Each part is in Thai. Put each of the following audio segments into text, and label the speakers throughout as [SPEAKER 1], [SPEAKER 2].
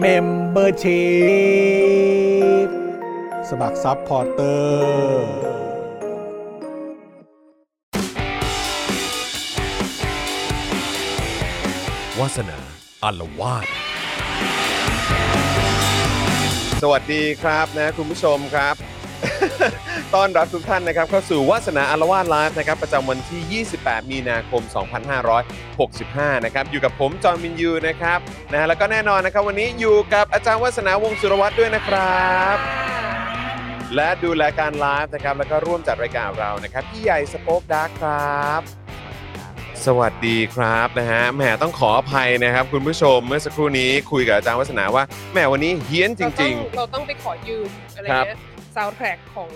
[SPEAKER 1] เมมเบอร์ชีพสมัครซัพพอร์เตอร์
[SPEAKER 2] วาสนาอารวาส
[SPEAKER 3] สวัสดีครับนะคุณผู้ชมครับ ต้อนรับทุกท่านนะครับเข้าสู่วาสนาอารวาสไลฟ์นะครับประจำวันที่ 28 มีนาคม 2565 นะครับอยู่กับผมจอห์นวินยูนะครับนะฮะแล้วก็แน่นอนนะครับวันนี้อยู่กับอาจารย์วาสนาวงศ์สุรวัตรด้วยนะครับ และดูแลการไลฟ์นะครับแล้วก็ร่วมจัดรายการเรานะครับพี่ใหญ่สป็อคดาร์คครับ สวัสดีครับนะฮะแหมต้องขออภัยนะครับ คุณผู้ชมเมื่อสักครู่นี้คุยกับอาจารย์วัฒนาว่าแหมวันนี้เฮี้ยนจริง ๆ
[SPEAKER 4] เราต้องไปขอยืมอะไร
[SPEAKER 3] ครับ
[SPEAKER 4] เงี้ยซาวด์แทร็กของ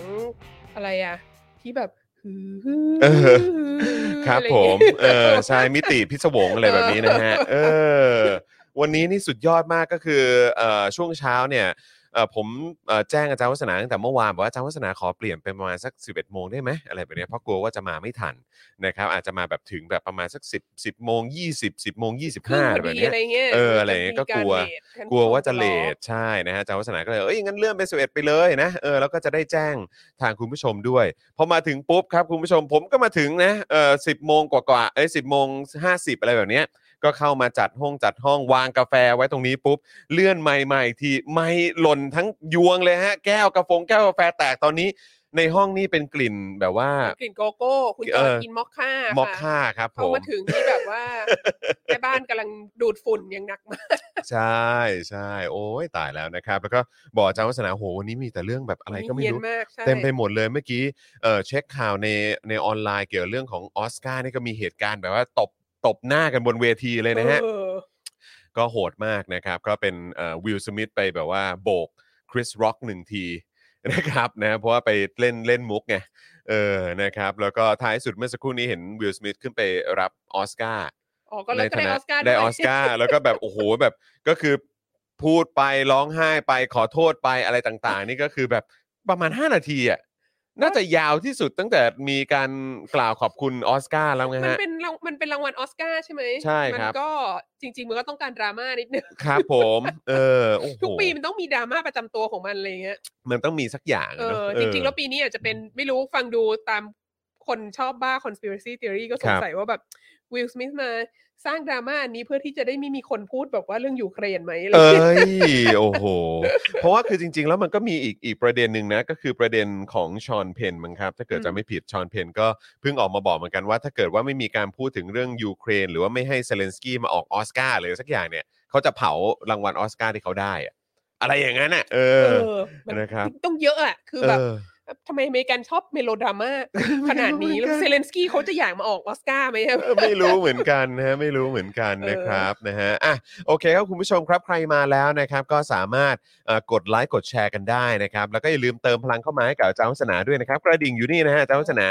[SPEAKER 4] อะไรอ่ะ ที่แบบฮือ
[SPEAKER 3] เออ
[SPEAKER 4] อ
[SPEAKER 3] ครับ
[SPEAKER 4] ะไอย่าง
[SPEAKER 3] ผ
[SPEAKER 4] เงี้
[SPEAKER 3] ม
[SPEAKER 4] ย
[SPEAKER 3] เออใช่มิติพิศวงอะไรแบบนี้นะ ฮะ เออ วันนี้นี่สุดยอดมากก็คือเอ่อช่วงเช้าเนี่ยเอ่อผมเอ่อแจ้งอาจารย์วัฒนาตั้งแต่เมื่อวานบอกว่าอาจารย์วัฒนาขอเปลี่ยนเป็นประมาณสัก 11โมงได้ไหมอะไรแบบเนี้ยเพราะกลัวว่าจะมาไม่ทันนะครับ อาจจะมาแบบถึงแบบประมาณสัก 10 10โมง20 10โมง
[SPEAKER 4] ขึ้
[SPEAKER 3] 25
[SPEAKER 4] น
[SPEAKER 3] อะไร
[SPEAKER 4] พอ
[SPEAKER 3] แบบ
[SPEAKER 4] ดี
[SPEAKER 3] เนี้ย
[SPEAKER 4] อะไรเงี้ย
[SPEAKER 3] เอออะไรเงี้ยก็กลัว
[SPEAKER 4] จะมีารเท
[SPEAKER 3] กลัวว่าจะเล
[SPEAKER 4] ท
[SPEAKER 3] ทใช่นะฮะอาจารย์วัฒนาก็เลยเอ้ยงั้นเลื่อนเป็น11ไปเลยนะเออแล้วก็จะได้แจ้งทางคุณผู้ชมด้วยพอมาถึงปุ๊บครับคุณผู้ชมผมก็มาถึงนะเออสิบโมงกว่าๆเอ้ยสิบโมงห้าสิบอะไรแบบเนี้ยก็เข้ามาจัดห้องจัดห้องวางกาแฟไว้ตรงนี้ปุ๊บ เลื่อนไมค์มาอีกทีไมค์หล่นทั้งยวงเลยฮะ แก้วกาแฟแก้วกาแฟแตกตอนนี้ ในห้องนี่เป็นกลิ่นแบบว่า
[SPEAKER 4] กลิ่นโกโก้คุณ
[SPEAKER 3] เอ
[SPEAKER 4] จะ
[SPEAKER 3] อ
[SPEAKER 4] กินมอคค่าม ม
[SPEAKER 3] อคค่าครับผ
[SPEAKER 4] พอ
[SPEAKER 3] ม
[SPEAKER 4] มาถึงที่แบบว่า แม่บ้านกำลังดูดฝุ่นอย่างหนักมาก
[SPEAKER 3] ใช่ใช่โอ้ยตายแล้วนะครับ แล้วก็บอกอาจารย์วัฒนาโหวันนี้มีแต่เรื่องแบบอะไรก็ไม่
[SPEAKER 4] เย็น
[SPEAKER 3] รู้
[SPEAKER 4] ากใช่
[SPEAKER 3] เต็มไปหมดเลยเมื่อกี้เอ่อเช็คข่าวในในออนไลน์เกี่ยวกับเรื่องของออสการ์นี่ก็มีเหตุการณ์แบบว่าตบตบหน้ากันบนเวทีเลยนะฮะ
[SPEAKER 4] เออ
[SPEAKER 3] ก็โหดมากนะครับ ก็เป็นวิลสมิธไปแบบว่าโบกคริสร็อกหนึ่งทีนะครับนะเพราะว่าไปเล่นเล่นมุกไงเออนะครับแล้วก็ท้ายสุดเมื่อสักครู่นี้เห็นวิลสมิธขึ้นไปรับออสการ์
[SPEAKER 4] อ๋อ ก็เลยก็ได้ออสการ์
[SPEAKER 3] ได้
[SPEAKER 4] วย
[SPEAKER 3] ออสการ์แล้วก็แบบโอ้โหแบบก็คือพูดไปร้องไห้ไปขอโทษไปอะไรต่างๆ นี่ก็คือแบบประมาณ 5 นาทีอ่ะน่าจะยาวที่สุดตั้งแต่มีการกล่าวขอบคุณออสการ์แล้วไง
[SPEAKER 4] มัน
[SPEAKER 3] ฮะ
[SPEAKER 4] เป็นรางมันเป็นรางวัลออสการ์ใช่ไหม
[SPEAKER 3] ใช่ครับ
[SPEAKER 4] มันก็จริง ๆ มันก็ต้องการดราม่านิดนึง
[SPEAKER 3] ครับผม เออโอ้โห
[SPEAKER 4] ทุกปีมันต้องมีดราม่าประจำตัวของมันอะไรเงี้ย
[SPEAKER 3] มันต้องมีสักอย่าง
[SPEAKER 4] เอ
[SPEAKER 3] อะเนอะ
[SPEAKER 4] อ
[SPEAKER 3] เออ
[SPEAKER 4] จริง ๆ แล้วปีนี้อาจจะเป็นไม่รู้ฟังดูตามคนชอบบ้า conspiracy theory ก็ส
[SPEAKER 3] ค
[SPEAKER 4] ง
[SPEAKER 3] รับ
[SPEAKER 4] สัยว่าแบบวิลสมิธมาสร้างดราม่าอันนี้เพื่อที่จะได้ไม่มีคนพูดแบบว่าเรื่องยูเครนไหมอะไร
[SPEAKER 3] เอ้
[SPEAKER 4] เงี้
[SPEAKER 3] ย
[SPEAKER 4] ย
[SPEAKER 3] โอ้โห เพราะว่าคือจริง ๆ แล้วมันก็มีอีกอีกประเด็นหนึ่งนะ ก็คือประเด็นของชอนเพนมั้งครับ ถ้าเกิดจะไม่ผิดชอนเพนก็เพิ่งออกมาบอกเหมือนกันว่า ถ้าเกิดว่าไม่มีการพูดถึงเรื่องยูเครน หรือว่าไม่ให้เซเลนสกี้มาออกออสการ์หรือสักอย่างเนี่ยเขาจะเผารางวัลออสการ์ที่เขาได้อะอะไรอย่างนั้นน่ะเอ
[SPEAKER 4] เอ
[SPEAKER 3] อ
[SPEAKER 4] อมัน
[SPEAKER 3] นะครับ
[SPEAKER 4] ต้องเยอะอ่ะ คือ
[SPEAKER 3] เอ
[SPEAKER 4] แบบ
[SPEAKER 3] อ
[SPEAKER 4] ทำไมอเมริกันชอบเมโลดราม่าขนาดนี้แล้วเซเลนสกี้เขาจะอยากมาออกออสการ์ไหมครับ
[SPEAKER 3] เออ ไม่รู้เหมือนกันนะฮะไม่รู้เหมือนกันนะครับนะฮะอ่ะโอเคครับคุณผู้ชมครับใครมาแล้วนะครับก็สามารถเอ่อกดไลค์กดแชร์กันได้นะครับ แล้วก็อย่าลืมเติมพลังเข้ามาให้กับอาจารย์วัฒนาด้วยนะครับ กระดิ่งอยู่นี่นะฮะอาจารย์วัฒนา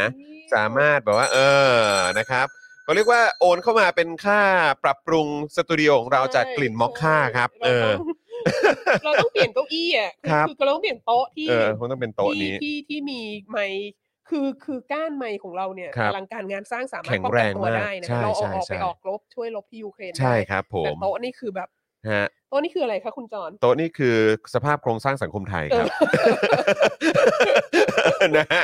[SPEAKER 3] สามารถแบบว่า เออนะครับเขาเรียกว่าโอนเข้ามาเป็นค่าปรับปรุงสตูดิโอของเราจากกลิ่นมอคค่าครับ เอ
[SPEAKER 4] ใช่
[SPEAKER 3] อ
[SPEAKER 4] เราต้องเราต้องเปลี่ยนเก้าอี้อ่ะ
[SPEAKER 3] ครับ
[SPEAKER 4] อเราต้องเปลี่ยนโต๊ะที่
[SPEAKER 3] เออคงต้องเป็นโต๊ะนี้
[SPEAKER 4] ที่ที่ที่มีไมค์คือคือก้านไมค์ของเราเนี่ย
[SPEAKER 3] ครับ
[SPEAKER 4] อลังการงานสร้างสามารถ
[SPEAKER 3] แข็งแรง
[SPEAKER 4] ป้อกันตัว
[SPEAKER 3] มาก
[SPEAKER 4] ได้นะ
[SPEAKER 3] ใช่
[SPEAKER 4] เราเอาออก
[SPEAKER 3] ใช่
[SPEAKER 4] ไป
[SPEAKER 3] ใช่
[SPEAKER 4] ออกรบช่วยรบที่ยูเครน
[SPEAKER 3] ใช่
[SPEAKER 4] ได้
[SPEAKER 3] ครับผ
[SPEAKER 4] แต่
[SPEAKER 3] ม
[SPEAKER 4] โต๊ะนี่คือแบบ
[SPEAKER 3] ฮะ
[SPEAKER 4] โต๊ะนี่คืออะไรคะคุณจอน
[SPEAKER 3] โต๊ะนี่คือสภาพโครงสร้างสังคมไทยครับ นะฮะ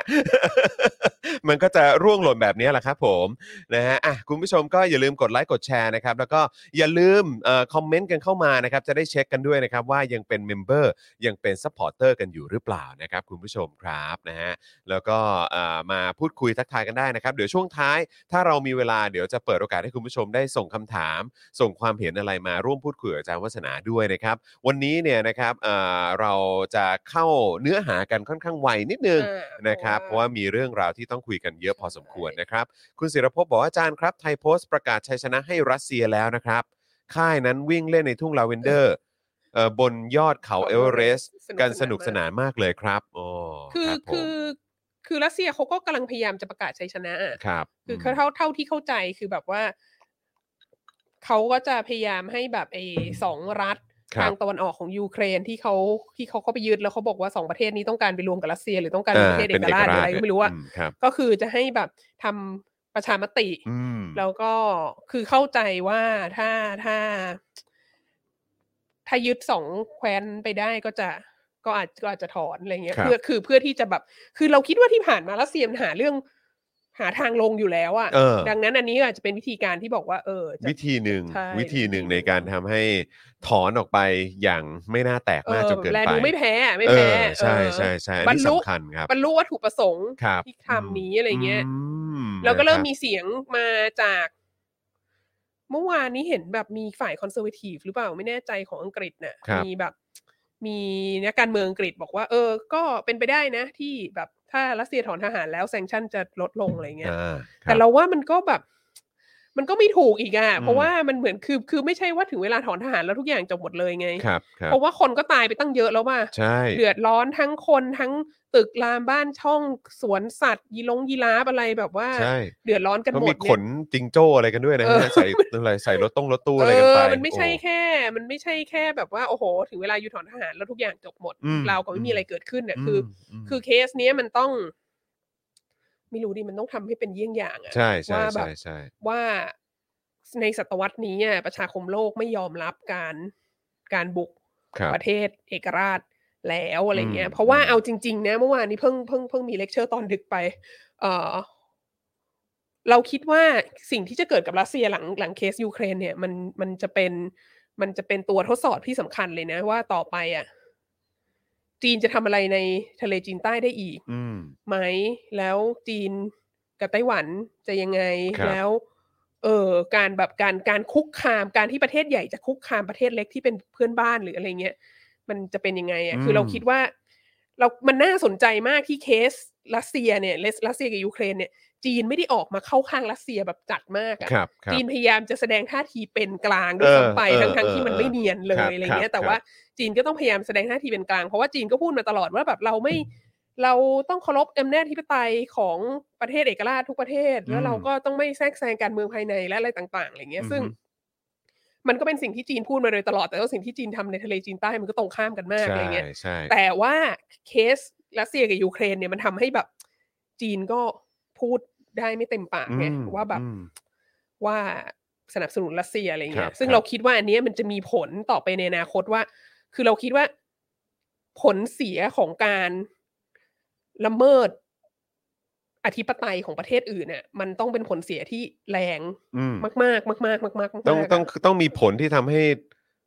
[SPEAKER 3] มันก็จะร่วงหล่นแบบนี้แหละครับผมนะฮะอ่ะคุณผู้ชมก็อย่าลืมกดไลค์กดแชร์นะครับ แล้วก็อย่าลืมเอ่อคอมเมนต์กันเข้ามานะครับ จะได้เช็คกันด้วยนะครับ ว่ายังเป็นเมมเบอร์ยังเป็นซัพพอร์เตอร์กันอยู่หรือเปล่านะครับ คุณผู้ชมครับนะฮะแล้วก็เอ่อมาพูดคุยทักทายกันได้นะครับ เดี๋ยวช่วงท้าย ถ้าเรามีเวลาเดี๋ยวจะเปิดโอกาสให้คุณผู้ชมได้ส่งคำถาม ส่งความเห็นอะไรมาร่วมพูดคุยกับอาจารย์วัฒนาด้วยนะครับ วันนี้เนี่ยนะครับเอ่อเราจะเข้าเนื้อหากันค่อนข้างไวนิดนึง
[SPEAKER 4] อ่า
[SPEAKER 3] นะครับเพราะว่ามีเรื่องราวที่ต้องคุยกันเยอะพอสมควรนะครับ คุณศิรภพบอกว่าอาจารย์ครับ ไทยโพสต์ประกาศชัยชนะให้รัสเซียแล้วนะครับ ค่ายนั้นวิ่งเล่นในทุ่งลาเวนเดอร์เอ่อบนยอดเขาเอเวอเรสต์กันสนุกสนานมากเลยครับโอ้
[SPEAKER 4] คือ
[SPEAKER 3] รับผม
[SPEAKER 4] คือคือรัสเซียเขาก็กำลังพยายามจะประกาศชัยชนะอะ
[SPEAKER 3] ครับ
[SPEAKER 4] คือเท่าเท่าที่เข้าใจคือแบบว่า เขาก็จะพยายามให้แบบไอ้สองรัฐ
[SPEAKER 3] ครั
[SPEAKER 4] ทา
[SPEAKER 3] บ
[SPEAKER 4] งตะวันออกของยูเครนที่เขาที่เขาเข้าไปยึดแล้วเขาบอกว่าสองประเทศนี้ต้องการไปรวมกับรัสเซีย หรือต้องการเป็นประเทศเอกราชหรืออะไรก็ไม่รู้อะ
[SPEAKER 3] อืมครับ
[SPEAKER 4] ก็คือจะให้แบบทำประชามติ
[SPEAKER 3] อืม
[SPEAKER 4] แล้วก็คือเข้าใจว่าถ้าถ้า ถ้ายึดสองแคว้นไปได้ก็จะก็อาจก็อาจจะถอนอะไรเงี้ย
[SPEAKER 3] ครับ
[SPEAKER 4] เพื่อคือเพื่อที่จะแบบ คือเราคิดว่าที่ผ่านมารัสเซียมันหาเรื่องหาทางลงอยู่แล้ว
[SPEAKER 3] เอ
[SPEAKER 4] อะ่ะ
[SPEAKER 3] อ
[SPEAKER 4] ดังนั้นอันนี้อาจจะเป็นวิธีการที่บอกว่า เออจะ
[SPEAKER 3] วิธีหนึ่ง
[SPEAKER 4] ใช่
[SPEAKER 3] วิธีหนึ่งในการทำให้ถอนออกไปอย่างไม่น่าแตก
[SPEAKER 4] เอ
[SPEAKER 3] มาก
[SPEAKER 4] อ
[SPEAKER 3] จนเกิน
[SPEAKER 4] แล
[SPEAKER 3] ไป
[SPEAKER 4] ดูไม่แพ้อะไม่
[SPEAKER 3] เอ
[SPEAKER 4] แพ้
[SPEAKER 3] อใช่
[SPEAKER 4] เออ
[SPEAKER 3] ใช่ใช่อัน
[SPEAKER 4] บรร
[SPEAKER 3] นี้
[SPEAKER 4] ลุ
[SPEAKER 3] สำคัญครับ
[SPEAKER 4] บรรลุวัตถุประสงค์
[SPEAKER 3] ครับ
[SPEAKER 4] ที่ทำนี้อะไรเงี้ย
[SPEAKER 3] อืม
[SPEAKER 4] แล้วก็เริ่ม
[SPEAKER 3] นะครับ
[SPEAKER 4] มีเสียงมาจาก เมื่อวานนี้เห็นแบบมีฝ่ายคอนเซอร์เวทีฟหรือเปล่าไม่แน่ใจของอังกฤษน่ะ
[SPEAKER 3] ครับ
[SPEAKER 4] มีแบบ มีนักการเมืองอังกฤษบอกว่า เออ ก็เป็นไปได้นะ ที่แบบถ้ารัสเซียถอนทหารแล้วแซงชั่นจะลดลงอะไรเงี้ย
[SPEAKER 3] อ่าคบ
[SPEAKER 4] แต่เราว่ามันก็แบบ มันก็ไม่ถูกอีกอ่ะ
[SPEAKER 3] อืม
[SPEAKER 4] เพราะว่ามันเหมือนคือคือไม่ใช่ว่าถึงเวลาถอนทหารแล้วทุกอย่างจบหมดเลยไง
[SPEAKER 3] ครับครับ
[SPEAKER 4] เพราะว่าคนก็ตายไปตั้งเยอะแล้วว่า
[SPEAKER 3] ใช่
[SPEAKER 4] เดือดร้อนทั้งคนทั้งตึกรามบ้านช่องสวนสัตว์ ยีลงยีราฟอะไรแบบว่า
[SPEAKER 3] ใช่
[SPEAKER 4] เดือดร้อนกัน
[SPEAKER 3] เขา
[SPEAKER 4] หม
[SPEAKER 3] มีข
[SPEAKER 4] ดเนี่ย
[SPEAKER 3] นจิงโจ้อะไรกันด้วยนะ
[SPEAKER 4] เออ
[SPEAKER 3] ฮะใส่อะไรใส่รถต้องรถตู้อะไรกัน
[SPEAKER 4] เอ
[SPEAKER 3] ไป
[SPEAKER 4] อมันไม่ใช่
[SPEAKER 3] โอ้
[SPEAKER 4] แค่ มันไม่ใช่แค่แบบว่าโอ้โห ถึงเวลาอยู่ถอนทหารแล้วทุกอย่างจบหมด
[SPEAKER 3] อืม
[SPEAKER 4] เราก็ไม่
[SPEAKER 3] อื
[SPEAKER 4] มี
[SPEAKER 3] ม
[SPEAKER 4] อะไรเกิดขึ้นเนี่ยคือ
[SPEAKER 3] ม
[SPEAKER 4] คือเคสเนี้ยมันต้อง ไม่รู้ดิมันต้องทำให้เป็นเยี่ยงอย่างอะ
[SPEAKER 3] ใช่ใช่
[SPEAKER 4] ว่าแบบ
[SPEAKER 3] ใช่ใช่
[SPEAKER 4] ว่าในศตวรรษนี้อะประชาคมโลกไม่ยอมรับการการบุก
[SPEAKER 3] ครับ
[SPEAKER 4] ประเทศเอกราชแล้วอะไรเงี้
[SPEAKER 3] อืม
[SPEAKER 4] ยเพราะว่า
[SPEAKER 3] อืม
[SPEAKER 4] เอาจริง ๆ นะ เมื่อวานนี้เพิ่งเพิ่งเพิ่งมีเลคเชอร์ตอนดึกไป เออเราคิดว่าสิ่งที่จะเกิดกับรัสเซียหลังหลังเคสยูเครนเนี่ย มันมันจะเป็น มันจะเป็นตัวทดสอบที่สำคัญเลยนะ ว่าต่อไปอ่ะ จีนจะทำอะไรในทะเลจีนใต้ได้อีก
[SPEAKER 3] อืม
[SPEAKER 4] ไหมแล้วจีนกับไต้หวันจะยังไง
[SPEAKER 3] ครับ
[SPEAKER 4] แล้ว เออการแบบการการคุกคามการที่ประเทศใหญ่จะคุกคามประเทศเล็กที่เป็นเพื่อนบ้านหรืออะไรเงี้ยมันจะเป็นยังไงอ่ะคือเราคิดว่า เรามันน่าสนใจมากที่เคสรัสเซียเนี่ยเลสรัสเซียกับยูเครนเนี่ย จีนไม่ได้ออกมาเข้าข้างรัสเซียแบบจัดมากอ่ะ
[SPEAKER 3] ครับครับ
[SPEAKER 4] จีนพยายามจะแสดงท่าทีเป็นกลางด้วยซ้ำไป
[SPEAKER 3] เออเอ
[SPEAKER 4] ทั้
[SPEAKER 3] อง
[SPEAKER 4] ทั้งๆที่มันไม่
[SPEAKER 3] เออ
[SPEAKER 4] เนียนเล
[SPEAKER 3] ครั
[SPEAKER 4] ย
[SPEAKER 3] บ
[SPEAKER 4] อะไร
[SPEAKER 3] ครั
[SPEAKER 4] เงี้
[SPEAKER 3] บ
[SPEAKER 4] ยแต่
[SPEAKER 3] ครับ
[SPEAKER 4] ว่าจีนก็ต้องพยายามแสดงท่าทีเป็นกลาง เพราะว่าจีนก็พูดมาตลอดว่าแบบเราไม่เราต้องเคารพอำนาจธิปไตยของประเทศเอกราชทุกประเทศ แล้วเราก็ต้องไม่แทรกแซงการเมืองภายในและอะไรต่างๆอะไรเงี้ยซึ่ง มันก็เป็นสิ่งที่จีนพูดมาโดยตลอดแต่ว่าสิ่งที่จีนทำในทะเลจีนใต้มันก็ตรงข้ามกันมากอะไร
[SPEAKER 3] ใช่
[SPEAKER 4] เงี้ย
[SPEAKER 3] ใช่
[SPEAKER 4] แต่ว่าเคสรัสเซียกับยูเครนเนี่ยมันทำให้แบบ จีนก็พูดได้ไม่เต็มปากไง
[SPEAKER 3] อืม
[SPEAKER 4] ว่าแบบ
[SPEAKER 3] อืม
[SPEAKER 4] ว่าสนับสนุนรัสเซียอะไร
[SPEAKER 3] ครั
[SPEAKER 4] เงี้
[SPEAKER 3] บ
[SPEAKER 4] ย ซึ่ง
[SPEAKER 3] ครับ
[SPEAKER 4] เราคิดว่าอันเนี้ยมันจะมีผลต่อไปในอนาคตว่า คือเราคิดว่าผลเสียของการละเมิดอธิปไตยของประเทศอื่นเนี่ยมันต้องเป็นผลเสียที่แรง
[SPEAKER 3] อืม
[SPEAKER 4] มากมากมากมากมากมาก
[SPEAKER 3] ต้องต้องต้องมีผลที่ทำให้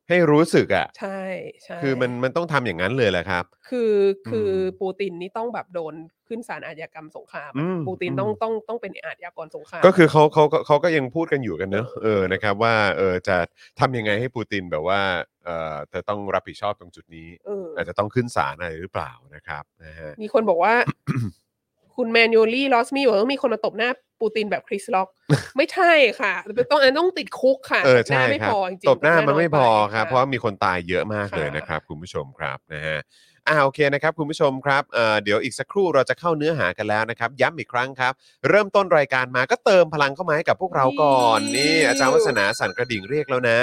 [SPEAKER 3] ให้รู้สึกอ่ะ
[SPEAKER 4] ใช่ใช่
[SPEAKER 3] คือมันมันต้องทำอย่างนั้นเลยแหละครับ
[SPEAKER 4] คือคืออ
[SPEAKER 3] ม
[SPEAKER 4] ปูตินนี่ต้องแบบโดนขึ้นศาลอาชญากรรมสงคราม
[SPEAKER 3] อืม
[SPEAKER 4] อะปูติน
[SPEAKER 3] อืม
[SPEAKER 4] ต้องต้องต้องเป็นอาชญากรสงคราม
[SPEAKER 3] ก็คือเขาเขาเขาก็ยังพูดกันอยู่กันเนอะเออนะครับ ว่าเออจะทำยังไงให้ปูตินแบบว่าเออเธอต้องรับผิดชอบตรงจุดนี้
[SPEAKER 4] เออ
[SPEAKER 3] อาจจะต้องขึ้นศาลอะไรหรือเปล่านะครับนะฮะ
[SPEAKER 4] มีคนบอกว่า คุณแมนยูลี่ลอสมี่บอกว่ามีคนมาตบหน้าปูตินแบบคริส ล็อก ไม่ใช่ค่ะต้องอันต้องติดคุกค่ะ
[SPEAKER 3] เออ
[SPEAKER 4] ตบหน้า
[SPEAKER 3] ใช่
[SPEAKER 4] ไม่
[SPEAKER 3] ครั
[SPEAKER 4] พ
[SPEAKER 3] บ
[SPEAKER 4] อจริงๆ
[SPEAKER 3] ตบหน้ามัน
[SPEAKER 4] อย
[SPEAKER 3] ไม่พอ
[SPEAKER 4] ป
[SPEAKER 3] ครับ เพราะว่ามีคนตายเยอะมากเลยนะครับ คุณผู้ชมครับนะฮะอ่าโอเคนะครับ คุณผู้ชมครับเอ่อเดี๋ยวอีกสักครู่เราจะเข้าเนื้อหากันแล้วนะครับ ย้ำอีกครั้งครับ เริ่มต้นรายการมาก็เติมพลังเข้ามาให้กับพวกเราก่อน นี่อาจารย์วัฒนาสั่นกระดิ่งเรียกแล้วนะ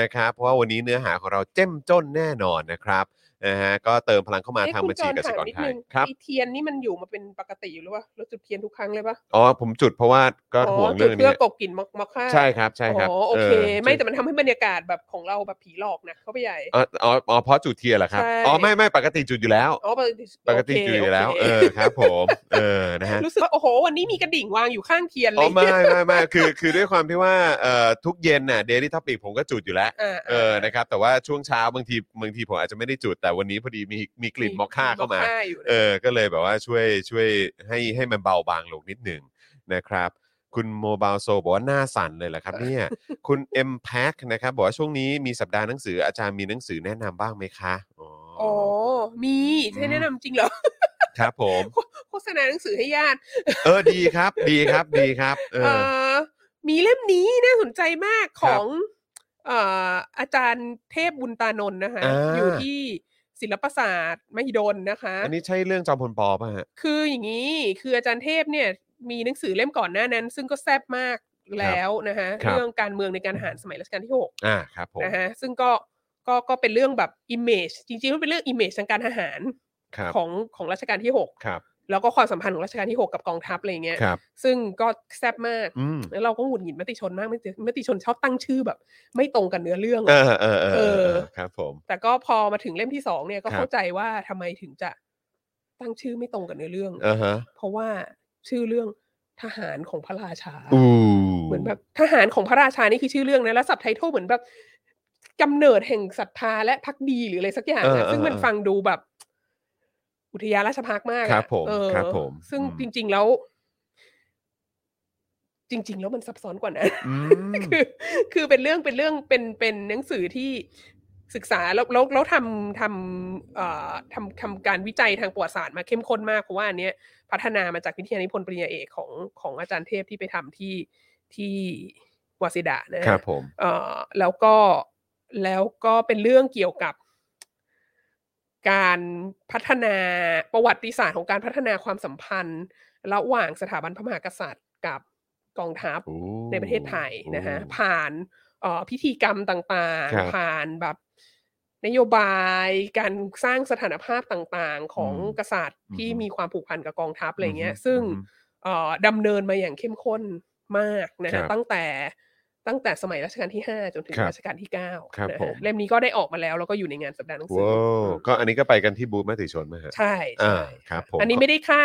[SPEAKER 3] นะครับ เพราะว่าวันนี้เนื้อหาของเราเจ้มจ้นแน่นอนนะครับ นะฮะก็เติมพลังเข้ามา
[SPEAKER 4] เอ๊ะ
[SPEAKER 3] ทาง
[SPEAKER 4] คุณ
[SPEAKER 3] บัญ
[SPEAKER 4] จ
[SPEAKER 3] ชี
[SPEAKER 4] ร
[SPEAKER 3] กสิ
[SPEAKER 4] ถาม
[SPEAKER 3] กร
[SPEAKER 4] นิด
[SPEAKER 3] ไท
[SPEAKER 4] นึ
[SPEAKER 3] ย
[SPEAKER 4] ง
[SPEAKER 3] ครับ
[SPEAKER 4] ไอเทียนนี่มันอยู่มาเป็นปกติอยู่หรือเปล่าเราจุดเทียนทุกครั้งเลยปะ
[SPEAKER 3] อ๋อผมจุดเพราะว่าก็ห่วงเรื่อง
[SPEAKER 4] จุด
[SPEAKER 3] นี้
[SPEAKER 4] เพื่อกบกลิ่นมอกมอกค่า
[SPEAKER 3] ใช่ครับใช่ครับ
[SPEAKER 4] อ๋อโอเค ไม่
[SPEAKER 3] จุด
[SPEAKER 4] แต่มันทำให้บรรยากาศแบบของเราแบบผีหลอกนะเข้าไปใหญ่
[SPEAKER 3] อ๋ออ๋ออ๋อเพราะจุดเทียนเหรอครับ
[SPEAKER 4] ใช่
[SPEAKER 3] อ๋อไม่ไม่ปกติจุดอยู่แล้ว
[SPEAKER 4] อ๋อปกติ
[SPEAKER 3] ปกติ
[SPEAKER 4] โเค
[SPEAKER 3] จุดอยู่แล้ว
[SPEAKER 4] โเค
[SPEAKER 3] เออครับ ผมเออนะ ฮะ
[SPEAKER 4] รู้สึกว่าโอ้โห วันนี้มีกระดิ่งวางอยู่ข้างเทียนเล
[SPEAKER 3] อ๋อย ไม่ไม่ไม่คือคือด้วยความที่ว่าเอ่อทุกเย็นน่ะเดลิทอปิกผมก็จุดอยู่แล้ว
[SPEAKER 4] อ่า
[SPEAKER 3] เออนะครับแต่ว่าช่วงเช้าบางทีบางทีผมอาจจะไม่ได้จุดแต่วันนี้พอดีมีมีกลิ่นมอคค่าเข้ามา
[SPEAKER 4] อคค่อยู่นะ
[SPEAKER 3] เออก็เลยแบบว่าช่วยช่วยให้ให้มันเบาบางลงนิดหนึ่งนะครับ คุณโมบายโซบอกว่าหน้าสั่นเลยแหละครับเนี่ยคุณ M p a c นะครับบอกว่าช่วงนี้มีสัปดาห์หนังสืออาจารย์มีหนังสือแนะนำบ้างไหมคะอ๋ออ
[SPEAKER 4] อ๋อมีใช่แนะนำจริงเหรอ
[SPEAKER 3] ครับผม
[SPEAKER 4] โฆษณาหนังสือให้ญาติ
[SPEAKER 3] เออดีครับดีครับดีครับเอ
[SPEAKER 4] เอ่
[SPEAKER 3] อ
[SPEAKER 4] อมีเล่มนี้น่าสนใจมาก
[SPEAKER 3] ค
[SPEAKER 4] ข
[SPEAKER 3] รับ
[SPEAKER 4] องเอ่ออาจารย์เทพบุญตานนท์นะคะ
[SPEAKER 3] อ่า
[SPEAKER 4] อยู่ที่ศิลปศาสตร์มหิดลนะคะ
[SPEAKER 3] อันนี้ใช่เรื่องจอมพลปอป่ะฮะ
[SPEAKER 4] คืออย่างนี้คืออาจารย์เทพเนี่ยมีหนังสือเล่มก่อนหน้านั้น ซึ่งก็แซ่บมากแล้วนะคะ
[SPEAKER 3] ครับ
[SPEAKER 4] เรื่องการเมืองในการทหารสมัยรัชกาลที่หก
[SPEAKER 3] อ่าครับผม
[SPEAKER 4] นะคะซึ่งก็ก็ก็เป็นเรื่องแบบ image จริงๆมันเป็นเรื่อง image ทางการทหาร
[SPEAKER 3] ครับ
[SPEAKER 4] ของของรัชกาลที่หก
[SPEAKER 3] ครับ
[SPEAKER 4] แล้วก็ความสัมพันธ์ของรัชกาลที่หกกับกองทัพอะไรอย่างเงี้ย
[SPEAKER 3] ครับ
[SPEAKER 4] ซึ่งก็แซ่บมาก
[SPEAKER 3] อืม
[SPEAKER 4] แล้วเราก็หงุดหงิดมติชนมากมติมติชนชอบตั้งชื่อแบบ ไม่ตรงกันเนื้อเรื่อง
[SPEAKER 3] เออ
[SPEAKER 4] อะ
[SPEAKER 3] เออเออเออ
[SPEAKER 4] เออ
[SPEAKER 3] ครับผม
[SPEAKER 4] แต่ก็พอมาถึงเล่มที่สองเนี่ยก็
[SPEAKER 3] ครับ
[SPEAKER 4] เข้าใจว่าทำไมถึงจะตั้งชื่อไม่ตรงกับเนื้อเรื่อง
[SPEAKER 3] อ่าฮะ
[SPEAKER 4] เพราะว่าชื่อเรื่องทหารของพระราชา
[SPEAKER 3] อู้
[SPEAKER 4] เหมือนแบบทหารของพระราชานี่คือชื่อเรื่องนะแล้วสับไทเทลเหมือนแบบกำเนิดแห่งศรัทธาและพักดีหรืออะไรสักอย่างนะซึ่งมันฟังดูแบบ อุทยานราชพักษ์มากอะ
[SPEAKER 3] ครับผม
[SPEAKER 4] เออ
[SPEAKER 3] ครับผม
[SPEAKER 4] ซึ่งจ
[SPEAKER 3] อืม
[SPEAKER 4] ริง ๆแล้ว จริง ๆ แล้วมันซับซ้อนกว่านะ
[SPEAKER 3] อืม
[SPEAKER 4] คือคือเป็นเรื่องเป็นเรื่องเป็นเป็นหนังสือที่ศึกษาแล้วแล้วแล้วทำทำเอ่อทำทำการวิจัยทางประวัติศาสตร์มาเข้มข้นมากเพราะว่าอันเนี้ยพัฒนามาจากวิทยานิพนธ์ปริญญาเอกของของอาจารย์เทพที่ไปทำที่ที่วาสิดานะครับ
[SPEAKER 3] ผม
[SPEAKER 4] เอ่อแล้วก็แล้วก็เป็นเรื่องเกี่ยวกับ การพัฒนาประวัติศาสตร์ของการพัฒนาความสัมพันธ์ ระหว่างสถาบันพระมหากษัตริย์กับกองทัพ
[SPEAKER 3] โอ้
[SPEAKER 4] ในประเทศไทยนะฮะผ่านเอ่อพิธีกรรมต่าง
[SPEAKER 3] ครับ
[SPEAKER 4] ๆ ผ่านแบบนโยบายการสร้างสถานภาพต่างๆ ของ
[SPEAKER 3] อืม
[SPEAKER 4] กษัตริย์ที่
[SPEAKER 3] อือฮึ
[SPEAKER 4] มีความผูกพันกับกองทัพอะไรเงี้ย
[SPEAKER 3] ม
[SPEAKER 4] ซึ่งเอ่อดำเนินมาอย่างเข้มข้นมากนะ
[SPEAKER 3] ครั
[SPEAKER 4] ฮะ
[SPEAKER 3] บ
[SPEAKER 4] ตั้งแต่ตั้งแต่สมัยรัชกาลที่ 5 จนถึง
[SPEAKER 3] ครับ
[SPEAKER 4] รัชกาลที่
[SPEAKER 3] ครั
[SPEAKER 4] 9
[SPEAKER 3] บ
[SPEAKER 4] นะ
[SPEAKER 3] ผม
[SPEAKER 4] ฮะเล่มนี้ก็ได้ออกมาแล้ว แล้วก็อยู่ในงานสัปดาห์หนังสือ
[SPEAKER 3] ว้า
[SPEAKER 4] อื
[SPEAKER 3] ว
[SPEAKER 4] ม
[SPEAKER 3] ก็อันนี้ก็ไปกันที่บูธมติชนไหมฮะ
[SPEAKER 4] ใช่ใช่
[SPEAKER 3] อ่าครับผม
[SPEAKER 4] อันนี้ไม่ได้ค่า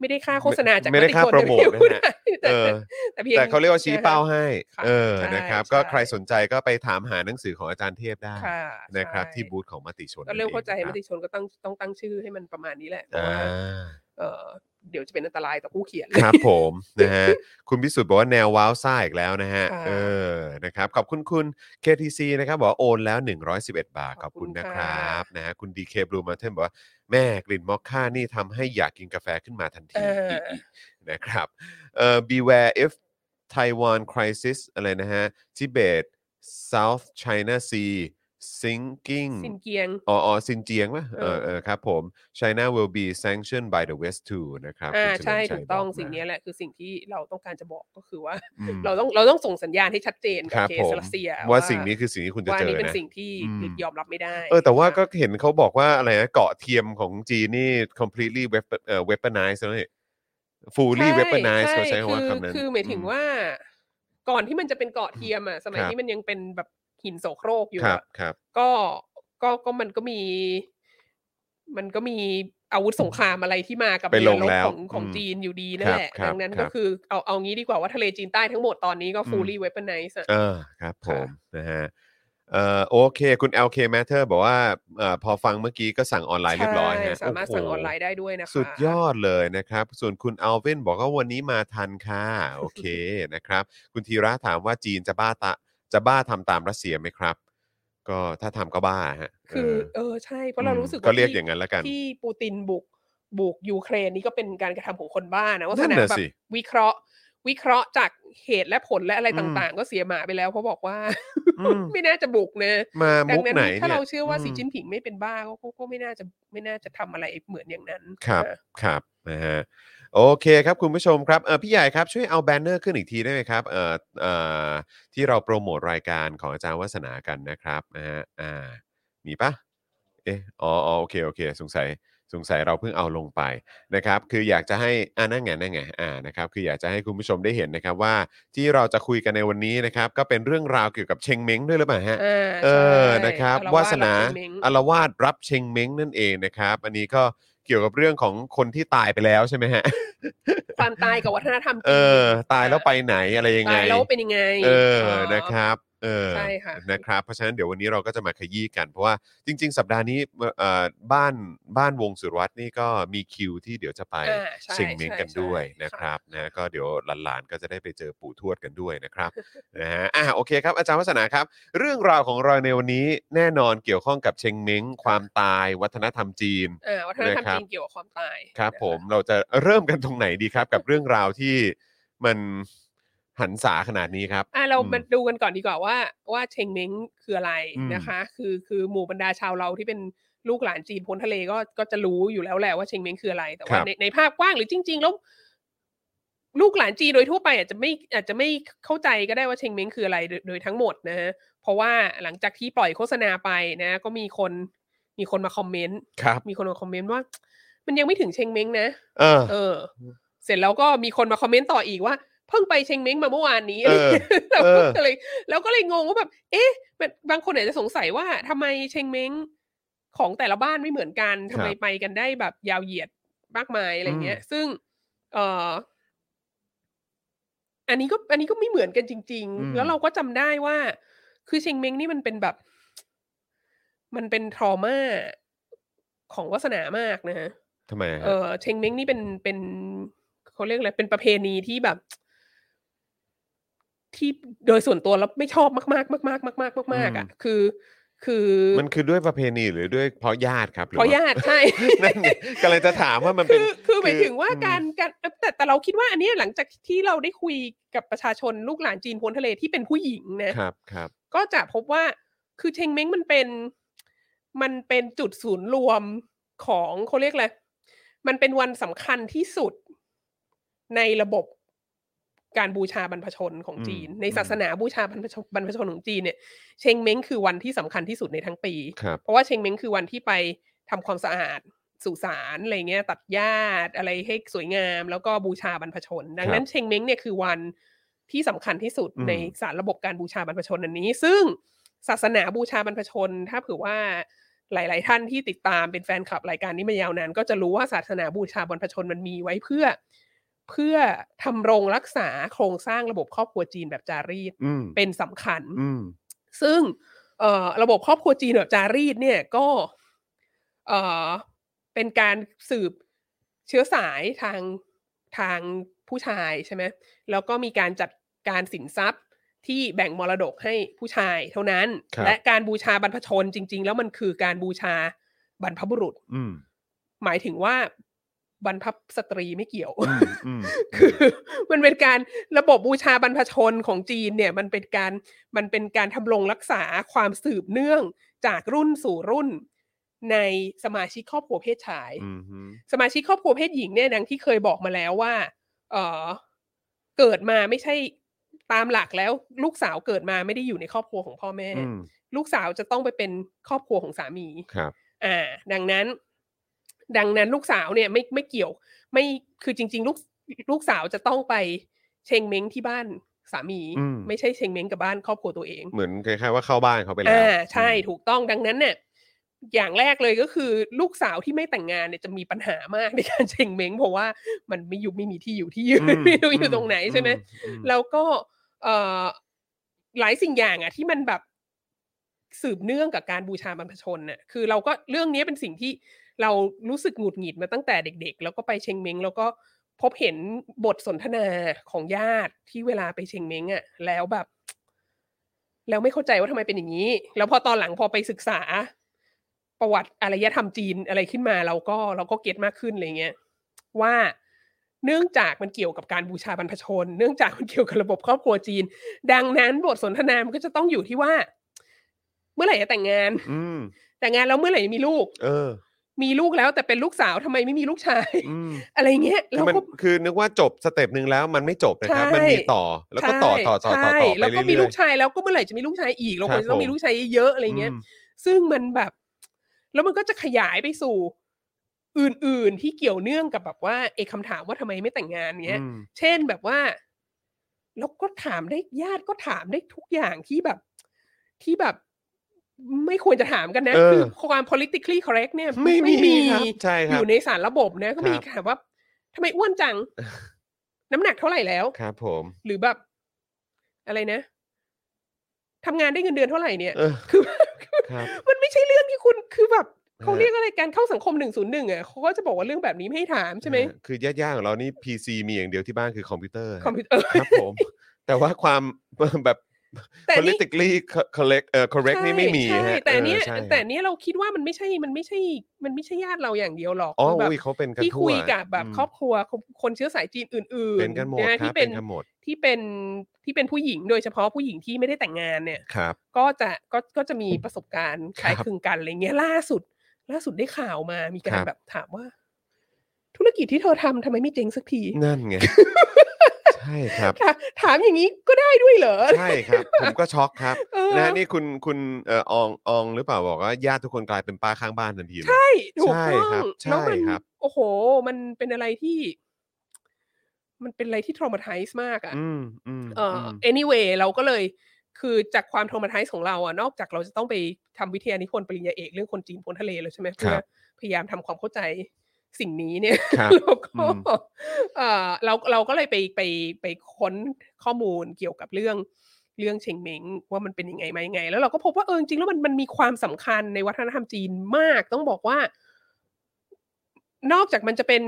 [SPEAKER 4] ไม่ได้ค่าโฆษณาจาก
[SPEAKER 3] ไม่ได้ค่า
[SPEAKER 4] ติชน
[SPEAKER 3] โปรโมทนะฮะ
[SPEAKER 4] แต่
[SPEAKER 3] เออ
[SPEAKER 4] แต่เพียง
[SPEAKER 3] แต่เขาเรียกว่าชี้เป้าให้
[SPEAKER 4] ค่ะ
[SPEAKER 3] เออ
[SPEAKER 4] ใช่
[SPEAKER 3] นะครับ
[SPEAKER 4] ใช่
[SPEAKER 3] ก็ใครสนใจก็ไปถามหาหนังสือของอาจารย์เทพได้
[SPEAKER 4] ค่ะ
[SPEAKER 3] นะครับ
[SPEAKER 4] ใช่
[SPEAKER 3] ที่บูธของมติชน
[SPEAKER 4] ก็เริ่มเข้าใจ
[SPEAKER 3] นั่น
[SPEAKER 4] ม
[SPEAKER 3] อง
[SPEAKER 4] ติชนก็ต้องต้องตั้งชื่อให้มันประมาณนี้แหละเพ
[SPEAKER 3] อ่
[SPEAKER 4] ราะว่า
[SPEAKER 3] า
[SPEAKER 4] เออเดี๋ยวจะเป็นอันตรายต่อผู้เขียน
[SPEAKER 3] ครับผม นะฮะคุณพิสุทธิ์บอกว่าแนวว้าวซ่าอีกแล้วนะฮะ
[SPEAKER 4] ค่ะ
[SPEAKER 3] เออนะครับขอบคุณคุณ KTC นะครับบอกว่าโอนแล้ว 111 บาท ขอบคุณนะครับนะฮะคุณ DK Blue Mountain บอกว่าแม่กลิ่นมอคค่านี่ทำให้อยากกินกาแฟขึ้นมาทันที
[SPEAKER 4] เออ
[SPEAKER 3] อีกๆนะครับเอ่อ beware if Taiwan crisis อะไรนะฮะทิเบต South China Sea sinking
[SPEAKER 4] สินเกียง
[SPEAKER 3] อ๋ออ๋อซินเจียงป่ะเอ
[SPEAKER 4] เอ
[SPEAKER 3] อ
[SPEAKER 4] อ
[SPEAKER 3] เออครับผม China will be sanctioned by the West too นะครับ
[SPEAKER 4] อ่า
[SPEAKER 3] คุณเฉลิม
[SPEAKER 4] ใช่
[SPEAKER 3] ชัย
[SPEAKER 4] ถูกต้อง
[SPEAKER 3] บมา
[SPEAKER 4] สิ่งนี้แหละคือสิ่งที่เราต้องการจะบอกก็คือว่า
[SPEAKER 3] อืม
[SPEAKER 4] เราต้องเราต้องส่งสัญญาณให้ชัดเจน
[SPEAKER 3] ค
[SPEAKER 4] กับ
[SPEAKER 3] รับ
[SPEAKER 4] เค
[SPEAKER 3] ผ
[SPEAKER 4] ส
[SPEAKER 3] ม
[SPEAKER 4] รัสเซีย
[SPEAKER 3] ว่าสิ่งนี้คือสิ่งที่คุณจะ
[SPEAKER 4] ว่า
[SPEAKER 3] เจ
[SPEAKER 4] นี่
[SPEAKER 3] อ
[SPEAKER 4] เป็น
[SPEAKER 3] นะ
[SPEAKER 4] สิ่งที่
[SPEAKER 3] อืม
[SPEAKER 4] ยอมรับไม่ได้
[SPEAKER 3] เออแต่ว่าก็เห็นเขาบอกว่าอะไรนะเกาะเทียมของจีนนี่ completely weapon- เอ่อ weaponized แล้วนี่ fully
[SPEAKER 4] ใช่
[SPEAKER 3] weaponized
[SPEAKER 4] ใช่
[SPEAKER 3] เขาใช้คำว่า
[SPEAKER 4] อ
[SPEAKER 3] คำนั้น
[SPEAKER 4] คือหมายถึง
[SPEAKER 3] อื
[SPEAKER 4] ว่า ก่อนที่มันจะเป็นเกาะเทียมอ่ะสมัย
[SPEAKER 3] ครับ
[SPEAKER 4] นี้มันยังเป็นแบบหินโสโครกอยู่
[SPEAKER 3] ครั
[SPEAKER 4] อะ
[SPEAKER 3] บครับ
[SPEAKER 4] ก็ก็ก็มันก็มี มันก็มีอาวุธสงครามอะไรที่มากับ
[SPEAKER 3] ไป
[SPEAKER 4] เรื
[SPEAKER 3] ล
[SPEAKER 4] อ
[SPEAKER 3] ง
[SPEAKER 4] รบ
[SPEAKER 3] แล้ว
[SPEAKER 4] ของของ
[SPEAKER 3] อืม
[SPEAKER 4] จีนอยู่ดีนั่นแหละ
[SPEAKER 3] ครับครับ
[SPEAKER 4] ดังนั้น
[SPEAKER 3] ครั
[SPEAKER 4] ก็
[SPEAKER 3] บ
[SPEAKER 4] คือเอาเอางี้ดีกว่าว่าทะเลจีนใต้ทั้งหมดตอนนี้ก็
[SPEAKER 3] อืม
[SPEAKER 4] fully weaponized อะ
[SPEAKER 3] เออครับผม
[SPEAKER 4] ค่ะ
[SPEAKER 3] นะฮะเอ่อโอเคคุณ LK Matter บอกว่าเอ่อพอฟังเมื่อกี้ก็สั่งออนไลน์เรียบร้อย
[SPEAKER 4] ใช่
[SPEAKER 3] ฮะ
[SPEAKER 4] สามารถ
[SPEAKER 3] โโห
[SPEAKER 4] สั่งออนไลน์ได้ด้วยนะคะ
[SPEAKER 3] สุดยอดเลยนะครับ ส่วนคุณอัลวินบอกว่าวันนี้มาทันค่ะ โอเคนะครับ คุณธีระถามว่าจีนจะบ้าตะจะบ้าทำตามรัสเซียไหมครับ ก็ถ้าทำก็บ้าฮะ
[SPEAKER 4] คือ เออใช่ เพราะเรารู้สึก
[SPEAKER 3] อืม
[SPEAKER 4] ว่
[SPEAKER 3] ก็เรียก
[SPEAKER 4] ที่
[SPEAKER 3] อย่างนั้นละกัน
[SPEAKER 4] ที่ปูตินบุกบุกยูเครนนี่ก็เป็นการกระทำของคนบ้านะว่า
[SPEAKER 3] นั่
[SPEAKER 4] ส
[SPEAKER 3] น
[SPEAKER 4] นา
[SPEAKER 3] น่ะ
[SPEAKER 4] แบ
[SPEAKER 3] สิ
[SPEAKER 4] บวิเคราะห์ วิเคราะห์จากเหตุและผลและอะไร
[SPEAKER 3] อืม
[SPEAKER 4] ต่างๆ ก็เสียหมาไปแล้วเพราะบอกว่า
[SPEAKER 3] อืม
[SPEAKER 4] ไม่น่าจะบุกนะ
[SPEAKER 3] มา
[SPEAKER 4] ดั
[SPEAKER 3] มุ
[SPEAKER 4] ง
[SPEAKER 3] ก
[SPEAKER 4] นั้น
[SPEAKER 3] ไหน
[SPEAKER 4] ถ้า
[SPEAKER 3] เนี่ย
[SPEAKER 4] เราเชื่อว่าสี
[SPEAKER 3] ม
[SPEAKER 4] จิ้นผิงไม่เป็นบ้าก็ก็ก็ไม่น่าจะไม่น่าจะทำอะไรเหมือนอย่างนั้น
[SPEAKER 3] ครับ
[SPEAKER 4] นะครับ
[SPEAKER 3] นะฮะโอเคครับคุณผู้ชมครับเออพี่ใหญ่ครับช่วยเอาแบนเนอร์ขึ้นอีกทีได้ไหมครับเออเออที่เราโปรโมทรายการของอาจารย์วัฒนากันนะครับนะฮะอ่ามีปะ เอ๊ะอ๋ออ๋อโอเคโอเคสงสัยสงสัยเราเพิ่งเอาลงไปนะครับ คืออยากจะให้อ่านั่นไงนั่นไงอ่านะครับคืออยากจะให้คุณผู้ชมได้เห็นนะครับว่าที่เราจะคุยกันในวันนี้นะครับ ก็เป็นเรื่องราวเกี่ยวกับเชงเม้งด้วยหรือเปล่าฮะ
[SPEAKER 4] อ่า
[SPEAKER 3] เออ
[SPEAKER 4] ใช่
[SPEAKER 3] นะครับ
[SPEAKER 4] อล
[SPEAKER 3] วาสนา
[SPEAKER 4] รับเม้ง
[SPEAKER 3] อารวาสรับเชงเม้งนั่นเองนะครับ อันนี้ก็เกี่ยวกับเรื่องของคนที่ตายไปแล้วใช่ไหมฮะ
[SPEAKER 4] ความตายกับวัฒนธรรมจีน
[SPEAKER 3] เออ ตายแล้วไปไหนอะไรยังไง
[SPEAKER 4] ตายแล้วเป็นยังไง
[SPEAKER 3] เออ นะครับ เออ
[SPEAKER 4] ใช่ค่ะ
[SPEAKER 3] นะครับ เพราะฉะนั้นเดี๋ยววันนี้เราก็จะมาขยี้กัน เพราะว่าจริง ๆ สัปดาห์นี้เอ่อบ้านบ้านวงสุรวัตรนี่ก็มีคิวที่เดี๋ยวจะไป
[SPEAKER 4] อ่าใช่
[SPEAKER 3] เชิงเม้งกัน
[SPEAKER 4] ใช่
[SPEAKER 3] ด้วย
[SPEAKER 4] ใช่
[SPEAKER 3] นะครับนะก็เดี๋ยวหลานๆก็จะได้ไปเจอปู่ทวดกันด้วยนะครับ นะฮะอ่ะโอเคครับอาจารย์วัฒนาครับ เรื่องราวของเราในวันนี้แน่นอนเกี่ยวข้องกับเชงเม้งความตายวัฒนธรรมจีน
[SPEAKER 4] อ่าวัฒนธรรม
[SPEAKER 3] นะครับ
[SPEAKER 4] จีนเกี่ยวกับความตาย
[SPEAKER 3] ครับ
[SPEAKER 4] นะะ
[SPEAKER 3] ผมเราจะเริ่มกันตรงไหนดีครับ กับเรื่องราวที่มันหันษาขนาดนี้ครับ
[SPEAKER 4] อ่าเรา
[SPEAKER 3] อืม
[SPEAKER 4] มาดูกันก่อนดีกว่าว่าว่าเชงเม้งคืออะไร
[SPEAKER 3] อืม
[SPEAKER 4] นะคะ คือคือหมู่บรรดาชาวเราที่เป็นลูกหลานจีนพ้นทะเลก็ก็จะรู้อยู่แล้วแหละว่าเชงเม้งคืออะไร แต่ว่าในในภาพกว้างหรือจริง ๆ แล้ว ลูกหลานจีนโดยทั่วไปอาจจะไม่อาจจะไม่เข้าใจก็ได้ว่าเชงเม้งคืออะไรโดยโดยทั้งหมดนะฮะเพราะว่าหลังจากที่ปล่อยโฆษณาไปนะ ก็มีคนมีคนมาคอมเมนต์
[SPEAKER 3] ครับ
[SPEAKER 4] มีคนมาคอมเมนต์ว่า มันยังไม่ถึงเชงเม้งนะ
[SPEAKER 3] เออ
[SPEAKER 4] เออ เสร็จแล้วก็มีคนมาคอมเมนต์ต่ออีกว่า เพิ่งไปเชงเม้งมาเมื่อวานนี้
[SPEAKER 3] เออ
[SPEAKER 4] เรา
[SPEAKER 3] เออ
[SPEAKER 4] ก็เลยเราก็เลยงงว่าแบบ เอ๊ะมันบางคนอาจจะสงสัยว่าทำไมเชงเม้งของแต่ละบ้านไม่เหมือนกันทำไมไปกันได้แบบยาวเหยียดมากมายอะไรเงี้ย ซึ่ง เอ่อ อันนี้ก็อันนี้ก็ไม่เหมือนกันจริง
[SPEAKER 3] อืม
[SPEAKER 4] ๆ แล้วเราก็จำได้ว่า คือเชงเม้งนี่มันเป็นแบบ มันเป็นทรมาของวาสนามากนะฮะ
[SPEAKER 3] ทำไมฮะ
[SPEAKER 4] เออเชงเม้งนี่เป็นเป็นเขาเรียกอะไรเป็นประเพณีที่แบบ ที่โดยส่วนตัวแล้วไม่ชอบมากๆ มากๆ มากๆ มากๆอ่ะคือ คือ
[SPEAKER 3] มันคือด้วยประเพณีหรือด้วยเพราะญาติครับหรื
[SPEAKER 4] เพราะ
[SPEAKER 3] ว่
[SPEAKER 4] ญาติใช่
[SPEAKER 3] นั่นไงกำลังจะถามว่ามันเป็
[SPEAKER 4] คื
[SPEAKER 3] น
[SPEAKER 4] อคือหมายถึงว่า
[SPEAKER 3] อืม
[SPEAKER 4] การการแต่แต่เราคิดว่าอันเนี้ยหลังจากที่เราได้คุยกับประชาชนลูกหลานจีนพ้นทะเลที่เป็นผู้หญิงนะ
[SPEAKER 3] ครับครับ
[SPEAKER 4] ก็จะพบว่าคือเชงเม้งมันเป็น มันเป็นจุดศูนย์รวมของเขาเรียกอะไรมันเป็นวันสำคัญที่สุดในระบบการบูชาบรรพชนของ
[SPEAKER 3] อืม
[SPEAKER 4] จีน ใน
[SPEAKER 3] อืม
[SPEAKER 4] ศาสนาบูชาบรรพชนบรรพชนของจีนเนี่ยเชงเม้งคือวันที่สำคัญที่สุดในทั้งปี
[SPEAKER 3] ครับ
[SPEAKER 4] เพราะว่าเชงเม้งคือวันที่ไปทำความสะอาดสุสานอะไรเงี้ย ตัดหญ้าอะไรให้สวยงาม แล้วก็บูชาบรรพชน ดังนั้นเชงเม้งเนี่ยคือวันที่สำคัญที่สุด
[SPEAKER 3] อืม
[SPEAKER 4] ในสารระบบการบูชาบรรพชนอันนี้ ซึ่งศาสนาบูชาบรรพชน ถ้าเผื่อว่าหลาย ๆ ท่านที่ติดตามเป็นแฟนคลับรายการนี้มายาวนานก็จะรู้ว่าศาสนาบูชาบรรพชนมันมีไว้เพื่อ เพื่อทำรงรักษาโครงสร้างระบบครอบครัวจีนแบบจารีต
[SPEAKER 3] อืม
[SPEAKER 4] เป็นสำคัญ
[SPEAKER 3] อืม
[SPEAKER 4] ซึ่งเอ่อระบบครอบครัวจีนแบบจารีตเนี่ยก็เอ่อเป็นการสืบเชื้อสายทางทางผู้ชายใช่ไหมแล้วก็มีการจัดการสินทรัพย์ที่แบ่งมรดกให้ผู้ชายเท่านั้น
[SPEAKER 3] ครับ
[SPEAKER 4] และการบูชาบรรพชนจริง ๆ แล้วมันคือการบูชาบรรพบุรุษ
[SPEAKER 3] อืม
[SPEAKER 4] หมายถึงว่าบรรพสตรีไม่เกี่ยว
[SPEAKER 3] อืมอื ม
[SPEAKER 4] คือมันเป็นการระบบบูชาบรรพชนของจีนเนี่ยมันเป็นการมันเป็นการทำรงรักษาความสืบเนื่องจากรุ่นสู่รุ่น ในสมาชิกครอบครัวเพศชาย
[SPEAKER 3] อืมฮึ
[SPEAKER 4] สมาชิกครอบครัวเพศหญิงเนี่ยดังที่เคยบอกมาแล้วว่า เออเกิดมาไม่ใช่ตามหลักแล้ว ลูกสาวเกิดมาไม่ได้อยู่ในครอบครัวของพ่อแม่
[SPEAKER 3] อืม
[SPEAKER 4] ลูกสาวจะต้องไปเป็นครอบครัวของสามี
[SPEAKER 3] ครับ
[SPEAKER 4] อ่า ดังนั้น ดังนั้นลูกสาวเนี่ยไม่ไม่เกี่ยว ไม่คือจริง ๆ ลูกลูกสาวจะต้องไปเชงเม้งที่บ้านสามี
[SPEAKER 3] อืม
[SPEAKER 4] ไม่ใช่เชงเม้งกับบ้านครอบครัวตัวเอง
[SPEAKER 3] เหมือนคล้ายๆว่าเข้าบ้านเขาไปแล้ว
[SPEAKER 4] อ่าใช่
[SPEAKER 3] อืม
[SPEAKER 4] ถูกต้องดังนั้นเนี่ยอย่างแรกเลยก็คือ ลูกสาวที่ไม่แต่งงานเนี่ยจะมีปัญหามากในการเชงเม้งเพราะว่ามันไม่อยู่ไม่มีที่อยู่ที่ยืน
[SPEAKER 3] อื
[SPEAKER 4] ไม่รู้ อยู่ตรงไหนใช่ไหม
[SPEAKER 3] อืม
[SPEAKER 4] แล้วก็เอ่อหลายสิ่งอย่างอะที่มันแบบสืบเนื่องกับการบูชาบรรพชนน่ะคือเราก็เรื่องนี้เป็นสิ่งที่เรารู้สึกหงุดหงิดมาตั้งแต่เด็ก ๆ แล้วก็ไปเชงเม้งแล้วก็พบเห็นบทสนทนาของญาติที่เวลาไปเชงเม้งอะแล้วแบบ แล้วไม่เข้าใจว่าทำไมเป็นอย่างนี้ แล้วพอตอนหลังพอไปศึกษา ประวัติอารยธรรมจีนอะไรขึ้นมาเราก็เราก็เก็ตมากขึ้นอะไรเงี้ยว่าเนื่องจากมันเกี่ยวกับการบูชาบรรพชน เนื่องจากมันเกี่ยวกับระบบครอบครัวจีน ดังนั้นบทสนทนามันก็จะต้องอยู่ที่ว่า เมื่อไหร่จะแต่งงาน
[SPEAKER 3] อืม
[SPEAKER 4] แต่งงานแล้วเมื่อไหร่จะมีลูก
[SPEAKER 3] เออ
[SPEAKER 4] มีลูกแล้วแต่เป็นลูกสาวทำไมไม่มีลูกชาย
[SPEAKER 3] อืม
[SPEAKER 4] อะไรเงี้ย
[SPEAKER 3] คือ
[SPEAKER 4] เรา
[SPEAKER 3] มัน
[SPEAKER 4] ก็
[SPEAKER 3] คือนึกว่าจบสเต็ปหนึ่งแล้วมันไม่จบนะครับ
[SPEAKER 4] ใช่
[SPEAKER 3] มันมีต่อแล้วก็ต่อต่อต่อต่อ
[SPEAKER 4] ใช่
[SPEAKER 3] ต่อไป
[SPEAKER 4] แล้ว
[SPEAKER 3] เรื่
[SPEAKER 4] ก็
[SPEAKER 3] อย
[SPEAKER 4] มีลูก
[SPEAKER 3] ๆ
[SPEAKER 4] ชายแล้วก็เมื่อไหร่จะมีลูกชายอีกเราควรจะต้อง
[SPEAKER 3] ครับผม
[SPEAKER 4] มีลูกชายเยอะๆอะไรเงี้ย ซึ่งมันแบบ แล้วมันก็จะขยายไปสู่ อื่นๆที่เกี่ยวเนื่องกับแบบว่าเอกคำถามว่าทำไมไม่แต่งงานเงี้ย
[SPEAKER 3] อืม
[SPEAKER 4] เช่นแบบว่าแล้วก็ถามได้ญาติก็ถามได้ทุกอย่างที่แบบที่แบบ ไม่ควรจะถามกันนะ
[SPEAKER 3] เออ
[SPEAKER 4] คือความ politically correct เนี่ย
[SPEAKER 3] ไม่มีครับใช่ค
[SPEAKER 4] อ
[SPEAKER 3] รับ
[SPEAKER 4] ยู่ในสารระบบนะ ก็มี
[SPEAKER 3] ครับ
[SPEAKER 4] ถามว่าทำไมอ้วน จัง น้ำหนักเท่าไหร่แล้ว
[SPEAKER 3] ครับผม
[SPEAKER 4] หรือแบบ อะไรนะทำงานได้เงินเดือนเท่าไหร่เนี่ย
[SPEAKER 3] เออ
[SPEAKER 4] คือ
[SPEAKER 3] ครับ
[SPEAKER 4] มันไม่ใช่เรื่องที่คุณคือแบบเขา
[SPEAKER 3] ฮะ
[SPEAKER 4] เรียกอะไรการเข้าสังคมหนึ่งศูนย์หนึ่งอ่ะเขาก็จะบอกว่าเรื่องแบบนี้ไม่ให้ถามใช่ไหม
[SPEAKER 3] นะฮะคือญาติๆของเรานี่ PC มีอย่างเดียวที่บ้านคือคอมพิวเตอร์ฮะ
[SPEAKER 4] คอมพิวเตอร์
[SPEAKER 3] ครับผม แต่ว่าความ แบบ
[SPEAKER 4] แต่นี่
[SPEAKER 3] politically co- correct เอ่อ correct
[SPEAKER 4] ใช่
[SPEAKER 3] นี่ไม่มี
[SPEAKER 4] ใช่
[SPEAKER 3] ฮะ
[SPEAKER 4] แต่
[SPEAKER 3] ออ
[SPEAKER 4] เนี้ย
[SPEAKER 3] ใช่ฮะ
[SPEAKER 4] แต่เนี้ยเราคิดว่ามันไม่ใช่มันไม่ใช่ มันไม่ใช่ญาติเราอย่างเดียวหรอก
[SPEAKER 3] อ๋อ
[SPEAKER 4] คือแบบ
[SPEAKER 3] อุ้ยเขาเป็นกัน
[SPEAKER 4] ที่
[SPEAKER 3] ทั่ว
[SPEAKER 4] คุยกับแบ
[SPEAKER 3] ม
[SPEAKER 4] บครอบครัวคนคนเชื้อสายจีนอื่น
[SPEAKER 3] เป็นกันหมด
[SPEAKER 4] นะครับ ที่
[SPEAKER 3] เป็
[SPEAKER 4] เป็น น
[SPEAKER 3] กันหมด
[SPEAKER 4] ที่เป็นที่เป็นผู้หญิงโดยเฉพาะผู้หญิงที่ไม่ได้แต่งงานเนี่ย
[SPEAKER 3] ครับ
[SPEAKER 4] ก็จะก็ก็จะมีประสบการณ์คล้าย
[SPEAKER 3] ครับ
[SPEAKER 4] คลึงกันอะไรเงี้ยล่าสุด ล่าสุดได้ข่าวมามีกา
[SPEAKER 3] ค
[SPEAKER 4] ร
[SPEAKER 3] รับ
[SPEAKER 4] แบบถามว่า ธุรกิจที่เธอทำทำไมไม่เจ๊งสักที
[SPEAKER 3] นั่ นไง ใช่ครับ
[SPEAKER 4] ถามถามอย่างนี้ก็ได้ด้วยเหรอ
[SPEAKER 3] ใช่ครับ ผมก็ช็อกครับ
[SPEAKER 4] เออ
[SPEAKER 3] นะฮะนี่คุณคุณเอ่ออองอองหรือเปล่าบอกว่าญาติทุกคนกลายเป็นป้าข้างบ้านทันทีเลย
[SPEAKER 4] ใช่ถูก
[SPEAKER 3] ใช่
[SPEAKER 4] ต้อง
[SPEAKER 3] ครับ
[SPEAKER 4] แล้วมัน
[SPEAKER 3] ใช่ครับ
[SPEAKER 4] โอ้โห มันเป็นอะไรที่ มันเป็นอะไรที่ทรมาไทส์มากอะ
[SPEAKER 3] อืมอืม
[SPEAKER 4] เอ่ออ
[SPEAKER 3] ม
[SPEAKER 4] anyway เราก็เลยคือจากความทรมาไทส์ของเราอะนอกจากเราจะต้องไปทำวิทยานิพนธ์ปริญญาเอกเรื่องคนจีนพ้นทะเลแล้วใช่ไหมเพื่
[SPEAKER 3] ค
[SPEAKER 4] อ
[SPEAKER 3] รับ
[SPEAKER 4] พยายามทำความเข้าใจสิ่งนี้เนี่ย
[SPEAKER 3] ครับ
[SPEAKER 4] แล้ว
[SPEAKER 3] อื
[SPEAKER 4] ก็
[SPEAKER 3] ม
[SPEAKER 4] เอ่อเราเราก็เลยไปไปไปค้นข้อมูลเกี่ยวกับเรื่องเรื่องเชงเม้งว่ามันเป็นยังไงมายังไง แล้วเราก็พบว่าเออจริงๆแล้วมันมันมีความสำคัญในวัฒนธรรมจีนมาก ต้องบอกว่า นอกจากมันจะเป็น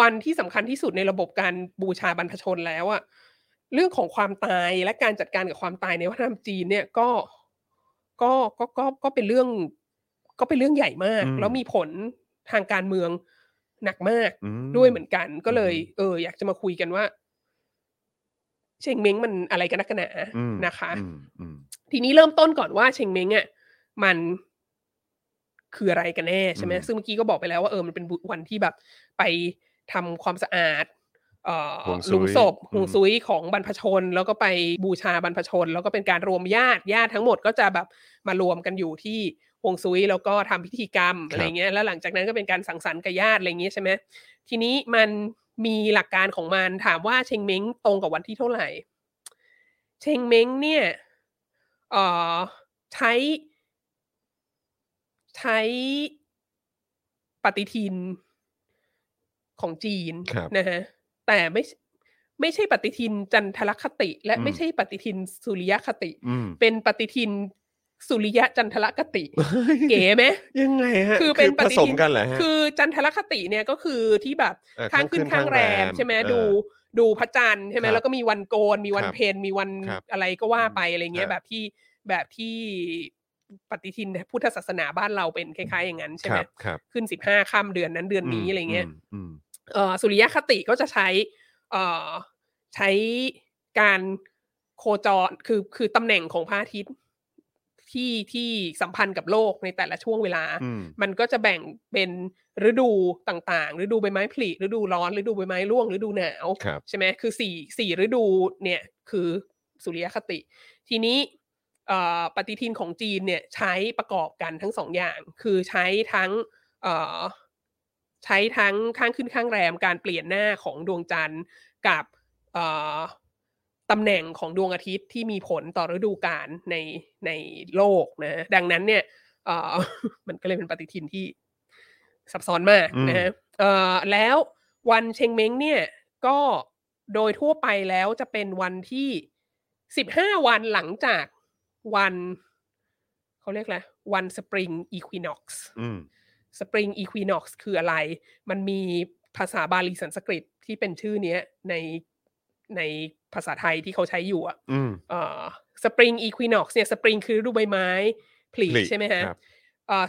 [SPEAKER 4] วันที่สำคัญที่สุดในระบบการบูชาบรรพชนแล้วอะเรื่องของความตายและการจัดการกับความตายในวัฒนธรรมจีนเนี่ยก็ก็ก็ก็ก็เป็นเรื่อง ก็เป็นเรื่องใหญ่มาก
[SPEAKER 3] อืม
[SPEAKER 4] แล้วมีผลทางการเมืองหนักมาก
[SPEAKER 3] อื
[SPEAKER 4] ด้วยเหมือนกัน ก็เลย
[SPEAKER 3] อืม
[SPEAKER 4] เออ อยากจะมาคุยกันว่า เชงเม้งมันอะไรกันนักกันหนา
[SPEAKER 3] อืม
[SPEAKER 4] นะคะ
[SPEAKER 3] อืมอืม
[SPEAKER 4] ทีนี้เริ่มต้นก่อนว่าเชงเม้งอ่ะมันคืออะไรกันแน่ใช่ไหม
[SPEAKER 3] อืม
[SPEAKER 4] ซึ่งเมื่อกี้ก็บอกไปแล้วว่าเออมันเป็นวันที่แบบไปทำความสะอาด เอ่อ
[SPEAKER 3] ฮวงซุย
[SPEAKER 4] หลุมศพ
[SPEAKER 3] อืม
[SPEAKER 4] หงซุยของบรรพชน แล้วก็ไปบูชาบรรพชน แล้วก็เป็นการรวมญาติญาติทั้งหมดก็จะแบบมารวมกันอยู่ที่หงซุยแล้วก็ทำพิธีกรรมอะไรเงี้ยแล้วหลังจากนั้นก็เป็นการสังสรรค์กับญาติอะไรอย่างเงี้ยใช่ไหมทีนี้มันมีหลักการของมันถามว่าเชงเม้งตรงกับวันที่เท่าไหร่ เชงเม้งเนี่ยเอ่อใช้ใช้ปฏิทินของจีน
[SPEAKER 3] ครับ
[SPEAKER 4] นะฮะแต่ไม่ใช่ไม่ใช่ปฏิทินจันทรคติ และไม่ใช่ปฏิทินสุริยคติ
[SPEAKER 3] อืม
[SPEAKER 4] เป็นปฏิทินสุริยะจันทรคติ เก๋ไหม
[SPEAKER 3] ยังไงฮะ
[SPEAKER 4] คือเป็น
[SPEAKER 3] ผ
[SPEAKER 4] ปฏิ
[SPEAKER 3] ส
[SPEAKER 4] ทิ
[SPEAKER 3] ม
[SPEAKER 4] น
[SPEAKER 3] กันเหรอฮะ
[SPEAKER 4] คือจันทรคติเนี่ยก็คือที่แบบ
[SPEAKER 3] เอ่อ
[SPEAKER 4] ข้างขึ้นข้างแรมใช่ไหม
[SPEAKER 3] เออ
[SPEAKER 4] ดูดูพระจันทร์ใช่ไหม
[SPEAKER 3] ครับ
[SPEAKER 4] แล้วก็มีวันโกน มีวัน
[SPEAKER 3] ครับ
[SPEAKER 4] เพนมีวัน
[SPEAKER 3] ครับ
[SPEAKER 4] อะไรก็ว่าไปอะไรเงี้
[SPEAKER 3] ครั
[SPEAKER 4] ย
[SPEAKER 3] บ
[SPEAKER 4] แบบที่แบบที่ปฏิทินพุทธศาสนาบ้านเราเป็นคล้ายๆอย่างนั้นใช่ไหม
[SPEAKER 3] ครับครับ
[SPEAKER 4] ขึ้นสิบห้าค่ำเดือนนั้นเดือนนี้อะไรเงี้ย
[SPEAKER 3] มอืม
[SPEAKER 4] เอ่อสุริยคติก็จะใช้เอ่อใช้การโคจรคือคือตำแหน่งของพระอาทิตย์ที่ที่สัมพันธ์กับโลกในแต่ละช่วงเวลา
[SPEAKER 3] อืม
[SPEAKER 4] มันก็จะแบ่งเป็นฤดูต่างๆ ฤดูใบไม้ผลิฤดูร้อนฤดูใบไม้ร่วงฤดูหนาว
[SPEAKER 3] ครับ
[SPEAKER 4] ใช่ไหมคือสี่สี่ฤดูเนี่ยคือสุริยคติ ทีนี้เอ่อปฏิทินของจีนเนี่ยใช้ประกอบกันทั้งสองอย่าง คือใช้ทั้งเอ่อใช้ทั้งข้างขึ้นข้างแรมการเปลี่ยนหน้าของดวงจันทร์กับเอ่อตำแหน่งของดวงอาทิตย์ที่มีผลต่อฤดูกาลในในโลกนะดังนั้นเนี่ยเอ่ อ มันก็เลยเป็นปฏิทินที่ซับซ้อนมากนะฮะเอ่อแล้ววันเชงเม้งเนี่ยก็โดยทั่วไปแล้วจะเป็นวันที่สิบห้าวันหลังจากวัน เขาเรียกอะไรวันสปริงอีควิน o อ s ์
[SPEAKER 3] อืม
[SPEAKER 4] สปริงอีควิน o อ x คืออะไร มันมีภาษาบาลีสันสกฤตที่เป็นชื่อเนี้ยในในภาษาไทยที่เขาใช้อยู่อะ
[SPEAKER 3] อืม
[SPEAKER 4] สปริงอีควิน o อ x เนี่ยสปริงคือฤดูใบไม้ผลิ
[SPEAKER 3] ผลิ
[SPEAKER 4] ใช่ไหมฮะ
[SPEAKER 3] ครับ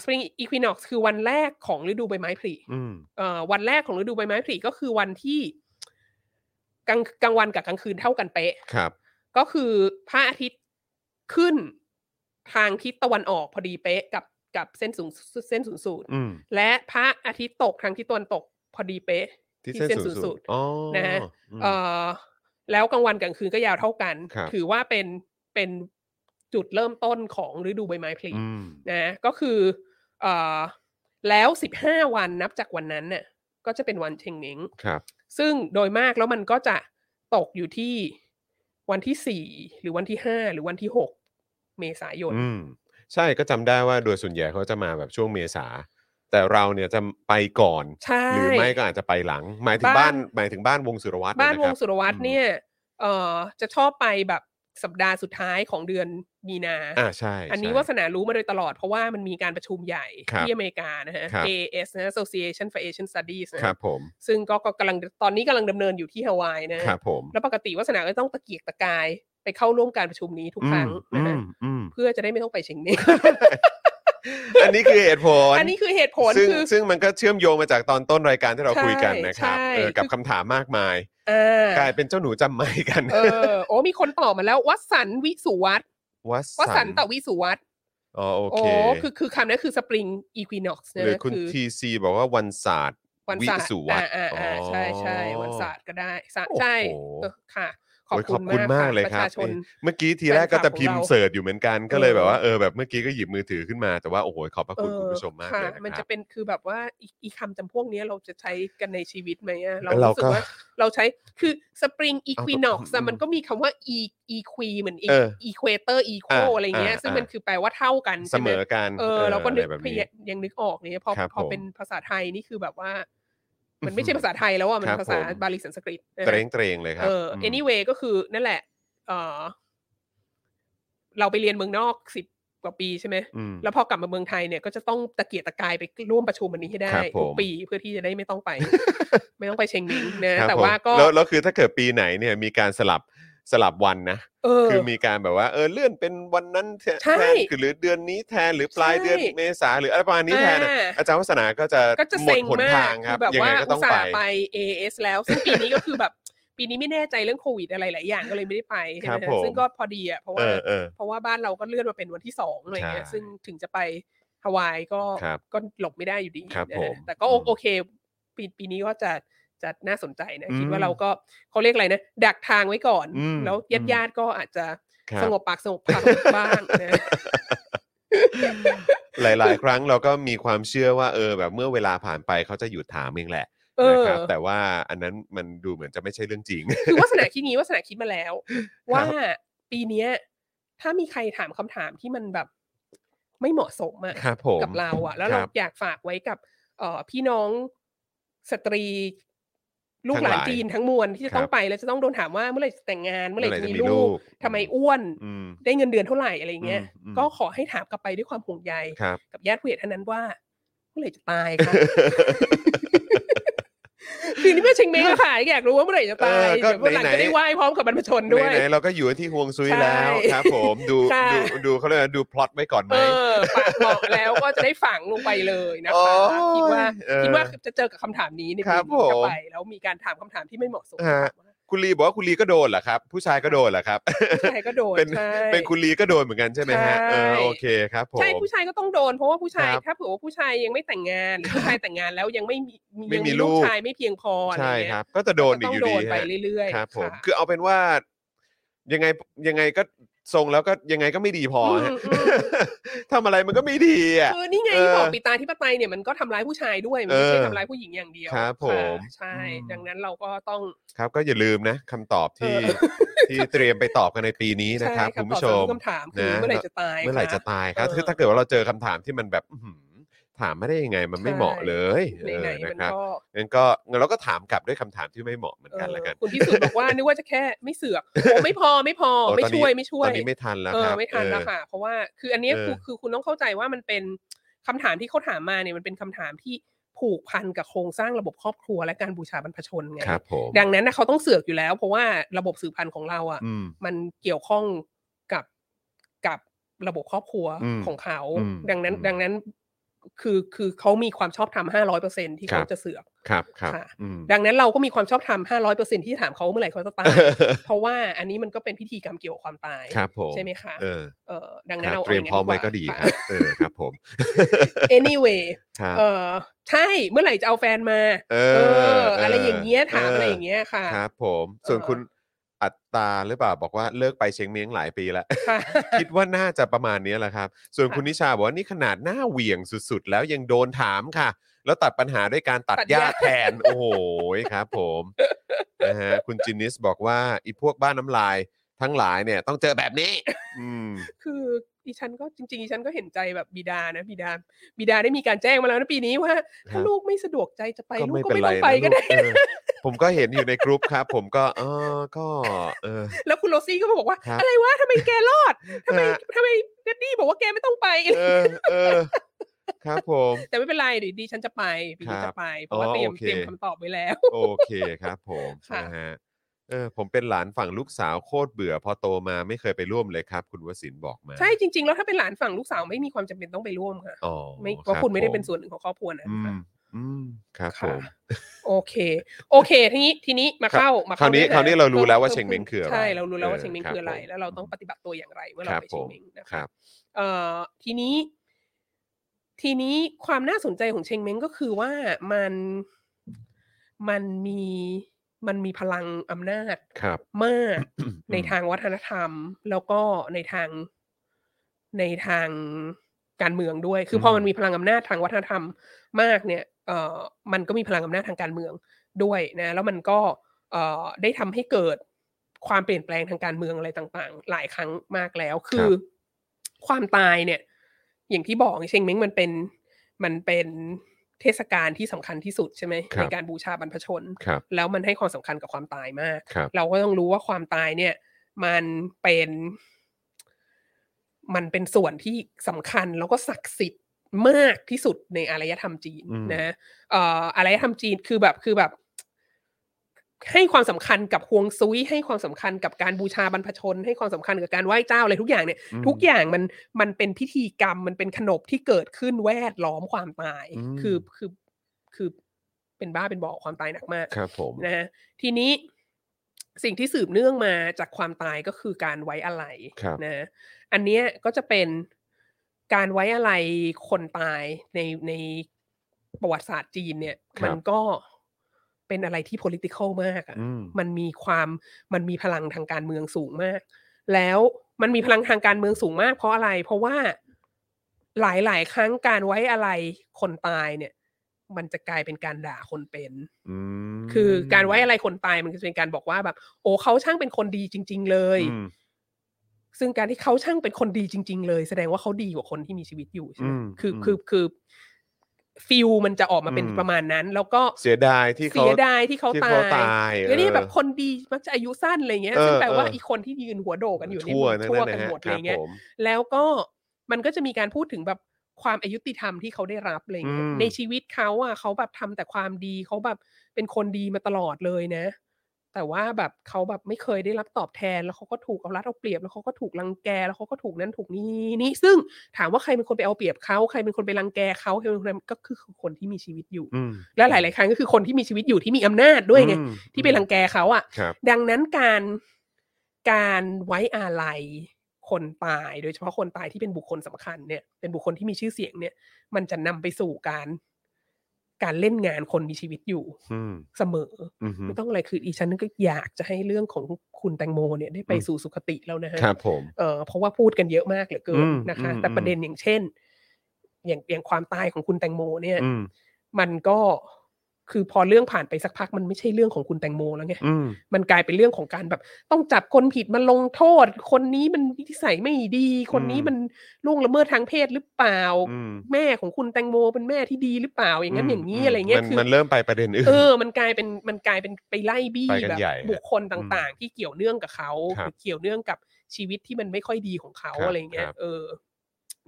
[SPEAKER 4] สปริงอีควิน o อ x คือวันแรกของฤดูใบไม้ผลิ
[SPEAKER 3] อืม
[SPEAKER 4] เอ่อวันแรกของฤดูใบไม้ผลิก็คือวันที่กลางกลางวันกับกลางคืนเท่ากันเป๊ะ
[SPEAKER 3] ครับ
[SPEAKER 4] ก็คือพระอาทิตย์ขึ้นทางทิศตะวันออกพอดีเป๊ะกับกับเส้นศูนย์เส้นศูนย์สูตร
[SPEAKER 3] อืม
[SPEAKER 4] และพระอาทิตย์ตกทางทิศตะวันตกพอดีเป๊ะ
[SPEAKER 3] ที่
[SPEAKER 4] ที่
[SPEAKER 3] เส้น
[SPEAKER 4] เส้
[SPEAKER 3] ศูน
[SPEAKER 4] น
[SPEAKER 3] ย์
[SPEAKER 4] ศู
[SPEAKER 3] สูต
[SPEAKER 4] นย์
[SPEAKER 3] รอ๋อ
[SPEAKER 4] นะฮะ
[SPEAKER 3] อืม
[SPEAKER 4] เอ่อแล้วกลางวันกลางคืนก็ยาวเท่ากัน
[SPEAKER 3] ครับ
[SPEAKER 4] ถือว่าเป็นเป็นจุดเริ่มต้นของฤดูใบไม้ผลิ
[SPEAKER 3] อืม
[SPEAKER 4] นะก็คือ เอ่อแล้วสิบห้าวันนับจากวันนั้นน่ะก็จะเป็นวันเชงเม้ง
[SPEAKER 3] ครับ
[SPEAKER 4] ซึ่งโดยมากแล้วมันก็จะตกอยู่ที่วันที่สี่หรือวันที่ห้าหรือวันที่หกเมษายน
[SPEAKER 3] อืมใช่ก็จำได้ว่าโดยส่วนใหญ่เขาจะมาแบบช่วงเมษา แต่เราเนี่ยจะไปก่อน
[SPEAKER 4] ใช่
[SPEAKER 3] หรือไม่ก็อาจจะไปหลัง หมายถึงบ้า
[SPEAKER 4] บ้าน น
[SPEAKER 3] หมายถึงบ้านวงสุรวัตร
[SPEAKER 4] บ้าน
[SPEAKER 3] เยว นะค
[SPEAKER 4] ง
[SPEAKER 3] รับ
[SPEAKER 4] สุรวัตร
[SPEAKER 3] อืม
[SPEAKER 4] เนี่ยเอ่อจะชอบไปแบบสัปดาห์สุดท้ายของเดือนมีนา
[SPEAKER 3] อ่าใช่
[SPEAKER 4] อันนี้
[SPEAKER 3] ใช่
[SPEAKER 4] วาสนารู้มาโดยตลอดเพราะว่ามันมีการประชุมใหญ่
[SPEAKER 3] ครับ
[SPEAKER 4] ที่อเมริกานะฮะ
[SPEAKER 3] ครับ
[SPEAKER 4] AAS นะ Association for Asian Studies นะครับ
[SPEAKER 3] ผม
[SPEAKER 4] ซึ่งก็ก็กำลังตอนนี้กำลังดำเนินอยู่ที่ฮาวายนะฮะ
[SPEAKER 3] ครับผม
[SPEAKER 4] แล้วปกติวาสนาก็ต้องตะเกียกตะกายไปเข้าร่วมการประชุมนี้ทุกครั้ง
[SPEAKER 3] อื
[SPEAKER 4] นะ
[SPEAKER 3] ม
[SPEAKER 4] ฮะ
[SPEAKER 3] อืม
[SPEAKER 4] เพื่อจะได้ไม่ต้องไปเชยงเม้ง
[SPEAKER 3] อันนี้คือเหตุผล
[SPEAKER 4] อันนี้คือเหตุผล
[SPEAKER 3] ซึ่ง
[SPEAKER 4] คือ
[SPEAKER 3] ซึ่งมันก็เชื่อมโยงมาจากตอนต้นรายการที่เรา
[SPEAKER 4] ใช่
[SPEAKER 3] คุยกันนะครับ
[SPEAKER 4] ใช่
[SPEAKER 3] เออกับ
[SPEAKER 4] คือ
[SPEAKER 3] คำถามมากมาย
[SPEAKER 4] อ่าก
[SPEAKER 3] ลายเป็นเจ้าหนูจำไม่กัน
[SPEAKER 4] เออ โอ้มีคนตอบมาแล้ววัดสันวิสุวัต
[SPEAKER 3] วั
[SPEAKER 4] วัดสัน
[SPEAKER 3] ต
[SPEAKER 4] ตวิสุวัต
[SPEAKER 3] อ๋อโอ
[SPEAKER 4] โอ้
[SPEAKER 3] เค
[SPEAKER 4] คือคือคำนั้นคือสปริงอีควินอกซ์นะ
[SPEAKER 3] หรือคุณทีซีบอกว่าวันศาสตร์
[SPEAKER 4] วันศาสต
[SPEAKER 3] วิ
[SPEAKER 4] ร์
[SPEAKER 3] สุวัต
[SPEAKER 4] อ่าอ่าอ่าใช่ใช่
[SPEAKER 3] อ๋อ
[SPEAKER 4] วันศาสตร์ก็ได้ศาสตร์
[SPEAKER 3] โอ้โห
[SPEAKER 4] ใช่เออค่ะ ขอบ
[SPEAKER 3] โย
[SPEAKER 4] คุณ
[SPEAKER 3] มาม
[SPEAKER 4] าก ก
[SPEAKER 3] เลย
[SPEAKER 4] ป
[SPEAKER 3] ครั
[SPEAKER 4] ระ
[SPEAKER 3] บ
[SPEAKER 4] ชาชน
[SPEAKER 3] เอ้ยเมื่อกี้ทีแรกก็จะพิมพ์
[SPEAKER 4] แฟนคลับของเรา
[SPEAKER 3] เสิร์ชอยู่เหมือนกันก็เลย
[SPEAKER 4] เออ
[SPEAKER 3] แบบว่าเออแบบเมื่อกี้ก็หยิบมือถือขึ้นมาแต่ว่าโอ้โหขอบพระคุณ
[SPEAKER 4] เออ
[SPEAKER 3] คุณผู้ชมมาก
[SPEAKER 4] ค่ะ
[SPEAKER 3] เลยนะ
[SPEAKER 4] มัน
[SPEAKER 3] ครั
[SPEAKER 4] จะ
[SPEAKER 3] บ
[SPEAKER 4] เป็นคือแบบว่าอีอีคำจำพวกเนี้ยเราจะใช้กันในชีวิตไหมอะเรา
[SPEAKER 3] เรา
[SPEAKER 4] รู้สึ
[SPEAKER 3] ก็
[SPEAKER 4] กว่าเราใช้คือ spring
[SPEAKER 3] เอา
[SPEAKER 4] equinox
[SPEAKER 3] อื
[SPEAKER 4] อะ
[SPEAKER 3] ม
[SPEAKER 4] มันก็มีคำว่า e equi เหมือน
[SPEAKER 3] เออ
[SPEAKER 4] equator equal
[SPEAKER 3] อ่า
[SPEAKER 4] อะไรเงี้ย
[SPEAKER 3] อ่า
[SPEAKER 4] ซึ่ง
[SPEAKER 3] อ่ามั
[SPEAKER 4] มันคือแปลว่าเท่ากัน
[SPEAKER 3] เส
[SPEAKER 4] ใช่ไห
[SPEAKER 3] ม
[SPEAKER 4] ม
[SPEAKER 3] อกัน
[SPEAKER 4] เออ เราก็นึก
[SPEAKER 3] อะไรแบบ
[SPEAKER 4] พ
[SPEAKER 3] นี้
[SPEAKER 4] ยายังนึกออกเนี่ยพอ
[SPEAKER 3] ครับ
[SPEAKER 4] พอ
[SPEAKER 3] ผม
[SPEAKER 4] เป็นภาษาไทยนี่คือแบบว่า มั
[SPEAKER 3] อื้อ
[SPEAKER 4] น
[SPEAKER 3] หื
[SPEAKER 4] ไม่
[SPEAKER 3] อ
[SPEAKER 4] ใช่ภาษาไทยแล้วอ่ะมัน
[SPEAKER 3] ครับ
[SPEAKER 4] ภาษา
[SPEAKER 3] ผม
[SPEAKER 4] บาลีสันสกฤตนะ
[SPEAKER 3] เต
[SPEAKER 4] ฮะ
[SPEAKER 3] รงเตรงเลยครั
[SPEAKER 4] เอบ อ
[SPEAKER 3] ม
[SPEAKER 4] anyway ก็คือนั่นแหละเออเราไปเรียนเมืองนอกสิบกว่าปีใช่ไหม
[SPEAKER 3] อืม
[SPEAKER 4] แล้วพอกลับมาเมืองไทยเนี่ยก็จะต้องตะเกียกตะกายไปร่วมประชุมอันนี้ให้ได้
[SPEAKER 3] ครับผม
[SPEAKER 4] ทุกปีเพื่อที่จะได้ไม่ต้องไป ไม่ต้องไปเชยงเม้งนะ
[SPEAKER 3] ครับ
[SPEAKER 4] แต่
[SPEAKER 3] ผม
[SPEAKER 4] ว่าก็
[SPEAKER 3] แล้วแล้วคือถ้าเกิดปีไหนเนี่ยมีการสลับสลับวันนะ
[SPEAKER 4] เออ
[SPEAKER 3] คือมีการแบบว่าเออเลื่อนเป็นวันนั้นแทน
[SPEAKER 4] ใช่
[SPEAKER 3] แทนคือหรือเดือนนี้แทนหรือปลายเดือน
[SPEAKER 4] ใช่
[SPEAKER 3] เมษาหรืออะไรประมาณนี้แทนน่ะ
[SPEAKER 4] อ่า
[SPEAKER 3] อาจารย์วัฒนาก็จะ
[SPEAKER 4] ก็จะ
[SPEAKER 3] หมด
[SPEAKER 4] เซ็ง
[SPEAKER 3] หน
[SPEAKER 4] มา
[SPEAKER 3] ทาก งค
[SPEAKER 4] คื
[SPEAKER 3] รับ
[SPEAKER 4] อแบบ
[SPEAKER 3] ยัง
[SPEAKER 4] ว่า
[SPEAKER 3] ไงก็
[SPEAKER 4] อุ
[SPEAKER 3] ต้อ
[SPEAKER 4] ต
[SPEAKER 3] งไป
[SPEAKER 4] ส่าห์ไป AS แล้วซึ่ง ปีนี้ก็คือแบบ ปีนี้ไม่แน่ใจเรื่องโควิดอะไรหลายอย่างก็เลยไม่ได้ไปใช่ไหมฮะซึ่งก็พอดีอ่ะเพราะ
[SPEAKER 3] เอ
[SPEAKER 4] ว่า
[SPEAKER 3] อเออ
[SPEAKER 4] เพราะว่าบ้านเราก็เลื่อนมาเป็นวันที่สองอะไรเงี้ย
[SPEAKER 3] ใช่
[SPEAKER 4] ซึ่งถึงจะไปฮาวายก็
[SPEAKER 3] ครับ
[SPEAKER 4] ก็หลบไม่ได้อยู่ดี
[SPEAKER 3] ครับ
[SPEAKER 4] นะ
[SPEAKER 3] ผ
[SPEAKER 4] ฮะ
[SPEAKER 3] ม
[SPEAKER 4] แต่ก็โอ
[SPEAKER 3] อืม
[SPEAKER 4] โอเค ปีปีนี้ก็จะจะน่าสนใจนะคิด
[SPEAKER 3] อื
[SPEAKER 4] ว่าม เราก็เขาเรียกอะไรนะดักทางไว้ก่อน
[SPEAKER 3] อืม
[SPEAKER 4] แล้ว
[SPEAKER 3] อื
[SPEAKER 4] ญาติ
[SPEAKER 3] ม
[SPEAKER 4] ญาติๆก็อาจจะ
[SPEAKER 3] ครับ
[SPEAKER 4] สงบปากสงบคำบ้างนะ
[SPEAKER 3] หลาย ๆ ครั้งเราก็มีความเชื่อว่าเออแบบเมื่อเวลาผ่านไปเขาจะหยุดถามเองแหละ
[SPEAKER 4] เอ
[SPEAKER 3] นะ
[SPEAKER 4] อ
[SPEAKER 3] ครับแต่ว่าอันนั้นมันดูเหมือนจะไม่ใช่เรื่องจ ริง
[SPEAKER 4] คือวาสนาคิดงี้วาสนาคิดมาแล้ว ว่าปีเนี้ย ถ้ามีใครถามคำถามที่มันแบบ ไม่เหมาะสมอะ
[SPEAKER 3] ครับผม
[SPEAKER 4] กับเราอะแล้วเรา
[SPEAKER 3] ครับ
[SPEAKER 4] อยากฝากไว้กับ เอ่อพี่น้องสตรี ลูก
[SPEAKER 3] ทั้ง
[SPEAKER 4] ห
[SPEAKER 3] หลา
[SPEAKER 4] ลาย นจีนทั้งมวลที่จะต้อ
[SPEAKER 3] ครั
[SPEAKER 4] ง
[SPEAKER 3] บ
[SPEAKER 4] ไปแล้วจะต้องโดนถามว่าเมื่อไหร่จะแต่งงาน เมื่อไหร่จะมี
[SPEAKER 3] เอ
[SPEAKER 4] ลูกทำไมอ้วน
[SPEAKER 3] อืม
[SPEAKER 4] ได้เงินเดือนเท่าไหร่อะไรเงี้ย
[SPEAKER 3] อืมอืม
[SPEAKER 4] ก็ขอให้ถามกลับไปด้วยความห่วงใย
[SPEAKER 3] ครับ
[SPEAKER 4] กับญาติผู้ใหญ่ท่านนั้นว่า เมื่อไหร่จะตายคะ คือนี่เมื่อเชงเม้งอะค่ะอยากรู้ว่าเมื่อไหร่จะตาย
[SPEAKER 3] เออก็
[SPEAKER 4] เดี๋ยววันหลัง
[SPEAKER 3] ไหนๆ
[SPEAKER 4] จะได้ไหว้พร้อมกับบรรพชนด้วย
[SPEAKER 3] ไหนๆเราก็อยู่ที่ฮวงซุยแล้ว
[SPEAKER 4] ใช่
[SPEAKER 3] ครับผมดู
[SPEAKER 4] ค่ะ
[SPEAKER 3] ดูดูเขาเรียกว่าดูพล็อตไว้ก่อนไหม
[SPEAKER 4] เออฝากบอกแล้วก็จะได้ฝังลงไปเลยนะ
[SPEAKER 3] โอ้
[SPEAKER 4] คะ
[SPEAKER 3] ย
[SPEAKER 4] คิดว่า
[SPEAKER 3] เออ
[SPEAKER 4] คิดว่าจะเจอกับคำถามนี้ใน
[SPEAKER 3] ครั
[SPEAKER 4] ปี
[SPEAKER 3] บ
[SPEAKER 4] นี้จะ
[SPEAKER 3] ผม
[SPEAKER 4] ไป แล้วมีการถามคำถามที่ไม่เหมาะสม
[SPEAKER 3] ฮะ คุณลีบอกว่าคุณลีก็โดนเหรอครับ ผู้ชายก็โดนเหรอครับ
[SPEAKER 4] ใช่ก็โดน
[SPEAKER 3] เป็น
[SPEAKER 4] ใช่
[SPEAKER 3] เป็นคุณลีก็โดนเหมือนกันใช่ไหมฮะ
[SPEAKER 4] ใช่
[SPEAKER 3] เออโอเคครับผม
[SPEAKER 4] ใช่ผู้ชายก็ต้องโดน เพราะว่าผู้ชาย
[SPEAKER 3] ครับ
[SPEAKER 4] ถ้าเผื่อว่าผู้ชายยังไม่แต่งงานหรือผู้ชายแต่งงานแล้วยังไม่มี
[SPEAKER 3] ไม่
[SPEAKER 4] ยัง
[SPEAKER 3] มี
[SPEAKER 4] มี
[SPEAKER 3] ลู
[SPEAKER 4] ลู
[SPEAKER 3] ก
[SPEAKER 4] กชายไม่เพียงพออะไร
[SPEAKER 3] ใช่
[SPEAKER 4] เงี้ย
[SPEAKER 3] ครับ ก็จะโดนอีก
[SPEAKER 4] ต้อ
[SPEAKER 3] อง ยู่
[SPEAKER 4] โด
[SPEAKER 3] ดี
[SPEAKER 4] นไป
[SPEAKER 3] ฮะ
[SPEAKER 4] เรื่อยๆ
[SPEAKER 3] ครับผม
[SPEAKER 4] ะ
[SPEAKER 3] คือเอาเป็นว่ายังไงยังไงก็ทรงแล้วก็ยังไงก็ไม่ดีพอฮะ
[SPEAKER 4] อื
[SPEAKER 3] ทำอะไรมันก็ไม่ดีอ่ะ
[SPEAKER 4] คือนี่ไง
[SPEAKER 3] เออ
[SPEAKER 4] บอกปิตาธิปไตยเนี่ยมันก็ทำร้ายผู้ชายด้วย มันไม่ใช่
[SPEAKER 3] เออ
[SPEAKER 4] ทำร้ายผู้หญิงอย่างเดียว
[SPEAKER 3] ครับผม
[SPEAKER 4] ค่ะใช่
[SPEAKER 3] อืม
[SPEAKER 4] ดังนั้นเราก็ต้อง
[SPEAKER 3] ครับ ก็อย่าลืมนะคำตอบที่
[SPEAKER 4] เออ
[SPEAKER 3] ที่เตรียมไปตอบกันในปีนี้นะครับ
[SPEAKER 4] ใช่
[SPEAKER 3] คุณผู้ช
[SPEAKER 4] ตอ
[SPEAKER 3] ม
[SPEAKER 4] บสำหรับคำถามคือ
[SPEAKER 3] นะ
[SPEAKER 4] เมื่อไหร่จะตาย
[SPEAKER 3] เมื่อไหร่จะ
[SPEAKER 4] ค
[SPEAKER 3] ตายครับ
[SPEAKER 4] เออ
[SPEAKER 3] คือถ้าเกิดว่าเราเจอคำถามที่มันแบบอื้อหือถามไม่ได้ยังไงมันไม่
[SPEAKER 4] ใช่
[SPEAKER 3] เหมาะเลยเออ
[SPEAKER 4] ไหนๆ
[SPEAKER 3] นะ
[SPEAKER 4] มัน
[SPEAKER 3] ครับ
[SPEAKER 4] ก็
[SPEAKER 3] งั้นก็งั้นเราก็ถามกลับด้วยคำถามที่ไม่เหมาะเหมือน
[SPEAKER 4] เอ
[SPEAKER 3] กัน
[SPEAKER 4] อ
[SPEAKER 3] ละกัน
[SPEAKER 4] คุณพิสุทธิ์บอกว่านึกว่าจะแค่ไม่เสื อกโอ้ไม่พอไม่พอ
[SPEAKER 3] โอ้
[SPEAKER 4] ไม่
[SPEAKER 3] ตอนนี้
[SPEAKER 4] ช่วยไม่ช่ว
[SPEAKER 3] ตอย นนี้ไม่ทันแล้วค
[SPEAKER 4] เออ
[SPEAKER 3] รับ
[SPEAKER 4] ไม่ทันแล้วค่ะ เพราะว่าคืออันเนี้ย
[SPEAKER 3] เออ
[SPEAKER 4] คือคือคุณต้องเข้าใจว่ามันเป็นคำถามที่เขาถามมาเนี่ยมันเป็นคำถามที่ผูกพันกับโครงสร้างระบบครอบครัวและการบูชาบรรพชนไง
[SPEAKER 3] ครับผม
[SPEAKER 4] ดังนั้นนะเขาต้องเสือกอยู่แล้ว เพราะว่าระบบสืบพันธุ์ของเราอ่ะ
[SPEAKER 3] อืม
[SPEAKER 4] มันเกี่ยวข้องกับกับระบบครอบครัว
[SPEAKER 3] อืม
[SPEAKER 4] ของเขา
[SPEAKER 3] อืม
[SPEAKER 4] ดังนั้น
[SPEAKER 3] อืม
[SPEAKER 4] ดังนั้นคือคือเขามีความชอบทำห้าร้อยเปอร์เซ็นที่
[SPEAKER 3] ครั
[SPEAKER 4] เขา
[SPEAKER 3] บ
[SPEAKER 4] จะเสือก
[SPEAKER 3] ครับครับ
[SPEAKER 4] ค่ะ
[SPEAKER 3] อืม
[SPEAKER 4] ดังนั้นเราก็มีความชอบทำห้าร้อยเปอร์เซ็นที่ถามเขาว่าเมื่อไหร่เขาจะตาย เพราะว่าอันนี้มันก็เป็นพิธีกรรมเกี่ยวกับความตาย
[SPEAKER 3] ครับผม
[SPEAKER 4] ใช่ไหมคะ
[SPEAKER 3] เออ
[SPEAKER 4] เออดัง
[SPEAKER 3] ค
[SPEAKER 4] นั้น
[SPEAKER 3] รับ
[SPEAKER 4] เรา
[SPEAKER 3] เตรียมพร้อมไว้ก็ดีครับ เออครับผม
[SPEAKER 4] เอย่างนี้กว่า anyway
[SPEAKER 3] ครับ
[SPEAKER 4] เออใช่เมื่อไหร่จะเอาแฟนมา
[SPEAKER 3] เออ
[SPEAKER 4] อะไรอย่างเงี้ยถามอะไรอย่างเงี้ยค่ะ
[SPEAKER 3] ครับผมส่วน
[SPEAKER 4] เออ
[SPEAKER 3] คุณอ อัตตาหรือเปล่าบอกว่าเลิกไปเชียงเมียงหลายปีแล้ว
[SPEAKER 4] ค่ะ
[SPEAKER 3] คิดว่าน่าจะประมาณนี้แหละครับ ส่วนคุณนิชาบอกว่านี่ขนาดหน้าเหวี่ยงสุดๆ แล้วยังโดนถามค่ะ แล้วตัดปัญหาด้วยการตัด
[SPEAKER 4] ตัด
[SPEAKER 3] หญ้า
[SPEAKER 4] หญ้า
[SPEAKER 3] แทน โอ้โหครับผมนะฮะคุณจินนิสบอกว่าอีพวกบ้านน้ำลายทั้งหลายเนี่ยต้องเจอแบบนี้ อืม
[SPEAKER 4] คืออีฉันก็จริงๆอีฉันก็เห็นใจแบบบิดานะบิดา บิดาได้มีการแจ้งมาแล้วนะปีนี้ว่า
[SPEAKER 3] ครั
[SPEAKER 4] ถ้า
[SPEAKER 3] บ
[SPEAKER 4] ลูกไม่สะดวกใจจะไป
[SPEAKER 3] ก็
[SPEAKER 4] ลูก
[SPEAKER 3] ไม่
[SPEAKER 4] ก็
[SPEAKER 3] เป็น
[SPEAKER 4] ไม่
[SPEAKER 3] ไร
[SPEAKER 4] ต้อง
[SPEAKER 3] นะ
[SPEAKER 4] ไปก็
[SPEAKER 3] ลู
[SPEAKER 4] ได้
[SPEAKER 3] กเออผมก็เห็นอยู่ในกรุ๊ปครับ ผมก็เออก็เอ อ
[SPEAKER 4] แล้วคุณโรซี่ก็มาบอกว่า
[SPEAKER 3] ครับ
[SPEAKER 4] อะไรวะทำไมแกรอดทำไม
[SPEAKER 3] ฮะ
[SPEAKER 4] ทำไมเดดดี้บอกว่าแกไม่ต้องไป
[SPEAKER 3] เออเออครับผม
[SPEAKER 4] แต่ไม่เป็นไรเดี๋ยวดิฉันจะไปปีนี้
[SPEAKER 3] ครั
[SPEAKER 4] จะ
[SPEAKER 3] บ
[SPEAKER 4] ไปเพราะว่า
[SPEAKER 3] อ๋อ
[SPEAKER 4] เตรียม
[SPEAKER 3] โอเค
[SPEAKER 4] เตรียมคำตอบไว้แล้ว
[SPEAKER 3] โอเคครับผม
[SPEAKER 4] ค่ะ
[SPEAKER 3] นะฮะเออผมเป็นหลานฝั่งลูกสาวโคตรเบื่อ พอโตมาไม่เคยไปร่วมเลยครับ คุณวสินบอกมา
[SPEAKER 4] ใช่จริง ๆ แล้วถ้าเป็นหลานฝั่งลูกสาวไม่มีความจำเป็นต้องไปร่วมค่ะ
[SPEAKER 3] อ๋อ
[SPEAKER 4] ไม่
[SPEAKER 3] รับ
[SPEAKER 4] เพราะคุณไม่ได้เป็น
[SPEAKER 3] ผ
[SPEAKER 4] ส่วนหนึ่งของครอบครัวนะ
[SPEAKER 3] อืมอืมครับผม
[SPEAKER 4] โอเค โอเค ทีนี้ทีนี้มาเข้ามา
[SPEAKER 3] คราวนี้
[SPEAKER 4] ได้ลย
[SPEAKER 3] คราวนี้เรารู้แล้วว่า
[SPEAKER 4] พิ่
[SPEAKER 3] เชงเม้งคืออะไร
[SPEAKER 4] ใช่เรารู้แล้วว่าเชงเม้ง
[SPEAKER 3] รับ
[SPEAKER 4] คืออะไร
[SPEAKER 3] ผม
[SPEAKER 4] แล้วเราต้องปฏิบัติตัวอย่างไรเมื่อ
[SPEAKER 3] ครั
[SPEAKER 4] เรา
[SPEAKER 3] บ
[SPEAKER 4] ไป
[SPEAKER 3] ผ
[SPEAKER 4] เช
[SPEAKER 3] ม
[SPEAKER 4] งเม้ง
[SPEAKER 3] ค
[SPEAKER 4] นะคะ
[SPEAKER 3] รับ
[SPEAKER 4] เอ่อทีนี้ ทีนี้ความน่าสนใจของเชงเม้งก็คือว่ามันมันมีมันมีพลังอำนาจ
[SPEAKER 3] ครับ
[SPEAKER 4] มาก
[SPEAKER 3] อืม
[SPEAKER 4] ในทางวัฒนธรรม แล้วก็ในทางในทางการเมืองด้วย คือพอมันมีพลังอำนาจทางวัฒนธรรมมากเนี่ยเอ่อมันก็มีพลังอำนาจทางการเมืองด้วยนะแล้วมันก็เอ่อได้ทำให้เกิดความเปลี่ยนแปลงทางการเมืองอะไรต่างๆ หลายครั้งมากแล้ว คือความตายเนี่ย อย่างที่บอกเชงเม้งมันเป็นมันเป็นเทศกาลที่สำคัญที่สุดใช่ไหม
[SPEAKER 3] ครับ
[SPEAKER 4] ในการบูชาบรรพชน
[SPEAKER 3] ครับ
[SPEAKER 4] แล้วมันให้ความสำคัญกับความตายมาก
[SPEAKER 3] ครับ
[SPEAKER 4] เราก็ต้องรู้ว่าความตายเนี่ย มันเป็น มันเป็นส่วนที่สำคัญแล้วก็ศักดิ์สิทธิ์มากที่สุดในอารยธรรมจีน
[SPEAKER 3] อืม
[SPEAKER 4] นะเอ่ออารยธรรมจีนคือแบบคือแบบ ให้ความสำคัญกับฮวงซุย ให้ความสำคัญกับการบูชาบรรพชน ให้ความสำคัญกับการไหว้เจ้าอะไรทุกอย่างเนี่ย
[SPEAKER 3] อืม
[SPEAKER 4] ทุกอย่างมันมันเป็นพิธีกรรมมันเป็นขนบที่เกิดขึ้นแวดล้อมความตาย
[SPEAKER 3] อืม
[SPEAKER 4] คือคือคือเป็นบ้าเป็นบอความตายหนักมาก
[SPEAKER 3] ครับผม
[SPEAKER 4] นะฮะทีนี้สิ่งที่สืบเนื่องมาจากความตายก็คือการไว้อะไร
[SPEAKER 3] ครับ
[SPEAKER 4] นะฮะอันเนี้ยก็จะเป็นการไว้อะไรคนตายในในประวัติศาสตร์จีนเนี่ย มันก็เป็นอะไรที่ political มากอะ
[SPEAKER 3] อืม
[SPEAKER 4] มันมีความมันมีพลังทางการเมืองสูงมาก แล้วมันมีพลังทางการเมืองสูงมาก เพราะอะไร เพราะว่าหลาย ๆ ครั้งการไว้อะไรคนตายเนี่ย มันจะกลายเป็นการด่าคนเป็น
[SPEAKER 3] อืม
[SPEAKER 4] คือการไว้อะไรคนตายมันก็จะเป็นการบอกว่าแบบ โอ้เขาช่างเป็นคนดีจริง ๆ เลย
[SPEAKER 3] อืม
[SPEAKER 4] ซึ่งการที่เขาช่างเป็นคนดีจริง ๆ เลย แสดงว่าเขาดีกว่าคนที่มีชีวิตอยู่ใช่ไหม
[SPEAKER 3] ม
[SPEAKER 4] คือ
[SPEAKER 3] ม
[SPEAKER 4] คือคือฟิลมันจะออกมาเป็น
[SPEAKER 3] อืม
[SPEAKER 4] ประมาณนั้น แล้วก็
[SPEAKER 3] เสียดายที่เขา
[SPEAKER 4] เสียดายที่เขา
[SPEAKER 3] ที่
[SPEAKER 4] ตา
[SPEAKER 3] เขา
[SPEAKER 4] ย
[SPEAKER 3] ตาย
[SPEAKER 4] แล้วนี่
[SPEAKER 3] เออ
[SPEAKER 4] แบบคนดีมักจะอายุสั้นอะไรเงี้ย
[SPEAKER 3] เออ
[SPEAKER 4] ซึ่งแปลว่า
[SPEAKER 3] เอออี
[SPEAKER 4] อีคนที่ยืนหัวโดกกันอยู่เนี่ย
[SPEAKER 3] ชั่ว
[SPEAKER 4] มัน
[SPEAKER 3] นั่น
[SPEAKER 4] ชั่ว
[SPEAKER 3] นะ
[SPEAKER 4] กัน
[SPEAKER 3] ฮะ
[SPEAKER 4] หมด
[SPEAKER 3] ค
[SPEAKER 4] อะไร
[SPEAKER 3] รับ
[SPEAKER 4] เงี้ย
[SPEAKER 3] ผม
[SPEAKER 4] แล้วก็มันก็จะมีการพูดถึงแบบความอายุติธรรมที่เขาได้รับอะไรเงี้ย
[SPEAKER 3] อืม
[SPEAKER 4] ในชีวิตเขาอ่ะเขาแบบทำแต่ความดีเขาแบบเป็นคนดีมาตลอดเลยนะ แต่ว่าแบบเขาแบบไม่เคยได้รับตอบแทนแล้วเขาก็ถูกเอารัดเอาเปรียบแล้วเขาก็ถูกรังแกแล้วเขาก็ถูกนั่นถูกนี่นี่ซึ่งถามว่าใครเป็นคนไปเอาเปรียบเขาใครเป็นคนไปรังแกเขาใครเป็นคนก็คือคนที่มีชีวิตอยู่
[SPEAKER 3] อืม
[SPEAKER 4] และหลาย ๆ ครั้งก็คือคนที่มีชีวิตอยู่ที่มีอำนาจด้วยไง
[SPEAKER 3] อืม
[SPEAKER 4] ที่ไปรังแกเขาอะ่ะ
[SPEAKER 3] ครับ
[SPEAKER 4] ดังนั้นการการไว้อาลัยคนตาย โดยเฉพาะคนตายที่เป็นบุคคลสำคัญเนี่ย เป็นบุคคลที่มีชื่อเสียงเนี่ย มันจะนำไปสู่การการเล่นงานคนมีชีวิตอยู่
[SPEAKER 3] อืม
[SPEAKER 4] เสมอ
[SPEAKER 3] อืม
[SPEAKER 4] ไม่ต้องอะไรคืออีฉันก็อยากจะให้เรื่องของคุณแตงโมเนี่ยได้ไปสู่สุคติแล้วนะฮะ
[SPEAKER 3] ครับผม
[SPEAKER 4] เออเพราะว่าพูดกันเยอะมากเหลือเกิ
[SPEAKER 3] อื
[SPEAKER 4] น
[SPEAKER 3] ม
[SPEAKER 4] นะคะ
[SPEAKER 3] อืม
[SPEAKER 4] แต่
[SPEAKER 3] อืม
[SPEAKER 4] ประเด็นอย่างเช่น อย่างอย่างความตายของคุณแตงโมเนี่ย
[SPEAKER 3] อืม
[SPEAKER 4] มันก็คือพอเรื่องผ่านไปสักพักมันไม่ใช่เรื่องของคุณแตงโมแล้วไง
[SPEAKER 3] อืม
[SPEAKER 4] มันกลายเป็นเรื่องของการแบบ ต้องจับคนผิดมาลงโทษ คนนี้มันนิสัยไม่ดี คนนี้
[SPEAKER 3] อืม
[SPEAKER 4] มันล่วงละเมิดทางเพศหรือเปล่า
[SPEAKER 3] อืม
[SPEAKER 4] แม่ของคุณแตงโมเป็นแม่ที่ดีหรือเปล่า อย่างนั้น
[SPEAKER 3] ม
[SPEAKER 4] อย่างนี้อะไรเงี้ย
[SPEAKER 3] มัน
[SPEAKER 4] คือ
[SPEAKER 3] มันเริ่มไปประเด็นอื่น
[SPEAKER 4] เออ มันกลายเป็นมันกลายเป็นไปไล่บี้
[SPEAKER 3] ไปกัน
[SPEAKER 4] แบบ
[SPEAKER 3] ใหญ่ฮะ
[SPEAKER 4] บุคคลต่างๆ ที่เกี่ยวเนื่องกับเขา
[SPEAKER 3] ครับ
[SPEAKER 4] หรือเกี่ยวเนื่องกับชีวิตที่มันไม่ค่อยดีของเขา
[SPEAKER 3] ครับ
[SPEAKER 4] อะไรเงี้ย
[SPEAKER 3] ครับ
[SPEAKER 4] เออ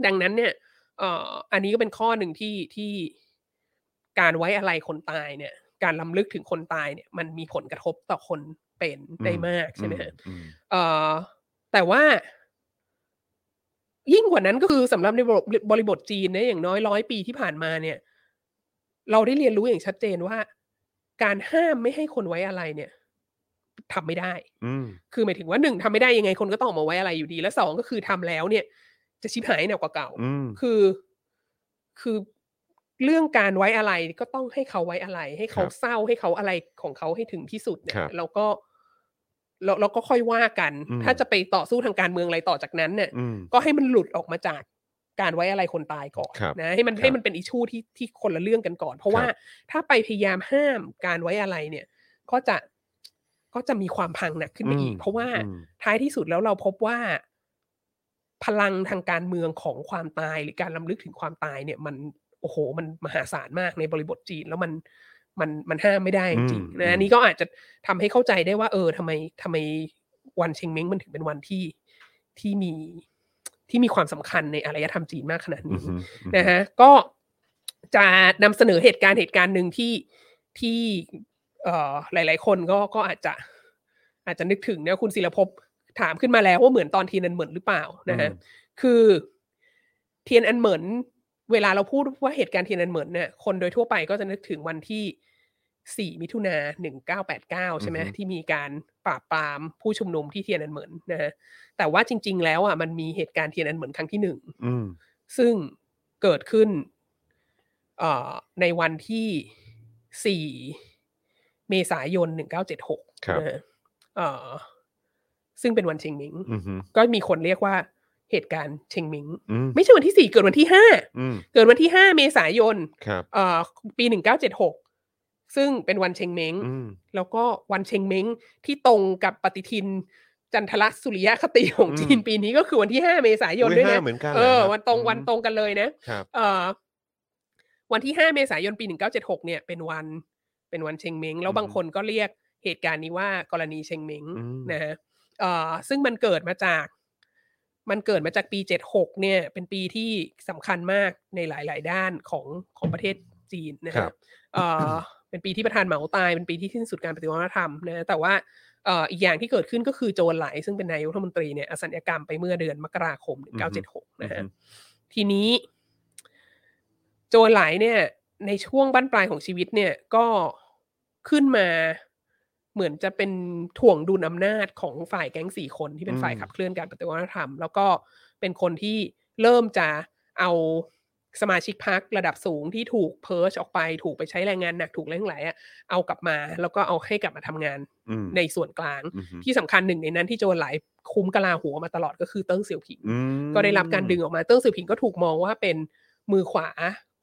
[SPEAKER 4] ดังนั้นเนี่ย เอ่ออันนี้ก็เป็นข้อหนึ่งที่ที่การไว้อะไรคนตายเนี่ย การล้ำลึกถึงคนตายเนี่ย มันมีผลกระทบต่อคนเป็นได้มากใช่ไหมฮะ
[SPEAKER 3] อืม
[SPEAKER 4] เอ่อแต่ว่า ยิ่งกว่านั้นก็คือสำหรับในบริบทบริบทจีนเนี่ยอย่างน้อยร้อยปีที่ผ่านมาเนี่ย เราได้เรียนรู้อย่างชัดเจนว่า การห้ามไม่ให้คนไว้อะไรเนี่ยทำไม่ได้
[SPEAKER 3] อืม
[SPEAKER 4] คือหมายถึงว่าหนึ่งทำไม่ได้ยังไงคนก็ต้องออกมาไว้อะไรอยู่ดี และสองก็คือทำแล้วเนี่ย จะชิบหายหนักกว่าเก่า
[SPEAKER 3] อืม
[SPEAKER 4] คือคือเรื่องการไว้อะไรก็ต้องให้เขาไว้อะไร ให้เขา
[SPEAKER 3] ครับ
[SPEAKER 4] เศร้าให้เขาอะไรของเขาให้ถึงที่สุดเนี่ย
[SPEAKER 3] ครับ
[SPEAKER 4] แล้วก็ แล้วเราก็ค่อยว่ากัน
[SPEAKER 3] อืม
[SPEAKER 4] ถ้าจะไปต่อสู้ทางการเมืองอะไรต่อจากนั้นเนี่ย
[SPEAKER 3] อืม
[SPEAKER 4] ก็ให้มันหลุดออกมาจากการไว้อะไรคนตายก่อน
[SPEAKER 3] ครับ
[SPEAKER 4] นะให้มัน
[SPEAKER 3] ครับ
[SPEAKER 4] ให้มันเป็นอิชูที่ที่คนละเรื่องกันก่อน เพราะว่า
[SPEAKER 3] ครับ
[SPEAKER 4] ถ้าไปพยายามห้ามการไว้อะไรเนี่ย ก็จะก็จะมีความพังหนักขึ้นไปอีก เพราะว่า
[SPEAKER 3] อืม
[SPEAKER 4] ท้ายที่สุดแล้วเราพบว่า พลังทางการเมืองของความตายหรือการลำลึกถึงความตายเนี่ย มันโอ้โห มันมหาศาลมากในบริบทจีน แล้วมันมันมันห้ามไม่ได้จริง
[SPEAKER 3] อืม
[SPEAKER 4] ๆนะอันนี้ก็อาจจะทำให้เข้าใจได้ว่า เออทำไมทำไมวันเชงเม้งมันถึงเป็นวันที่ที่มีที่มีความสำคัญในอารยธรรมจีนมากขนาดนี้ นะฮะก็จะนำเสนอเหตุการณ์เหตุการณ์หนึ่งที่ที่เอ่อหลาย ๆ คนก็ก็อาจจะ อาจจะนึกถึงนะคุณศิลภพถามขึ้นมาแล้วว่าเหมือนตอนทีนันเหมือนหรือเปล่านะฮะ
[SPEAKER 3] อืม
[SPEAKER 4] คือเทียนอันเหมือน เวลาเราพูดว่าเหตุการณ์เทียนอันเหมือนเนี่ยคนโดยทั่วไปก็จะนึกถึงวันที่ 4 มิถุนา1989 ใช่ไหม
[SPEAKER 3] อือฮึ
[SPEAKER 4] ที่มีการปราบปรามผู้ชุมนุมที่เทียนอันเหมือนนะฮะแต่ว่าจริง ๆ แล้วอ่ะมันมีเหตุการณ์เทียนอันเหมือนครั้งที่หนึ่ง
[SPEAKER 3] อืม
[SPEAKER 4] ซึ่งเกิดขึ้นเอ่อในวันที่ 4 เมษายน 1976
[SPEAKER 3] ครับ
[SPEAKER 4] นะฮะเอ่อซึ่งเป็นวันเชงมิง
[SPEAKER 3] อืมอืม
[SPEAKER 4] ก็มีคนเรียกว่าเหตุการณ์เชงมิง
[SPEAKER 3] อืม
[SPEAKER 4] ไม่ใช่วันที่ 4 เกิดวันที่
[SPEAKER 3] อืม
[SPEAKER 4] 5 เกิดวันที่ 5 เมษายน
[SPEAKER 3] ครับ
[SPEAKER 4] เอ่อปี 1976 ซึ่งเป็นวันเชงเม้ง
[SPEAKER 3] อืม
[SPEAKER 4] แล้วก็วันเชงเม้งที่ตรงกับปฏิทินจันทรสุริยคติของจีนปีนี้ก็คือวันที่ 5 เมษายน
[SPEAKER 3] อุ๊
[SPEAKER 4] ด้วย
[SPEAKER 3] ห้า
[SPEAKER 4] นะ
[SPEAKER 3] เหมือนกัน
[SPEAKER 4] เอ
[SPEAKER 3] หร
[SPEAKER 4] อ
[SPEAKER 3] คบ
[SPEAKER 4] วันตรง
[SPEAKER 3] อืม
[SPEAKER 4] วันตรงกันเลยนะครับ เออวันที่ 5 เมษายนปี 1976 เนี่ย เป็นวันเป็นวันเชงเม้งแล้วบาง
[SPEAKER 3] อือฮึ
[SPEAKER 4] คนก็เรียกเหตุการณ์นี้ว่ากรณีเชงเม้ง
[SPEAKER 3] อืม
[SPEAKER 4] นะฮะเออซึ่งมันเกิดมาจาก มันเกิดมาจากปี 76 เนี่ย เป็นปีที่สำคัญมากในหลาย ๆ ด้านของของประเทศจีนนะค
[SPEAKER 3] ครั
[SPEAKER 4] รับ บเออเป็นปีที่ประธานเหมาตายเป็นปีที่สิ้นสุดการปฏิวัติวัฒนธรรมนะแต่ว่า เอ่ออีกอย่างที่เกิดขึ้นก็คือโจรไหลซึ่งเป็นนายกรัฐมนตรีเนี่ยอสัญญกรรมไปเมื่อเดือนมกราคม 1976 นะฮะ
[SPEAKER 3] อือฮึ
[SPEAKER 4] ทีนี้ โจรไหลเนี่ย ในช่วงบั้นปลายของชีวิตเนี่ยก็ขึ้นมาเหมือนจะเป็นถ่วงดุลอำนาจของฝ่ายแก๊งสี่คนที่เป็นฝ่ายขับเคลื่อนการปฏิวัติวัฒนธรรม แล้วก็เป็นคนที่เริ่มจะเอาสมาชิกพรรคระดับสูงที่ถูกเพิร์ชออกไปถูกไปใช้แรงงานหนักถูกแรงหลายอะเอากลับมา แล้วก็เอาให้กลับมาทำงาน
[SPEAKER 3] อืม
[SPEAKER 4] ในส่วนกลาง
[SPEAKER 3] อืมอืม
[SPEAKER 4] ที่สำคัญหนึ่งในนั้นที่โจรหลายคุ้มกลาหัวมาตลอดก็คือเติ้งเสี่ยวผิง
[SPEAKER 3] อืม
[SPEAKER 4] ก็ได้รับการดึงออกมาเติ้งเสี่ยวผิงก็ถูกมองว่าเป็นมือขวา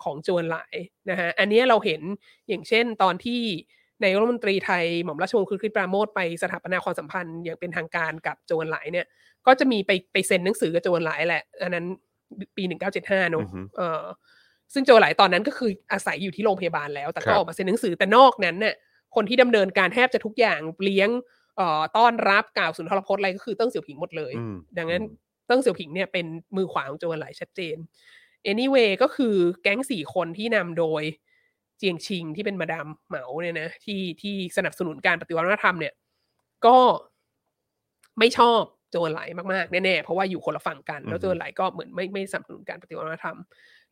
[SPEAKER 4] ของโจรหลายนะฮะอันเนี้ยเราเห็นอย่างเช่นตอนที่นายกรัฐมนตรีไทยหม่อมราชวงศ์คือคริสปราโมทไปสถาปนาความสัมพันธ์อย่างเป็นทางการกับโจรหลายเนี่ยก็จะมีไปไปเซ็นหนังสือกับโจรหลายแหละอันนั้นปี 1975เนอะ
[SPEAKER 3] อือฮึ
[SPEAKER 4] เออซึ่งโจรหลายตอนนั้นก็คืออาศัยอยู่ที่โรงพยาบาลแล้ว แต่
[SPEAKER 3] ครั
[SPEAKER 4] ก็
[SPEAKER 3] บ
[SPEAKER 4] ออกมาเซ็นหนังสือแต่นอกนั้นเนี่ยคนที่ดำเนินการแทบจะทุกอย่างเลี้ยงเอ่อต้อนรับกล่าวสุนทรพจน์อะไรก็คือเติ้งเสี่ยวผิงหมดเลย
[SPEAKER 3] อืม
[SPEAKER 4] ดังนั้นเติ้งเสี่ยวผิงเนี่ยเป็นมือขวาของโจรหลายชัดเจน anyway ก็คือแก๊งสี่คนที่นำโดยเจียงชิงที่เป็นมาดามเหมาเนี่ยนะที่ที่สนับสนุนการปฏิวัติวัฒนธรรมเนี่ย ก็ไม่ชอบโจรหลายมากๆแน่ๆเพราะว่าอยู่คนละฝั่งกันแล้วโจรหลายก็เหมือนไม่ไม่สนับสนุนการปฏิวัติวัฒนธรรม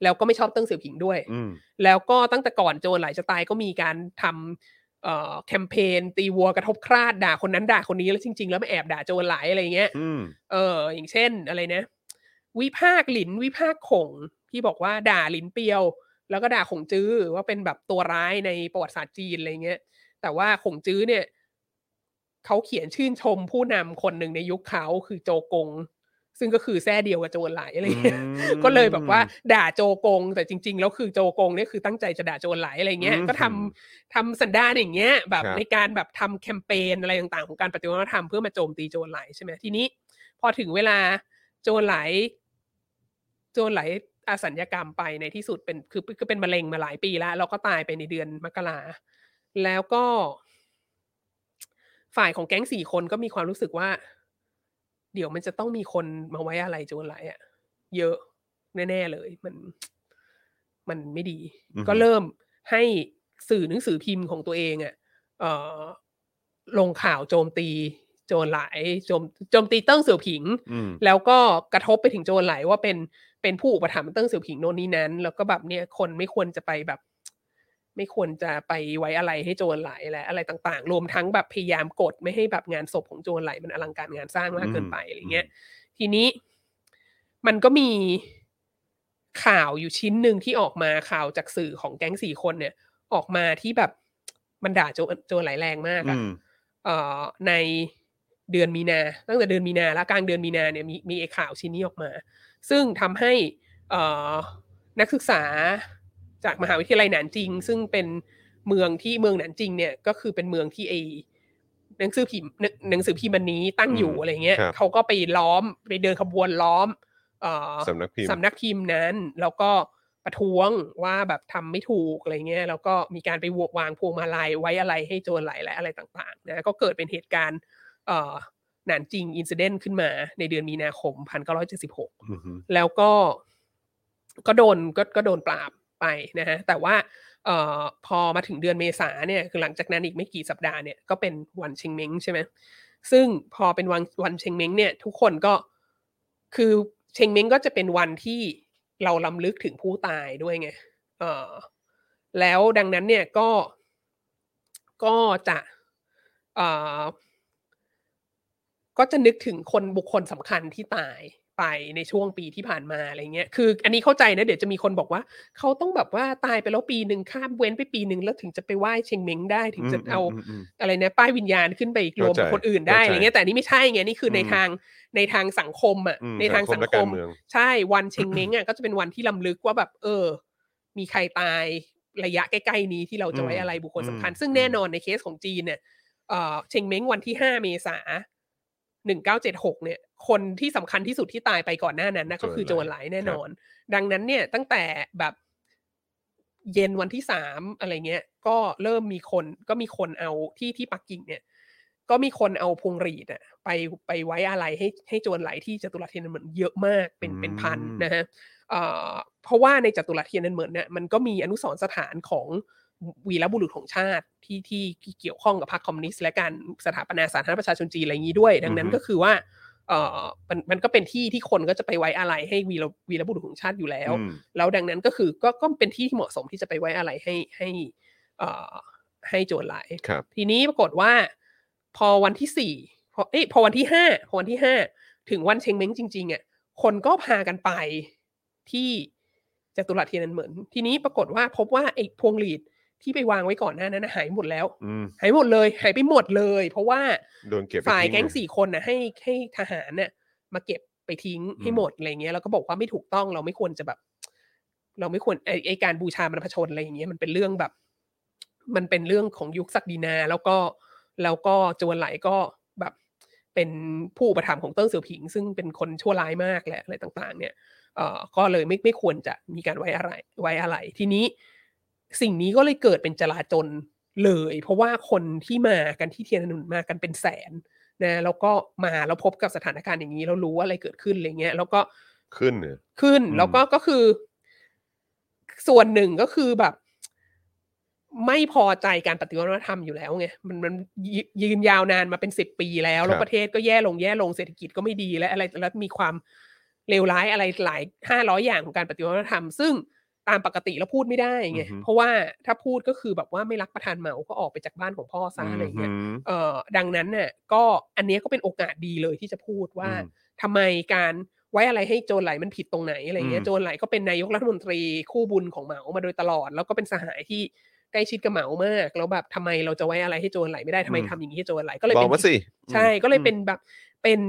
[SPEAKER 4] แล้วก็ไม่ชอบเติ้งเสี่ยวผิงด้วย
[SPEAKER 3] อืม
[SPEAKER 4] แล้วก็ตั้งแต่ก่อนโจรหลายจะตายก็มีการทำเอ่อแคมเปญตีวัวกระทบคราดด่าคนนั้นด่าคนนี้แล้วจริง ๆ แล้วมาแอบด่าโจรหลายอะไรอย่างเงี้ย
[SPEAKER 3] อืม
[SPEAKER 4] เอออย่างเช่นอะไรนะ วิภาคหลินวิภาคขงที่บอกว่าด่าหลินเปียว แล้วก็ด่าขงจื้อว่าเป็นแบบตัวร้ายในประวัติศาสตร์จีนอะไรเงี้ย แต่ว่าขงจื้อเนี่ยเขาเขียนชื่นชมผู้นำคนหนึ่งในยุคเขาคือโจกง ซึ่งก็คือแท้เดียวกับโจรหลายอะไรเงี้ย ก็เลยแบบว่าด่าโจกง แต่จริง ๆ แล้วคือโจกงเนี่ยคือตั้งใจจะด่าโจรหลายอะไรเงี้ย
[SPEAKER 3] อืม
[SPEAKER 4] ก็ทำทำสันดานอย่างเงี้ยแบบ
[SPEAKER 3] ครับ
[SPEAKER 4] ในการแบบทำแคมเปญอะไรต่างๆ ของการปฏิวัติวัฒนธรรมเพื่อมาโจมตีโจรหลายใช่ไหมทีนี้ พอถึงเวลาโจรหลายโจรหลายอาสัญญกรรมไปในที่สุดเป็นคือคือเป็นมะเร็งมาหลายปีแล้วแล้วก็ตายไปในเดือนมกราแล้วก็ ฝ่ายของแก๊งสี่คนก็มีความรู้สึกว่า เดี๋ยวมันจะต้องมีคนมาไว้อะไรโจรหลายอะเยอะแน่ๆเลย มัน มันไม่ดี
[SPEAKER 3] อือฮึ
[SPEAKER 4] ก็เริ่มให้สื่อหนังสือพิมพ์ของตัวเองอะ เอ่อลงข่าวโจมตีโจรหลายโจมโจมตีเติ้งเสี่ยวผิง
[SPEAKER 3] อืม
[SPEAKER 4] แล้วก็กระทบไปถึงโจรหลายว่าเป็นเป็นผู้อุปถัมภ์เติ้งเสี่ยวผิงโน่นนี่นั้น แล้วก็แบบเนี่ยคนไม่ควรจะไปแบบ ไม่ควรจะไปไว้อะไรให้โจรหลายและอะไรต่างๆ รวมทั้งแบบพยายามกดไม่ให้แบบงานศพของโจรหลายมันอลังการงานสร้างมากเกินไป
[SPEAKER 3] อืม
[SPEAKER 4] อะไรเงี้ย ทีนี้มันก็มีข่าวอยู่ชิ้นหนึ่งที่ออกมาข่าวจากสื่อของแก๊งสี่คนเนี่ย ออกมาที่แบบมันด่าโจรโจรหลายแรงมากอะ
[SPEAKER 3] อืม
[SPEAKER 4] เอ่อใน เดือนมีนา ตั้งแต่เดือนมีนาแล้วกลางเดือนมีนาเนี่ยมีมีไอ้ข่าวชิ้นนี้ออกมา ซึ่งทำให้เอ่อนักศึกษาจากมหาวิทยาลัยหนานจิง ซึ่งเป็นเมืองที่เมืองหนานจิงเนี่ยก็คือเป็นเมืองที่ไอหนังสือพิมพ์หนังหนังสือพิมพ์มันนี้ตั้งอยู่
[SPEAKER 3] อืม
[SPEAKER 4] อะไรเงี้ย
[SPEAKER 3] ครับ
[SPEAKER 4] เขาก็ไปล้อมไปเดินขบวนล้อมเอ่อ
[SPEAKER 3] สำนักพิมพ์
[SPEAKER 4] สำนักพิมพ์นั้นแล้วก็ประท้วงว่าแบบทำไม่ถูกอะไรเงี้ยแล้วก็มีการไปววางพวงมาลัยไว้อะไรให้โจรไหลและอะไรต่างๆนะก็เกิดเป็นเหตุการณ์เอ่อหนานจริงอินซิเดนต์ขึ้นมาในเดือนมีนาคม 1976
[SPEAKER 3] อือฮึ
[SPEAKER 4] แล้วก็ก็โดนก็ก็โดนปราบไปนะฮะแต่ว่าเอ่อพอมาถึงเดือนเมษาเนี่ยคือหลังจากนั้นอีกไม่กี่สัปดาห์เนี่ยก็เป็นวันเชงเม้งใช่ไหมซึ่งพอเป็นวันวันเชงเม้งเนี่ย ทุกคนก็คือเชงเม้งก็จะเป็นวันที่เราลำลึกถึงผู้ตายด้วยไงเออแล้วดังนั้นเนี่ยก็ก็จะเอ่อ ก็จะนึกถึงคนบุคคลสำคัญที่ตายไปในช่วงปีที่ผ่านมาอะไรเงี้ย คือ อันนี้เข้าใจนะเดี๋ยวจะมีคนบอกว่า เขาต้องแบบว่าตายไปแล้วปีหนึ่งข้ามเว้นไปปีหนึ่งแล้วถึงจะไปไหว้เชงเม้งได้ถึงจะเอา
[SPEAKER 3] มมม
[SPEAKER 4] อะไรนะป้ายวิญญาณขึ้นไปรวมกับ
[SPEAKER 3] เข้าใจ
[SPEAKER 4] คนอื่นได้
[SPEAKER 3] เข้าใจ
[SPEAKER 4] อะไรเงี้ยแต่อันนี่ไม่ใช่ไงนี่คืออ
[SPEAKER 3] ม
[SPEAKER 4] ในทางในทางสังคมอ่ะ
[SPEAKER 3] อืม
[SPEAKER 4] ในทางสั
[SPEAKER 3] สัง
[SPEAKER 4] ง
[SPEAKER 3] คมและ
[SPEAKER 4] ค
[SPEAKER 3] การ
[SPEAKER 4] ม
[SPEAKER 3] เมือง
[SPEAKER 4] ใช่วันเชงเม้งอ่ะ ก็จะเป็นวันที่ลำลึกว่าแบบ เออ มีใครตายระยะใกล้ๆนี้ที่เราจะไว้อะไรบุคคลสำคัญ
[SPEAKER 3] อืม
[SPEAKER 4] ซึ่ง
[SPEAKER 3] อืม
[SPEAKER 4] แน่นอนในเคสของจีนเนี่ยเอ่อเชงเม้งวันที่ห้าเมษาหนึ่งเก้าเจ็ดหกเนี่ย คนที่สำคัญที่สุดที่ตายไปก่อนหน้านั้นนะก็คือโจรหลายแน่นอน ดังนั้นเนี่ยตั้งแต่แบบเย็นวันที่สามอะไรเงี้ย ก็เริ่มมีคนก็มีคนเอาที่ที่ปักกิ่งเนี่ย ก็มีคนเอาพวงหรีดอะไปไปไว้อะไรให้ให้โจรไหลที่จตุรัสเทียนนเหมือนเยอะมากเป็นเป็นพัน
[SPEAKER 3] อืม
[SPEAKER 4] นะฮะเอ่อเพราะว่าในจตุรัสเทียนนเหมือนเนี่ยมันก็มีอนุสรณ์สถานของวีรบุรุษของชาติที่ที่ที่เกี่ยวข้องกับพรรคคอมมิวนิสต์และการสถาปนาสาธารณประชาชนจีนอะไรอย่างนี้ด้วย ดังนั้นก็คือว่า เออมันมันก็เป็นที่ที่คนก็จะไปไว้อะไรให้วีรวีรบุรุษของชาติอยู่แล้ว
[SPEAKER 3] อืม
[SPEAKER 4] แล้วดังนั้นก็คือก็ก็เป็นที่ที่เหมาะสมที่จะไปไว้อะไรให้ให้เอ่อให้โจรหลาย
[SPEAKER 3] ครับ
[SPEAKER 4] ทีนี้ปรากฏว่า พอวันที่สี่พอเอ้ยพอวันที่ห้าพอวันที่ห้าถึงวันเชงเม้งจริงๆอ่ะคนก็พากันไปที่จตุรัสเทียนนันเหมือน ทีนี้ปรากฏว่าพบว่าไอ้พวงหลีดที่ไปวางไว้ก่อนหน้านั้นนะหายหมดแล้ว
[SPEAKER 3] อืม
[SPEAKER 4] หายหมดเลยหายไปหมดเลย เพราะว่า
[SPEAKER 3] โดนเก็บไป
[SPEAKER 4] ฝ่าย
[SPEAKER 3] ทิ้
[SPEAKER 4] แก๊ง
[SPEAKER 3] เลย
[SPEAKER 4] สี่คนนะให้ให้ทหารเนี่ยมาเก็บไปทิ้งให้
[SPEAKER 3] อืม
[SPEAKER 4] หมดอะไรเงี้ยแล้วก็บอกว่าไม่ถูกต้องเราไม่ควรจะแบบ เราไม่ควรไอไอการบูชาบรรพชนอะไรอย่างเงี้ยมันเป็นเรื่องแบบ มันเป็นเรื่องของยุคศักดินา แล้วก็แล้วก็จวนไหลก็แบบเป็นผู้อุประถามภ์ของเติ้งเสี่ยวผิง ซึ่งเป็นคนชั่วร้ายมากแหละอะไรต่าง ๆ เนี่ย เอ่อก็เลยไม่ไม่ควรจะมีการไว้อะไรไว้อะไร ทีนี้สิ่งนี้ก็เลยเกิดเป็นจลาจลเลย เพราะว่าคนที่มากันที่เทียนอันนุนมากันเป็นแสนนะแล้วก็มาแล้วพบกับสถานการณ์อย่างนี้แล้วรู้ว่าอะไรเกิดขึ้นอะไรเงี้ยแล้วก็
[SPEAKER 3] ขึ้นเนี่ย
[SPEAKER 4] ขึ้น
[SPEAKER 3] อืม
[SPEAKER 4] แล้วก็ก็คือ ส่วนหนึ่งก็คือแบบ ไม่พอใจการปฏิวัติวัฒนธรรมอยู่แล้วไงมันมันยยืนยาวนานมาเป็นสิบปีแล้ว แล้วประเทศก็แย่ลงแย่ลงเศรษฐกิจก็ไม่ดีและอะไรแล้วมีความเลวร้ายอะไรหลายห้าร้อยอย่างของการปฏิวัติวัฒนธรรม ซึ่งตามปกติแล้วพูดไม่ได้ไง
[SPEAKER 3] อือฮึ
[SPEAKER 4] เพราะว่าถ้าพูดก็คือแบบว่าไม่รักประธานเหมาก็ออกไปจากบ้านของพ่อซะอะไรอย่างเงี้ย
[SPEAKER 3] อืม
[SPEAKER 4] เอ่อดังนั้นเนี่ยก็อันเนี้ยก็เป็นโอกาสดีเลยที่จะพูดว่า
[SPEAKER 3] อืม
[SPEAKER 4] ทำไมการไว้อะไรให้โจรไหลมันผิดตรงไหนอะไรเงี้
[SPEAKER 3] อื
[SPEAKER 4] ย
[SPEAKER 3] ม
[SPEAKER 4] โจรไหลก็เป็นนายกรัฐมนตรีคู่บุญของเหมามาโดยตลอด แล้วก็เป็นสหายที่ใกล้ชิดกับเหมามาก แล้วแบบทำไมเราจะไว้อะไรให้โจรไหลไม่ได้ทำไมทำอย่างนี้ให้โจรไหลก็เลย
[SPEAKER 3] ลอ
[SPEAKER 4] เป็
[SPEAKER 3] ง
[SPEAKER 4] น
[SPEAKER 3] มาสิ
[SPEAKER 4] ใช่
[SPEAKER 3] อืม
[SPEAKER 4] ก็เลยเป็นแบบเป็น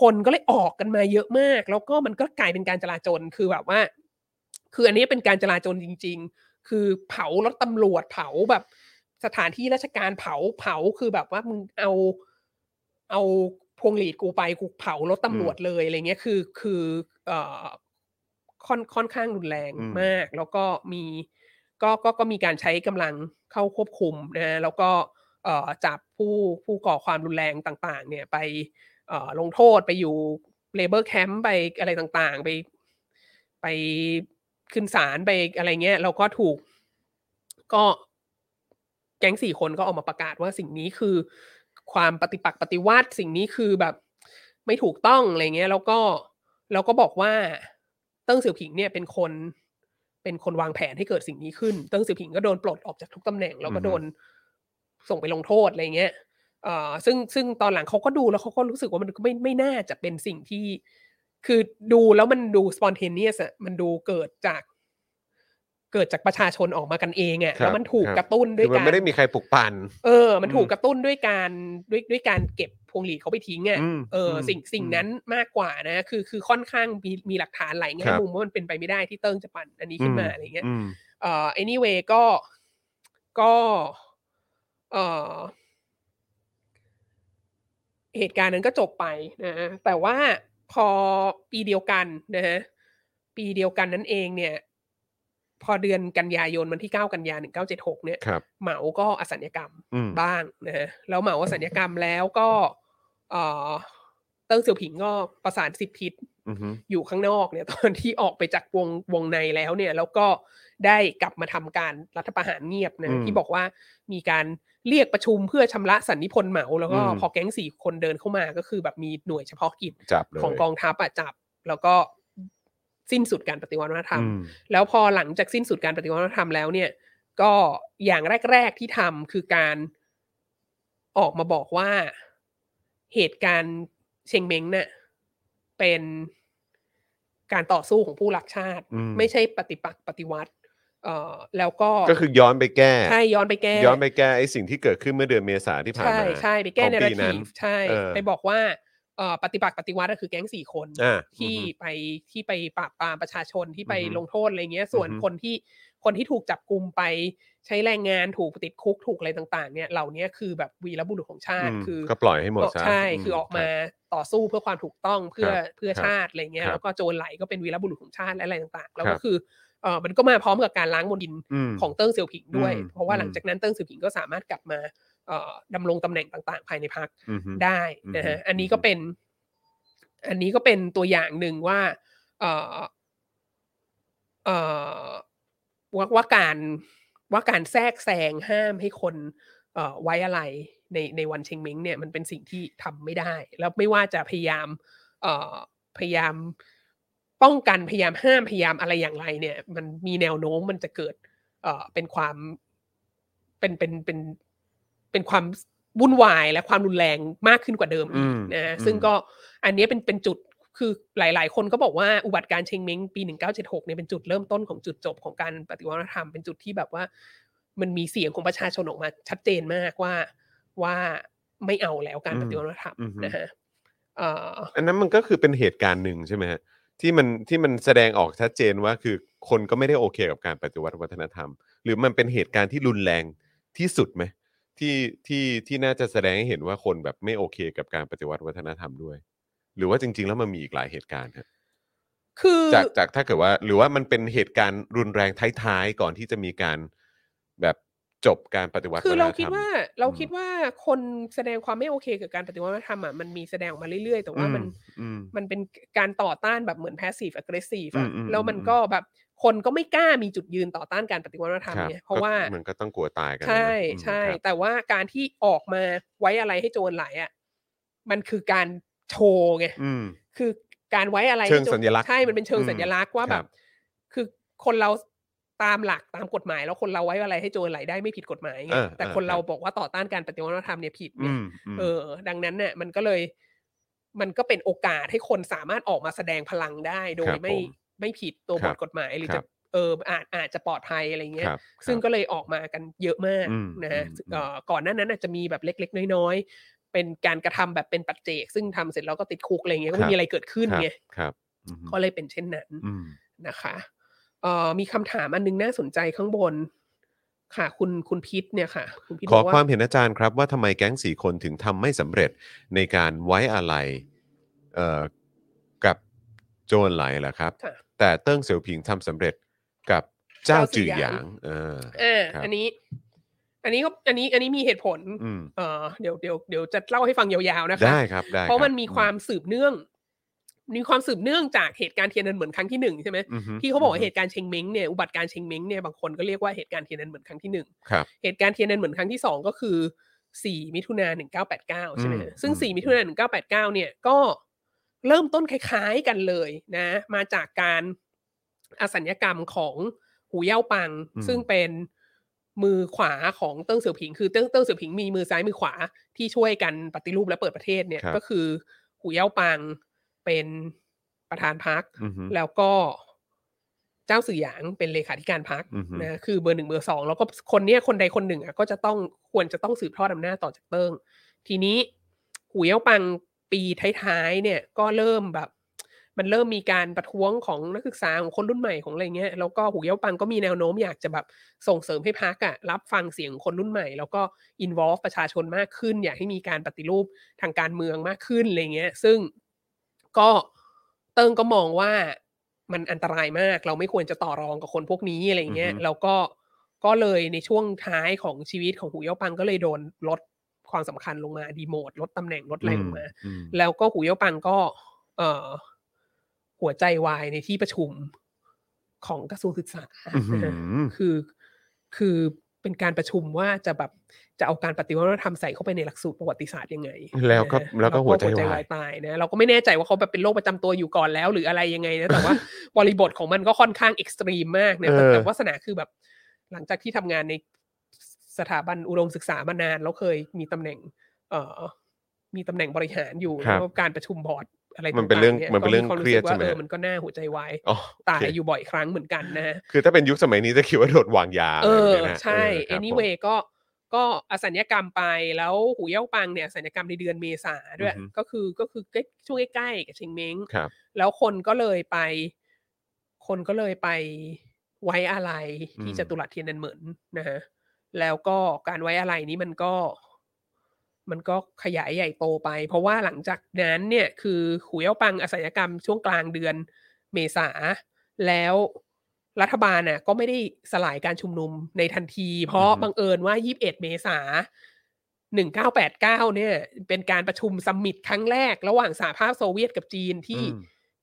[SPEAKER 4] คนก็เลยออกกันมาเยอะมาก แล้วก็มันก็กลายเป็นการจลาจลคือแบบว่า คืออันนี้เป็นการจลาจลจริง ๆ คือเผารถตำรวจเผาแบบสถานที่ราชการเผาเผาคือแบบว่ามึงเอาเอาพวงหลีดกูไปกูเผารถตำรวจเลยอะไรเงี้ยคือคือเอ่อค่อนค่อนข้างรุนแรง
[SPEAKER 3] อืม
[SPEAKER 4] มาก แล้วก็มีก็ก็ก็มีการใช้กำลังเข้าควบคุมนะแล้วก็ เอ่อจับผู้ผู้ก่อความรุนแรงต่างๆ เนี่ยไปเอ่อลงโทษไปอยู่เลเบอร์แคมป์ไปอะไรต่างๆ ไปไปขึ้นศาลไปอะไรเงี้ยแล้วก็ถูก ก็แก๊งสี่คนก็ออกมาประกาศว่าสิ่งนี้คือความปฏิปักษ์ปฏิวัติสิ่งนี้คือแบบ ไม่ถูกต้องอะไรเงี้ย แล้วก็แล้วก็บอกว่าเติ้งเสี่ยวผิงเนี่ยเป็นคน เป็นคนวางแผนให้เกิดสิ่งนี้ขึ้น เติ้งเสี่ยวผิงก็โดนปลดออกจากทุกตำแหน่งแล้วก็
[SPEAKER 3] อือฮึ
[SPEAKER 4] โดนส่งไปลงโทษอะไรเงี้ย เอ่อซึ่งซึ่งตอนหลังเขาก็ดูแล้วเขาก็รู้สึกว่ามันก็ไม่ไม่น่าจะเป็นสิ่งที่ คือดูแล้วมันดู spontaneous อะมันดูเกิดจาก เกิดจากประชาชนออกมากันเองอะ
[SPEAKER 3] ครับ
[SPEAKER 4] แล้วมันถูก
[SPEAKER 3] ครับ
[SPEAKER 4] กระตุ้นด้ว
[SPEAKER 3] คือ
[SPEAKER 4] ย
[SPEAKER 3] มัน
[SPEAKER 4] การ
[SPEAKER 3] ไม่ได้มีใครปลุกปั่น
[SPEAKER 4] เออ มันถู
[SPEAKER 3] อื
[SPEAKER 4] ก
[SPEAKER 3] ม
[SPEAKER 4] กระตุ้นด้วยการด้วยด้วยการเก็บ พวงหลีดเขาไปทิ้งอ่ะ
[SPEAKER 3] อืม
[SPEAKER 4] เอออ
[SPEAKER 3] ม
[SPEAKER 4] สิ่งสิ่งนั้นมากกว่านะ คือคือค่อนข้างมีมีหลักฐานหลายแง่
[SPEAKER 3] ครับ
[SPEAKER 4] มุมว่ามันเป็นไปไม่ได้ที่เติ้งจะปั่นอันนี้ขึ้นมา
[SPEAKER 3] อืม
[SPEAKER 4] อะไรเงี้ย
[SPEAKER 3] อืม
[SPEAKER 4] เอ่อ anyway ก็ก็เอ่อเหตุการณ์นั้นก็จบไปนะฮะแต่ว่าพอปีเดียวกันนะฮะปีเดียวกันนั่นเองเนี่ย พอเดือนกันยายนวันที่เก้ากันยาหนึ่งเก้าเจ็ดหกเนี่ย
[SPEAKER 3] ครับ
[SPEAKER 4] เหมาก็อสัญญกรรม
[SPEAKER 3] อืม
[SPEAKER 4] บ้างนะฮะแล้วเหมาอสัญญกรรมแล้วก็เอ่อเติ้งเสี่ยวผิงก็ประสานสิบทิศ
[SPEAKER 3] อือฮึ
[SPEAKER 4] อยู่ข้างนอกเนี่ย ตอนที่ออกไปจากวงวงในแล้วเนี่ย แล้วก็ได้กลับมาทำการรัฐประหารเงียบ
[SPEAKER 3] อื
[SPEAKER 4] นะ
[SPEAKER 3] ม
[SPEAKER 4] ที่บอกว่ามีการเรียกประชุมเพื่อชำระสันนิพนธ์เหมา แล้วก็
[SPEAKER 3] อืม
[SPEAKER 4] พอแก๊งสี่คนเดินเข้ามาก็คือแบบมีหน่วยเฉพาะกิจ
[SPEAKER 3] จับเลย
[SPEAKER 4] ของกองทัพอะจับ แล้วก็สิ้นสุดการปฏิวัติวัฒนธรรม
[SPEAKER 3] อืม
[SPEAKER 4] แล้วพอหลังจากสิ้นสุดการปฏิวัติวัฒนธรรมแล้วเนี่ย ก็อย่างแรก ๆที่ทำคือการออกมาบอกว่าเหตุการณ์เชยงเม้งเนี่ยเป็นการต่อสู้ของผู้รักชาติ
[SPEAKER 3] อืม
[SPEAKER 4] ไม่ใช่ปฏิปักษ์ปฏิวัติ เอ่อแล้วก็
[SPEAKER 3] ก็คือย้อนไปแก้
[SPEAKER 4] ใช่ย้อนไปแก้
[SPEAKER 3] ย้อนไปแก้ไอ้สิ่งที่เกิดขึ้นเมื่อเดือนเมษาที่ผ่าน
[SPEAKER 4] ใช่
[SPEAKER 3] มา
[SPEAKER 4] ใช่ไปแก้
[SPEAKER 3] ของ
[SPEAKER 4] ใน
[SPEAKER 3] ปี
[SPEAKER 4] ระ
[SPEAKER 3] นั้
[SPEAKER 4] ที
[SPEAKER 3] น
[SPEAKER 4] ใช่
[SPEAKER 3] เออ
[SPEAKER 4] ไปบอกว่าเอ่อปฏิบัติปฏิวัติก็คือแก๊งสี่คน
[SPEAKER 3] อ่า
[SPEAKER 4] ที่
[SPEAKER 3] อือฮึ
[SPEAKER 4] ไปที่ไปปราบปรามประชาชนที่ไป
[SPEAKER 3] อือฮึ
[SPEAKER 4] ลงโทษอะไรเงี้ย ส่วน
[SPEAKER 3] อือฮึ
[SPEAKER 4] คนที่คนที่ถูกจับกลุ่มไปใช้แรงงานถูกติดคุกถูกอะไรต่าง ๆ เนี่ยเหล่านี้คือแบบวีรบุรุษของชาติ
[SPEAKER 3] อืม
[SPEAKER 4] คือ
[SPEAKER 3] ก็ปล่อยให้หมดซะ
[SPEAKER 4] ใช่คือออกมา
[SPEAKER 3] รับ
[SPEAKER 4] ต่อสู้เพื่อความถูกต้องเพื่อ
[SPEAKER 3] ครับ
[SPEAKER 4] เพื่อชาติอะไรเงี้
[SPEAKER 3] ค
[SPEAKER 4] ย
[SPEAKER 3] รับ
[SPEAKER 4] แล้วก็โจรไหลก็เป็นวีรบุรุษของชาติและอะไรต่างๆ แล้ว
[SPEAKER 3] ครั
[SPEAKER 4] ก็
[SPEAKER 3] บ
[SPEAKER 4] คือเออมันก็มาพร้อมกับการล้างมนดิน
[SPEAKER 3] ม
[SPEAKER 4] ของเติ้งเสี่ยวผิงด้วย
[SPEAKER 3] อืม
[SPEAKER 4] เพราะว่า
[SPEAKER 3] อืม
[SPEAKER 4] หลังจากนั้นเติ้งเสี่ยวผิงก็สามารถกลับมาเอ่อดำรงตำแหน่งต่างๆ ภายในพรรค
[SPEAKER 3] อือฮึ
[SPEAKER 4] ได้นะฮะ
[SPEAKER 3] อืม
[SPEAKER 4] อันนี้ก็เป็น อันนี้ก็เป็นตัวอย่างหนึ่งว่าเอ่อเอ่อว่าว่าการว่าการแทรกแซงห้ามให้คนเอ่อไว้อะไรในในวันเชงเม้งเนี่ยมันเป็นสิ่งที่ทำไม่ได้ แล้วไม่ว่าจะพยายาม เอ่อพยายามป้องกันพยายามห้ามพยายามอะไรอย่างไร เนี่ย มันมีแนวโน้มมันจะเกิด เอ่อเป็นความเป็นเป็นเป็นเป็นความวุ่นวายและความรุนแรงมากขึ้นกว่าเดิมอีก
[SPEAKER 3] อืม
[SPEAKER 4] นะฮะ
[SPEAKER 3] อืม
[SPEAKER 4] ซึ่งก็อันเนี้ยเป็นเป็นจุดคือหลาย ๆ คนก็บอกว่าอุบัติการณ์เชงเม้งปี 1976เนี่ยเป็นจุดเริ่มต้นของจุดจบของการปฏิวัติวัฒนธรรมเป็นจุดที่แบบว่า มันมีเสียงของประชาชนออกมาชัดเจนมากว่าว่าไม่เอาแล้วการปฏิวัติวัฒนธรรม
[SPEAKER 3] อืมอืม
[SPEAKER 4] นะฮะเอ่อ
[SPEAKER 3] อันนั้นมันก็คือเป็นเหตุการณ์หนึ่งใช่ไหมฮะที่มันที่มันแสดงออกชัดเจนว่าคือคนก็ไม่ได้โอเคกับการปฏิวัติวัฒนธรรม หรือมันเป็นเหตุการณ์ที่รุนแรงที่สุดไหมที่ที่ที่น่าจะแสดงให้เห็นว่าคนแบบไม่โอเคกับการปฏิวัติวัฒนธรรมด้วย หรือว่าจริง ๆ แล้วมันมีอีกหลายเหตุการณ์ฮะ
[SPEAKER 4] คือ
[SPEAKER 3] จากจากถ้าเกิดว่าหรือว่ามันเป็นเหตุการณ์รุนแรงท้ายๆก่อนที่จะมีการแบบจบการปฏิวัติ
[SPEAKER 4] คือ
[SPEAKER 3] วัฒนธรรม
[SPEAKER 4] เราคิดว่าเรา
[SPEAKER 3] อืม
[SPEAKER 4] คิดว่าคนแสดงความไม่โอเคกับการปฏิวัติวัฒนธรรมอ่ะมันมีแสดงออกมาเรื่อยๆ แต่ว่ามัน
[SPEAKER 3] อืม
[SPEAKER 4] มันเป็นการต่อต้านแบบเหมือน passive aggressive
[SPEAKER 3] อืมอืมอืม
[SPEAKER 4] แล้วมันก็แบบคนก็ไม่กล้ามีจุดยืนต่อต้านการปฏิวัติวัฒนธรรม
[SPEAKER 3] คบ
[SPEAKER 4] เนี่ยเพราะ
[SPEAKER 3] ก็
[SPEAKER 4] ว่า
[SPEAKER 3] มันก็ต้องกลัวตายกันนะ
[SPEAKER 4] ใช่
[SPEAKER 3] อืม
[SPEAKER 4] ใช่
[SPEAKER 3] ครับ
[SPEAKER 4] แต่ว่าการที่ออกมาไว้อะไรให้โจรไหลอ่ะมันคือการโชว์ไง
[SPEAKER 3] อืม
[SPEAKER 4] คือการไว้อะไร
[SPEAKER 3] เชิง
[SPEAKER 4] ให้โจ
[SPEAKER 3] สัญลักษณ์
[SPEAKER 4] ใช่ มันเป็นเชิง
[SPEAKER 3] อืม
[SPEAKER 4] สัญลักษณ์ว่า
[SPEAKER 3] ค
[SPEAKER 4] แบ
[SPEAKER 3] รับบ
[SPEAKER 4] คือคนเราตามหลักตามกฎหมาย แล้วคนเราไว้อะไรให้โจรไหลได้ไม่ผิดกฎหมายไง
[SPEAKER 3] เออ
[SPEAKER 4] แต่
[SPEAKER 3] เออ
[SPEAKER 4] คนเรา
[SPEAKER 3] ครับ
[SPEAKER 4] บอกว่าต่อต้านการปฏิวัติวัฒนธรรมเนี่ยผิดไง
[SPEAKER 3] อืมม
[SPEAKER 4] เออ ดังนั้นเนี่ยมันก็เลย มันก็เป็นโอกาสให้คนสามารถออกมาแสดงพลังได้ โด
[SPEAKER 3] ค
[SPEAKER 4] ย
[SPEAKER 3] รับ
[SPEAKER 4] ไม่
[SPEAKER 3] ผม
[SPEAKER 4] ไม่ผิดตัว
[SPEAKER 3] ครับ บ
[SPEAKER 4] ทกฎหมายหรือ
[SPEAKER 3] ครั
[SPEAKER 4] จะ
[SPEAKER 3] บ
[SPEAKER 4] เอออาจอาจจะปลอดภัยอะไรเงี้ย
[SPEAKER 3] ครับ
[SPEAKER 4] ซึ่ง
[SPEAKER 3] ครับ
[SPEAKER 4] ก็เลยออกมากันเยอะมาก
[SPEAKER 3] อืม
[SPEAKER 4] นะฮะ
[SPEAKER 3] อืม
[SPEAKER 4] ซึ่งเอ่อก่อนหน้านั้นอาจจะมีแบบเล็ก ๆ น้อยๆ เป็นการกระทำแบบเป็นปัจเจก ซึ่งทำเสร็จแล้วก็ติดคุกอะไรเงี้ยก็
[SPEAKER 3] ครั
[SPEAKER 4] ไม่
[SPEAKER 3] บ
[SPEAKER 4] มีอะไรเกิดขึ้น
[SPEAKER 3] ครับ
[SPEAKER 4] ไง
[SPEAKER 3] ครับอืม
[SPEAKER 4] ก็เลยเป็นเช่นนั้น
[SPEAKER 3] อืม
[SPEAKER 4] นะคะเอ่อมีคำถามอันนึงน่าสนใจข้างบน ค่ะ คุณคุณพิษเนี่ยค่ะ คุณพิษ
[SPEAKER 3] ขอบ
[SPEAKER 4] ก
[SPEAKER 3] ความเห็นอาจารย์ครับว่าทำไมแก๊งสี่คนถึงทำไม่สำเร็จในการไว้อาลัยเอ่อกับโจรไหลล่ะครับ
[SPEAKER 4] ค่ะ
[SPEAKER 3] แต่เติ้งเสี่ยวผิงทำสำเร็จกับเจ้าจือหยางเออ
[SPEAKER 4] เออ
[SPEAKER 3] ครับ
[SPEAKER 4] อันนี้ อันนี้ก็อันนี้อันนี้มีเหตุผล
[SPEAKER 3] อืม
[SPEAKER 4] เออเดี๋ยวเดี๋ยวเดี๋ยวจะเล่าให้ฟังยาวๆนะคะ
[SPEAKER 3] ได้ครับได้
[SPEAKER 4] เพราะ
[SPEAKER 3] คบ
[SPEAKER 4] มันมีความสืบเนื่อง มีความสืบเนื่องจากเหตุการณ์เทียนอันเหมือนครั้งที่หนึ่งใช่ไหม
[SPEAKER 3] อืมฮึ
[SPEAKER 4] ที่เขาบอกว่าเหตุการณ์เชงเม้งเนี่ยอุบัติการณ์เชงเม้งเนี่ยบางคนก็เรียกว่าเหตุการณ์เทียนอันเหมือนครั้งที่หนึ่ง
[SPEAKER 3] ครับ
[SPEAKER 4] เหตุการณ์เทียนอันเหมือนครั้งที่สองก็คือ 4 มิถุนา1989 ใช่ไหม
[SPEAKER 3] อืม
[SPEAKER 4] ฮะซึ่ง
[SPEAKER 3] อืม
[SPEAKER 4] 4 มิถุนา1989 เนี่ยก็เริ่มต้นคล้ายๆกันเลยนะ มาจากการอสัญญกรรมของหูเย่าปัง ซึ่งเป็นมือขวาของเติ้งเสี่ยวผิง คือเติ้งเติ้งเสี่ยวผิงมีมือซ้ายมือขวาที่ช่วยกันปฏิรูปและเปิดประเทศเนี่ย
[SPEAKER 3] ครับ
[SPEAKER 4] ก็คือหูเย่าปังเป็นประธานพรรค
[SPEAKER 3] อืมฮึ
[SPEAKER 4] แล้วก็เจ้าสื่อหยางเป็นเลขาธิการพัก
[SPEAKER 3] อือฮึ
[SPEAKER 4] นะคือเบอร์หนึ่งเบอร์สองแล้วก็คนเนี้ยคนใดคนหนึ่งอ่ะก็จะต้องควรจะต้องสืบทอดอำนาจต่อจากเติ้งทีนี้ หูเย่าปังปีท้ายๆเนี่ยก็เริ่มแบบ มันเริ่มมีการประท้วงของนักศึกษาของคนรุ่นใหม่ของอะไรเงี้ยแล้วก็หูเย่าปังก็มีแนวโน้มอยากจะแบบส่งเสริมให้พักอะรับฟังเสียงคนรุ่นใหม่ แล้วก็อินวอล e ประชาชนมากขึ้น อยากให้มีการปฏิรูปทางการเมืองมากขึ้นอะไรเงี้ย ซึ่งก็เติ้งก็มองว่ามันอันตรายมาก เราไม่ควรจะต่อรองกับคนพวกนี้อะไรเงี้ย
[SPEAKER 3] อือฮึ
[SPEAKER 4] แล้วก็ก็เลยในช่วงท้ายของชีวิตของหูเย่าปังก็เลยโดนลดความสำคัญลงมาดีโมดลดตำแหน่งลดอะไรลงมา
[SPEAKER 3] อืม
[SPEAKER 4] แล้วก็หูเย่าปังก็ เอ่อ หัวใจวายในที่ประชุมของกระทรวงศึกษา
[SPEAKER 3] อื้อหือ
[SPEAKER 4] คือ คือเป็นการประชุมว่าจะแบบจะเอาการปฏิวัติวัฒนธรรมใส่เข้าไปในหลักสูตรประวัติศาสตร์ยังไง
[SPEAKER 3] แล้วก็
[SPEAKER 4] นะ
[SPEAKER 3] แล้วก็หัวใจวาย
[SPEAKER 4] ตายนะเราก็ไม่แน่ใจว่าเขาแบบเป็นโรคประจำตัวอยู่ก่อนแล้ว หรืออะไรยังไงนะ แต่ว่า บริบทของมันก็ค่อนข้างเอ็กซ์ตรีมมากเนี่ยแต่
[SPEAKER 3] เออ
[SPEAKER 4] แต่วาสนาคือแบบ หลังจากที่ทำงานในสถาบันอุดมศึกษามานานแล้วเคยมีตำแหน่ง เอ่อมีตำแหน่งบริหารอยู่
[SPEAKER 3] ครับ
[SPEAKER 4] แล้วก็การประชุมบอร์ดอะไร
[SPEAKER 3] มันเป็นเรื่อง
[SPEAKER 4] ต่าย
[SPEAKER 3] มันเป็นเรื่อง
[SPEAKER 4] ก็วา
[SPEAKER 3] เครียด
[SPEAKER 4] สึกว่า
[SPEAKER 3] ใช่ไหม
[SPEAKER 4] ออมันก็น่าหัวใจวาย
[SPEAKER 3] อ๋อ
[SPEAKER 4] ตาย
[SPEAKER 3] โเค
[SPEAKER 4] อยู่บ่อยครั้งเหมือนกันนะฮะ
[SPEAKER 3] คือถ้าเป็นยุคสมัยนี้จะคิดว่าโดนวางยา
[SPEAKER 4] เอ
[SPEAKER 3] ะ
[SPEAKER 4] อ
[SPEAKER 3] ไรแบบนี้ยนะ
[SPEAKER 4] ใช่
[SPEAKER 3] เออครับ
[SPEAKER 4] anyway ก็ก็อสัญญกรรมไปแล้วหูเย่าปังเนี่ยอสัญญกรรมในเดือนเมษาด้วย
[SPEAKER 3] อือฮึ
[SPEAKER 4] ก็คือก็คือใกล้ช่วงใกล้ๆกับเชงเม้ง
[SPEAKER 3] ผมครับ
[SPEAKER 4] แล้วคนก็เลยไป คนก็เลยไปไว้อะไรที่
[SPEAKER 3] อืม
[SPEAKER 4] จตุรัสเทียนนันเหมือนนะฮะแล้วก็การไว้อะไรนี้มันก็ มันก็ขยายใหญ่โตไป เพราะว่าหลังจากนั้นเนี่ย คือขุยเอาปังอสัญกรรมช่วงกลางเดือนเมษา แล้วรัฐบาลน่ะก็ไม่ได้สลายการชุมนุมในทันที เพราะ
[SPEAKER 3] อือฮึ
[SPEAKER 4] บังเอิญว่า 21 เมษา 1989 เนี่ย เป็นการประชุมซัมมิตครั้งแรก ระหว่างสหภาพโซเวียตกับจีนที่
[SPEAKER 3] อืม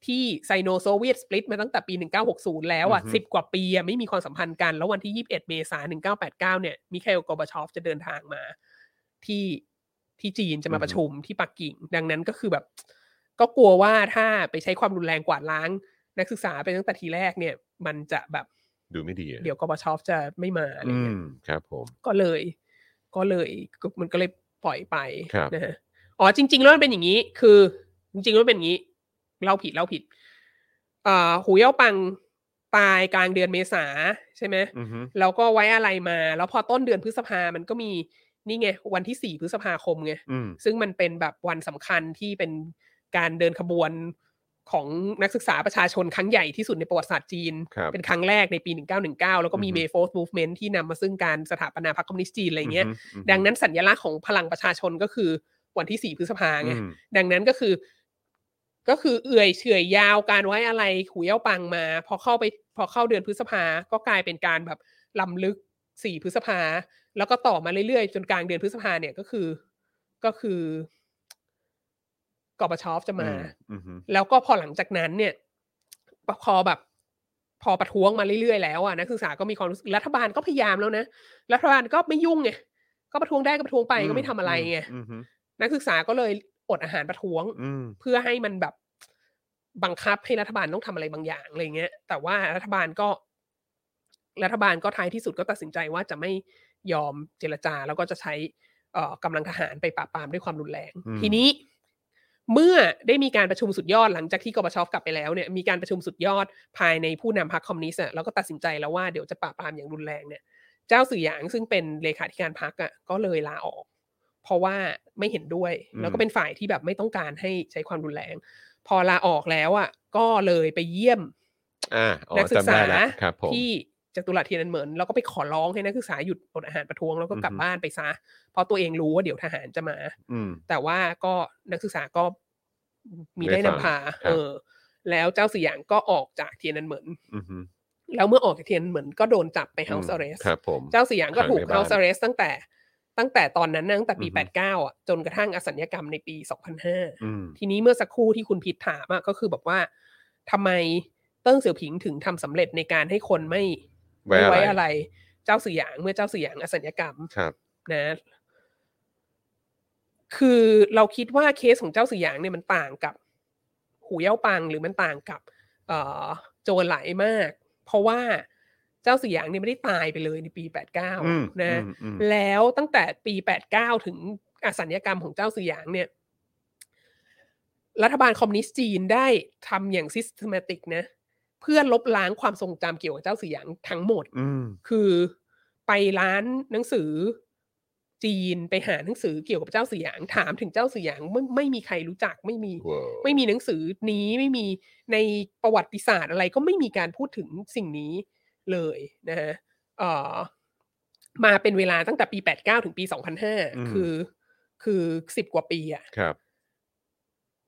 [SPEAKER 4] ที่ไซโนโซเวียตสปลิตมาตั้งแต่ปี 1960 แล้วอ่ะ
[SPEAKER 3] อือฮึ
[SPEAKER 4] สิบกว่าปีอะไม่มีความสัมพันธ์กัน แล้ววันที่ 21 เมษายน 1989 เนี่ยมิคาเอลกอร์บาชอฟจะเดินทางมา ที่ที่จีนจะมาประชุมที่ปักกิ่ง ดังนั้นก็คือแบบ ก็กลัวว่าถ้าไปใช้ความรุนแรงกวาดล้าง นักศึกษาไปตั้งแต่ทีแรกเนี่ย มันจะแบบ
[SPEAKER 3] ดูไม่ดีอะ
[SPEAKER 4] เดี๋ยวกอร์บาชอฟจะไม่มาอะไร
[SPEAKER 3] อื
[SPEAKER 4] เงี้ย
[SPEAKER 3] มครับผม
[SPEAKER 4] ก็เลย ก็เลยก็มันก็เลยปล่อยไป
[SPEAKER 3] ครับ
[SPEAKER 4] นะฮะอ๋อจริง ๆ แล้วมันเป็นอย่างนี้ คือ จริงๆแล้วมันเป็นอย่างนี้เล่าผิดเล่าผิดอ่าหูเย่าปังตายกลางเดือนเมษาใช่ไหม
[SPEAKER 3] อือฮึ
[SPEAKER 4] แล้วก็ไว้อะไรมา แล้วพอต้นเดือนพฤษภามันก็มีนี่ไง วันที่สี่พฤษภาคมไง
[SPEAKER 3] อืม
[SPEAKER 4] ซึ่งมันเป็นแบบวันสำคัญที่เป็นการเดินขบวนของนักศึกษาประชาชนครั้งใหญ่ที่สุดในประวัติศาสตร์จีน
[SPEAKER 3] ครับ
[SPEAKER 4] เป็นครั้งแรกในปี 1919 แล้วก็มี
[SPEAKER 3] อือฮึ
[SPEAKER 4] เมโฟสมูฟเมนต์ที่นำมาซึ่งการสถาปนาพรรคคอมมิวนิสต์จีนอะไรเงี้ย
[SPEAKER 3] ฮึอือฮึ
[SPEAKER 4] ดังนั้นสัญลักษณ์ของพลังประชาชนก็คือวันที่ 4 พฤษภาไง
[SPEAKER 3] อืม
[SPEAKER 4] ดังนั้นก็คือ ก็คือเอื่อยเฉื่อยยาวการไว้อะไรขุยเอาปังมา พอเข้าไปพอเข้าเดือนพฤษภาก็กลายเป็นการแบบลำลึกสี่พฤษภา แล้วก็ต่อมาเรื่อยๆ จนกลางเดือนพฤษภาเนี่ยก็คือ ก็คือกอบชอฟจะมา
[SPEAKER 3] อืมอืม
[SPEAKER 4] แล้วก็พอหลังจากนั้นเนี่ยพอแบบ พอประท้วงมาเรื่อยๆแล้วอ่ะนักศึกษาก็มีความรู้สึกรัฐบาลก็พยายามแล้วนะรัฐบาลก็ไม่ยุ่งไงก็ประท้วงได้ก็ประท้วงไปก็ไม่ทำอะไรไง
[SPEAKER 3] อืมอืม
[SPEAKER 4] นักศึกษาก็เลยอดอาหารประท้วง
[SPEAKER 3] อืม
[SPEAKER 4] เพื่อให้มันแบบบังคับให้รัฐบาลต้องทำอะไรบางอย่างอะไรเงี้ย แต่ว่ารัฐบาลก็ รัฐบาลก็ท้ายที่สุดก็ตัดสินใจว่าจะไม่ยอมเจรจาแล้วก็จะใช้เอ่อกำลังทหารไปปราบปรามด้วยความรุนแรง
[SPEAKER 3] อืม
[SPEAKER 4] ทีนี้ เมื่อได้มีการประชุมสุดยอดหลังจากที่กบชกลับไปแล้วเนี่ยมีการประชุมสุดยอดภายในผู้นำพรรคคอมมิวนิสต์อะแล้วก็ตัดสินใจแล้วว่าเดี๋ยวจะปราบปรามอย่างรุนแรงเนี่ย เจ้าสื่อหยางซึ่งเป็นเลขาธิการพรรคอ่ะก็เลยลาออก เพราะว่าไม่เห็นด้วย
[SPEAKER 3] อืม
[SPEAKER 4] แล้วก็เป็นฝ่ายที่แบบไม่ต้องการให้ใช้ความรุนแรง พอลาออกแล้วอ่ะก็เลยไปเยี่ยม
[SPEAKER 3] อ่าอ๋อ
[SPEAKER 4] นักศึก
[SPEAKER 3] จำ
[SPEAKER 4] ษา
[SPEAKER 3] ได้แล้วครับผม
[SPEAKER 4] ที่จตุรัสเทียนนเหมือนแล้วก็ไปขอร้องให้นักศึกษาหยุดอดอาหารประท้วงแล้วก็กลับ
[SPEAKER 3] อือฮึ
[SPEAKER 4] บ้านไปซะเพราะตัวเองรู้ว่าเดี๋ยวทหารจะมา
[SPEAKER 3] อืม
[SPEAKER 4] แต่ว่าก็นักศึกษาก็มี
[SPEAKER 3] ไม่
[SPEAKER 4] ได้
[SPEAKER 3] ฟัง
[SPEAKER 4] นำพา
[SPEAKER 3] ครับ
[SPEAKER 4] เออ แล้วเจ้าสี่อย่างก็ออกจากเทียนนันเหมือน
[SPEAKER 3] อืมอืม
[SPEAKER 4] แล้วเมื่อออกจากเทียนนเหมือนก็โดนจับไป House Arrest
[SPEAKER 3] ครับผม
[SPEAKER 4] เจ้าสี่อย่างก็ถูก
[SPEAKER 3] ขังในบ้าน
[SPEAKER 4] House Arrest ตั้งแต่ตั้งแต่ตอนนั้นนะตั้งแต่ปี
[SPEAKER 3] อือฮึ
[SPEAKER 4] 89 อ่ะ จนกระทั่งอสัญญกรรมในปี 2005
[SPEAKER 3] อืม
[SPEAKER 4] ทีนี้เมื่อสักครู่ที่คุณพิษถามอะก็คือบอกว่าทำไมเติ้งเสี่ยวผิงถึงทำสำเร็จในการให้คนไม่
[SPEAKER 3] ไว้อะไร
[SPEAKER 4] ไม่ไว้อะไร เจ้าสื่อหยางเมื่อเจ้าสื่อหยางอสัญญกรรม
[SPEAKER 3] ครับ
[SPEAKER 4] นะ คือเราคิดว่าเคสของเจ้าสื่อหยางเนี่ยมันต่างกับ หูเย่าปังหรือมันต่างกับ เอ่อโจรไหลายมาก เพราะว่าเจ้าสื่อหยางเนี่ยไม่ได้ตายไปเลยในปีแปดเก้า
[SPEAKER 3] อืม
[SPEAKER 4] นะ
[SPEAKER 3] อืมอืม
[SPEAKER 4] แล้วตั้งแต่ปี 89 ถึงอสัญญกรรมของเจ้าสื่อหยางเนี่ย รัฐบาลคอมมิวนิสต์จีนได้ทำอย่าง systematic นะ เพื่อลบล้างความทรงจำเกี่ยวกับเจ้าสื่อหยางทั้งหมด
[SPEAKER 3] อืม
[SPEAKER 4] คือไปร้านหนังสือ จีนไปหาหนังสือเกี่ยวกับเจ้าสือหยางถามถึงเจ้าสือหยางไม่ไม่มีใครรู้จักไม่มี
[SPEAKER 3] ว้าว
[SPEAKER 4] ไม่มีหนังสือนี้ไม่มีในประวัติศาสตร์อะไรก็ไม่มีการพูดถึงสิ่งนี้เลยนะฮะเอ่อมาเป็นเวลาตั้งแต่ปี 89 ถึงปี
[SPEAKER 3] อืม
[SPEAKER 4] 2005 คือ คือสิบกว่าปีอะ
[SPEAKER 3] ครับ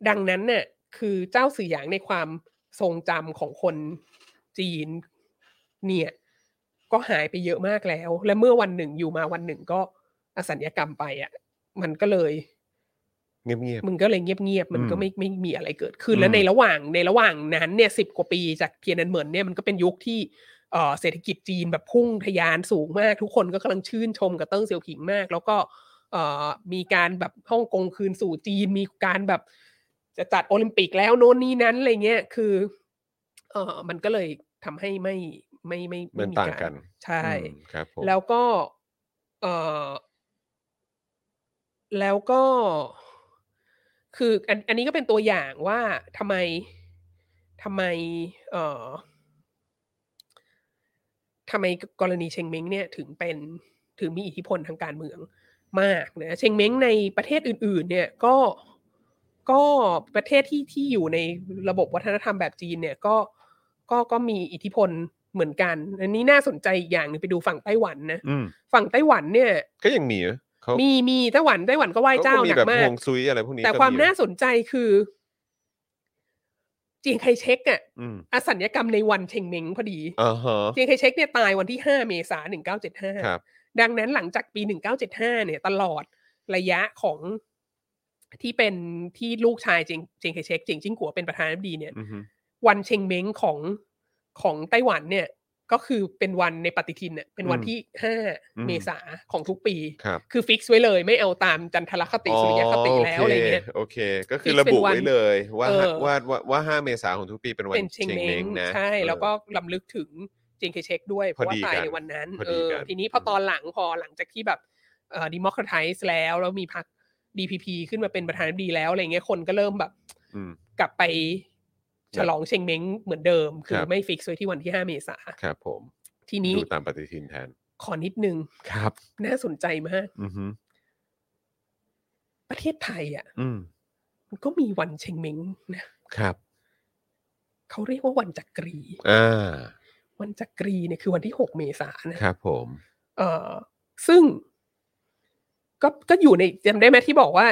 [SPEAKER 4] ดังนั้นเนี่ยคือเจ้าสื่อหยางในความทรงจำของคนจีนเนี่ย ก็หายไปเยอะมากแล้ว และเมื่อวันหนึ่งอยู่มาวันหนึ่งก็อสัญญกรรมไปอะมันก็เลย
[SPEAKER 3] เงียบ
[SPEAKER 4] มันก็เลยเงียบๆ มันก็
[SPEAKER 3] อืม
[SPEAKER 4] ไม่ไม่มีอะไรเกิดขึ้น
[SPEAKER 3] อืม
[SPEAKER 4] แล้วในระหว่างในระหว่างนั้นเนี่ยสิบกว่าปีจากเทียนอันเหมินเนี่ยมันก็เป็นยุคที่เอ่อเศรษฐกิจจีนแบบพุ่งทะยานสูงมาก ทุกคนก็กำลังชื่นชมกับเติ้งเสี่ยวผิงมาก แล้วก็เอ่อมีการแบบฮ่องกงคืนสู่จีน มีการแบบจะจัดโอลิมปิกแล้วโน่นนี่นั้นอะไรเงี้ย คือเอ่อมันก็เลยทำให้ไม่ไม่ไม่
[SPEAKER 3] ๆ
[SPEAKER 4] ไม่
[SPEAKER 3] มัน
[SPEAKER 4] มี
[SPEAKER 3] ต่าง
[SPEAKER 4] ร
[SPEAKER 3] กัน
[SPEAKER 4] ใช่
[SPEAKER 3] อืมครับผม
[SPEAKER 4] แล้วก็เออแล้วก็คืออันอันนี้ก็เป็นตัวอย่างว่าทำไมทำไม เออทำไมกรณีเชงเม้งเนี่ยถึงเป็นถึงมีอิทธิพลทางการเมืองมากนะเชงเม้งในประเทศอื่น ๆ เนี่ยก็ก็ประเทศที่ที่อยู่ในระบบวัฒนธรรมแบบจีนเนี่ยก็ ก็ก็มีอิทธิพลเหมือนกัน อันนี้น่าสนใจอีกอย่างหนึ่งไปดูฝั่งไต้หวันนะ
[SPEAKER 3] อืม
[SPEAKER 4] ฝั่งไต้หวันเนี่ย
[SPEAKER 3] ก็ยังมีเหรอเขา
[SPEAKER 4] มีมีไต้หวันไต้หวันก็ไหว้เจ้า
[SPEAKER 3] ก็
[SPEAKER 4] ห
[SPEAKER 3] มี
[SPEAKER 4] นั
[SPEAKER 3] แบ
[SPEAKER 4] ก
[SPEAKER 3] บ
[SPEAKER 4] มา
[SPEAKER 3] ฮ
[SPEAKER 4] ก
[SPEAKER 3] วงซุยอะไรพวกนี้
[SPEAKER 4] แต่
[SPEAKER 3] ก็
[SPEAKER 4] ความ
[SPEAKER 3] เหรอ
[SPEAKER 4] น่าสนใจคือเจียงไคเชกอะ
[SPEAKER 3] อืม
[SPEAKER 4] อสัญญกรรมในวันเชงเม้งพอดี
[SPEAKER 3] อ่าฮะ
[SPEAKER 4] เจียงไคเชกเนี่ยตายวันที่ 5 เมษายน
[SPEAKER 3] ครับ
[SPEAKER 4] 1975 ดังนั้นหลังจากปี 1975 เนี่ย ตลอดระยะของที่เป็นที่ลูกชายเจียงเจียงไคเชกเจียงจิ้งกัวเป็นประธานาธิบดีเนี่ย
[SPEAKER 3] อือฮึ
[SPEAKER 4] วันเชงเม้งของของไต้หวันเนี่ย ก็คือเป็นวันในปฏิทินเนี่ยเป็นวันที่ 5 เมษาของทุกปี
[SPEAKER 3] ครับ
[SPEAKER 4] คือฟิกซ์ไว้เลยไม่เอาตามจันทรคติสุริยคติแล้วอะไรเงี้ย
[SPEAKER 3] โอเค ก็คือ
[SPEAKER 4] ฟิกซ์
[SPEAKER 3] ระบุ
[SPEAKER 4] เป็นวัน
[SPEAKER 3] ไว้เลยว่า
[SPEAKER 4] เออ
[SPEAKER 3] ว่าว่าว่าห้าเมษาของทุกปีเป็นวัน
[SPEAKER 4] เป็นเชงเม้ง
[SPEAKER 3] นะ
[SPEAKER 4] ใช่
[SPEAKER 3] เออ
[SPEAKER 4] แล้วก็ลำลึกถึงเจงเคเชกด้วย
[SPEAKER 3] พ
[SPEAKER 4] เพ
[SPEAKER 3] อ
[SPEAKER 4] ราะว่า
[SPEAKER 3] ดี
[SPEAKER 4] ตาย
[SPEAKER 3] กัน
[SPEAKER 4] ในวันนั้น
[SPEAKER 3] พอ
[SPEAKER 4] เอ
[SPEAKER 3] ดี
[SPEAKER 4] อ
[SPEAKER 3] กัน
[SPEAKER 4] ทีนี้พอตอนหลังพอหลังจากที่แบบเอ่อดิมอครไทส์แล้วแล้วมีพรรค DPP ขึ้นมาเป็นประธานาธิบดีแล้วอะไรเงี้ยคนก็เริ่มแบบ
[SPEAKER 3] อืม
[SPEAKER 4] กลับไปฉลองเชงเม้งเหมือนเดิม คื
[SPEAKER 3] ค
[SPEAKER 4] อ
[SPEAKER 3] รับ
[SPEAKER 4] ไม่ฟิกซ์ไว้ที่วันที่ 5 เมษา
[SPEAKER 3] ครับผม
[SPEAKER 4] ทีนี้
[SPEAKER 3] ดูตามปฏิทินแทน
[SPEAKER 4] ขอนิดนึง
[SPEAKER 3] ครับ
[SPEAKER 4] น่าสนใจมาก
[SPEAKER 3] อือฮึ
[SPEAKER 4] ประเทศไทยอ่ะ
[SPEAKER 3] อืม
[SPEAKER 4] มันก็มีวันเชงเม้งนะครับ เขาเรียกว่าวันจักรี
[SPEAKER 3] อ่า
[SPEAKER 4] วันจักรีเนี่ยคือวันที่ 6 เมษายนนะ
[SPEAKER 3] ครับผม
[SPEAKER 4] เออซึ่งก็ก็อยู่ในจำได้ไหมที่บอกว่า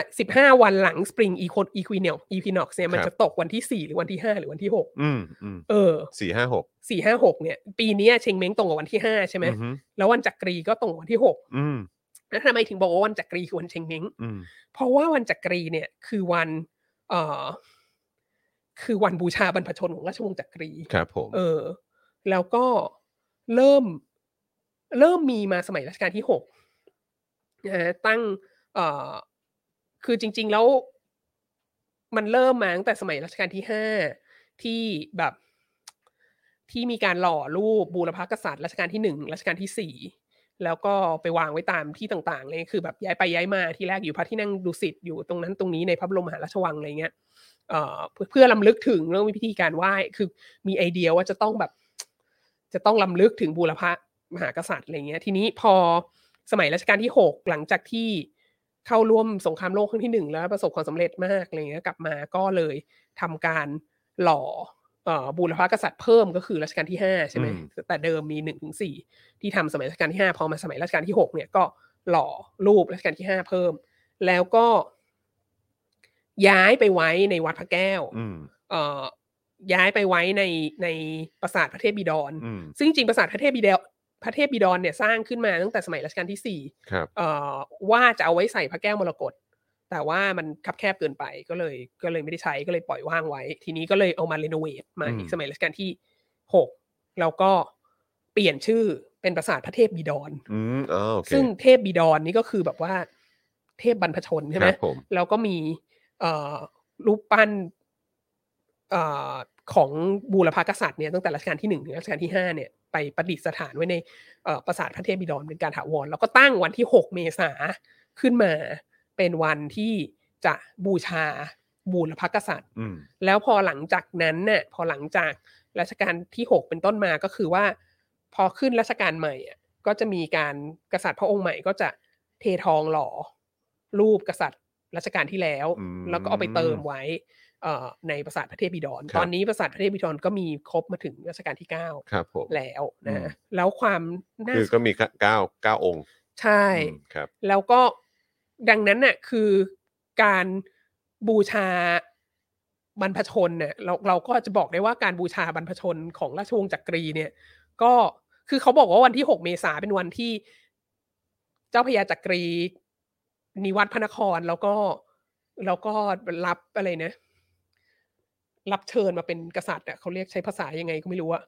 [SPEAKER 4] 15 วันหลังสปริงอีโคอีควินเนลอีพินอกเนี่ยมัน
[SPEAKER 3] ครับ
[SPEAKER 4] จะตกวันที่ 4 หรือวันที่ 5 หรือวันที่
[SPEAKER 3] อืมอืม
[SPEAKER 4] 6 เออ
[SPEAKER 3] สี่ห้าหก
[SPEAKER 4] 4 5 6 เนี่ย ปีเนี้ยเชงเม้งตรงกับวันที่ 5 ใช่ไหม
[SPEAKER 3] อือฮึ
[SPEAKER 4] แล้ววันจักรีก็ตรงกับวันที่
[SPEAKER 3] อืม
[SPEAKER 4] 6 แล้วทำไมถึงบอกว่าวันจักรีคือวันเชงเม้ง
[SPEAKER 3] อืม
[SPEAKER 4] เพราะว่าวันจักรีเนี่ยคือวันเอ่อคือวันบูชาบรรพชนของราชวงศ์จักรี
[SPEAKER 3] ครับผม
[SPEAKER 4] เออ แล้วก็เริ่มเริ่มมีมาสมัยรัชกาลที่หกนะฮะตั้งเอ่อคือจริง ๆ แล้ว มันเริ่มมาตั้งแต่สมัยรัชกาลที่ห้าที่แบบที่มีการหล่อรูปบูรพกษัตริย์รัชกาลที่หนึ่งรัชกาลที่สี่แล้วก็ไปวางไว้ตามที่ต่างๆเลยคือแบบย้ายไปย้ายมาที่แรกอยู่พระที่นั่งดุสิตอยู่ตรงนั้นตรงนี้ในพระบรมมหาราชวังอะไรเงี้ยเอ่อเพื่อเพื่อลำลึกถึงเรื่องวิธีการไหว้คือ มีไอเดียว่าจะต้องแบบ จะต้องลำลึกถึงบูรพมหากษัตริย์อะไรเงี้ย ทีนี้พอสมัยรัชกาลที่หกหลังจากที่เข้าร่วมสงครามโลกครั้งที่หนึ่งแล้วประสบความสำเร็จมากอะไรเงี้ยกลับมาก็เลยทำการหล่อเอ่อบูรพกษัตริย์เพิ่มก็คือรัชกาลที่ห้าใช่ไหม
[SPEAKER 3] อืม
[SPEAKER 4] แต่เดิมมีหนึ่งถึงสี่ที่ทำสมัยรัชกาลที่ห้าพอมาสมัยรัชกาลที่หกเนี่ยก็หล่อรูปรัชกาลที่ห้าเพิ่ม แล้วก็ย้ายไปไว้ในวัดพระแก้ว
[SPEAKER 3] อืม
[SPEAKER 4] เอ่อย้ายไปไว้ในในปราสาทพระเทพบิดร
[SPEAKER 3] อืม
[SPEAKER 4] ซึ่งจริงๆปราสาทพระเทพบิดรพระเทพบิดรเนี่ยสร้างขึ้นมาตั้งแต่สมัยรัชกาลที่สี่
[SPEAKER 3] ครับ
[SPEAKER 4] เอ่อว่าจะเอาไว้ใส่พระแก้วมรกตแต่ว่ามันคับแคบเกินไปก็เลยก็เลยไม่ได้ใช้ก็เลยปล่อยว่างไว้ ทีนี้ก็เลยเอามารีโนเวทมา
[SPEAKER 3] อืม
[SPEAKER 4] อีกสมัยรัชกาลที่หกแล้วก็เปลี่ยนชื่อเป็นปราสาทพระเทพบิดร
[SPEAKER 3] อืมอ๋อโอเค
[SPEAKER 4] ซึ่งเทพบิดรนี่ก็คือแบบว่าเทพบรรพชนใช่ไห
[SPEAKER 3] ค
[SPEAKER 4] ม
[SPEAKER 3] รับผม
[SPEAKER 4] แล้วก็มีเอ่อรูปปั้นเอ่อของบูรพากษัตริย์เนี่ยตั้งแต่รัชกาลที่หนึ่งถึงรัชกาลที่ห้าเนี่ยไปประดิษฐานไว้ในเอ่อปราสาทพระเทพบิดรเป็นการถาวรแล้วก็ตั้งวันที่หกเมษาขึ้นมาเป็นวันที่จะบูชาบูรพากษัตริย์
[SPEAKER 3] อืม
[SPEAKER 4] แล้วพอหลังจากนั้นน่ะพอหลังจากรัชกาลที่หกเป็นต้นมาก็คือว่า พอขึ้นรัชกาลใหม่อะก็จะมีการกษัตริย์พระองค์ใหม่ก็จะ เททองหล่อ รูปกษัตริย์รัชกาลที่แล้ว
[SPEAKER 3] อืม
[SPEAKER 4] แล้วก็เอาไปเติมไว้เอ่อในปราสาทพระเทพบิดร
[SPEAKER 3] ครับ
[SPEAKER 4] ตอนนี้ปราสาทพระเทพบิดรก็มีครบมาถึงรัชกาลที่เก้า
[SPEAKER 3] ครับผม
[SPEAKER 4] แล้ว
[SPEAKER 3] อืม
[SPEAKER 4] นะแล้วความน่า
[SPEAKER 3] คือก็มีเก้าเก้าองค์
[SPEAKER 4] ใช่
[SPEAKER 3] อืมครับ
[SPEAKER 4] แล้วก็ดังนั้นน่ะคือการบูชาบรรพชนเนี่ยเราเราก็จะบอกได้ว่าการบูชาบรรพชนของราชวงศ์จักรีเนี่ย ก็คือเขาบอกว่าวันที่ 6 เมษาเป็นวันที่เจ้าพญาจักรี นิวัตพระนครแล้วก็แล้วก็รับอะไรนะ รับเชิญมาเป็นกษัตริย์อะเขาเรียกใช้ภาษายังไงก็ไม่รู้อะ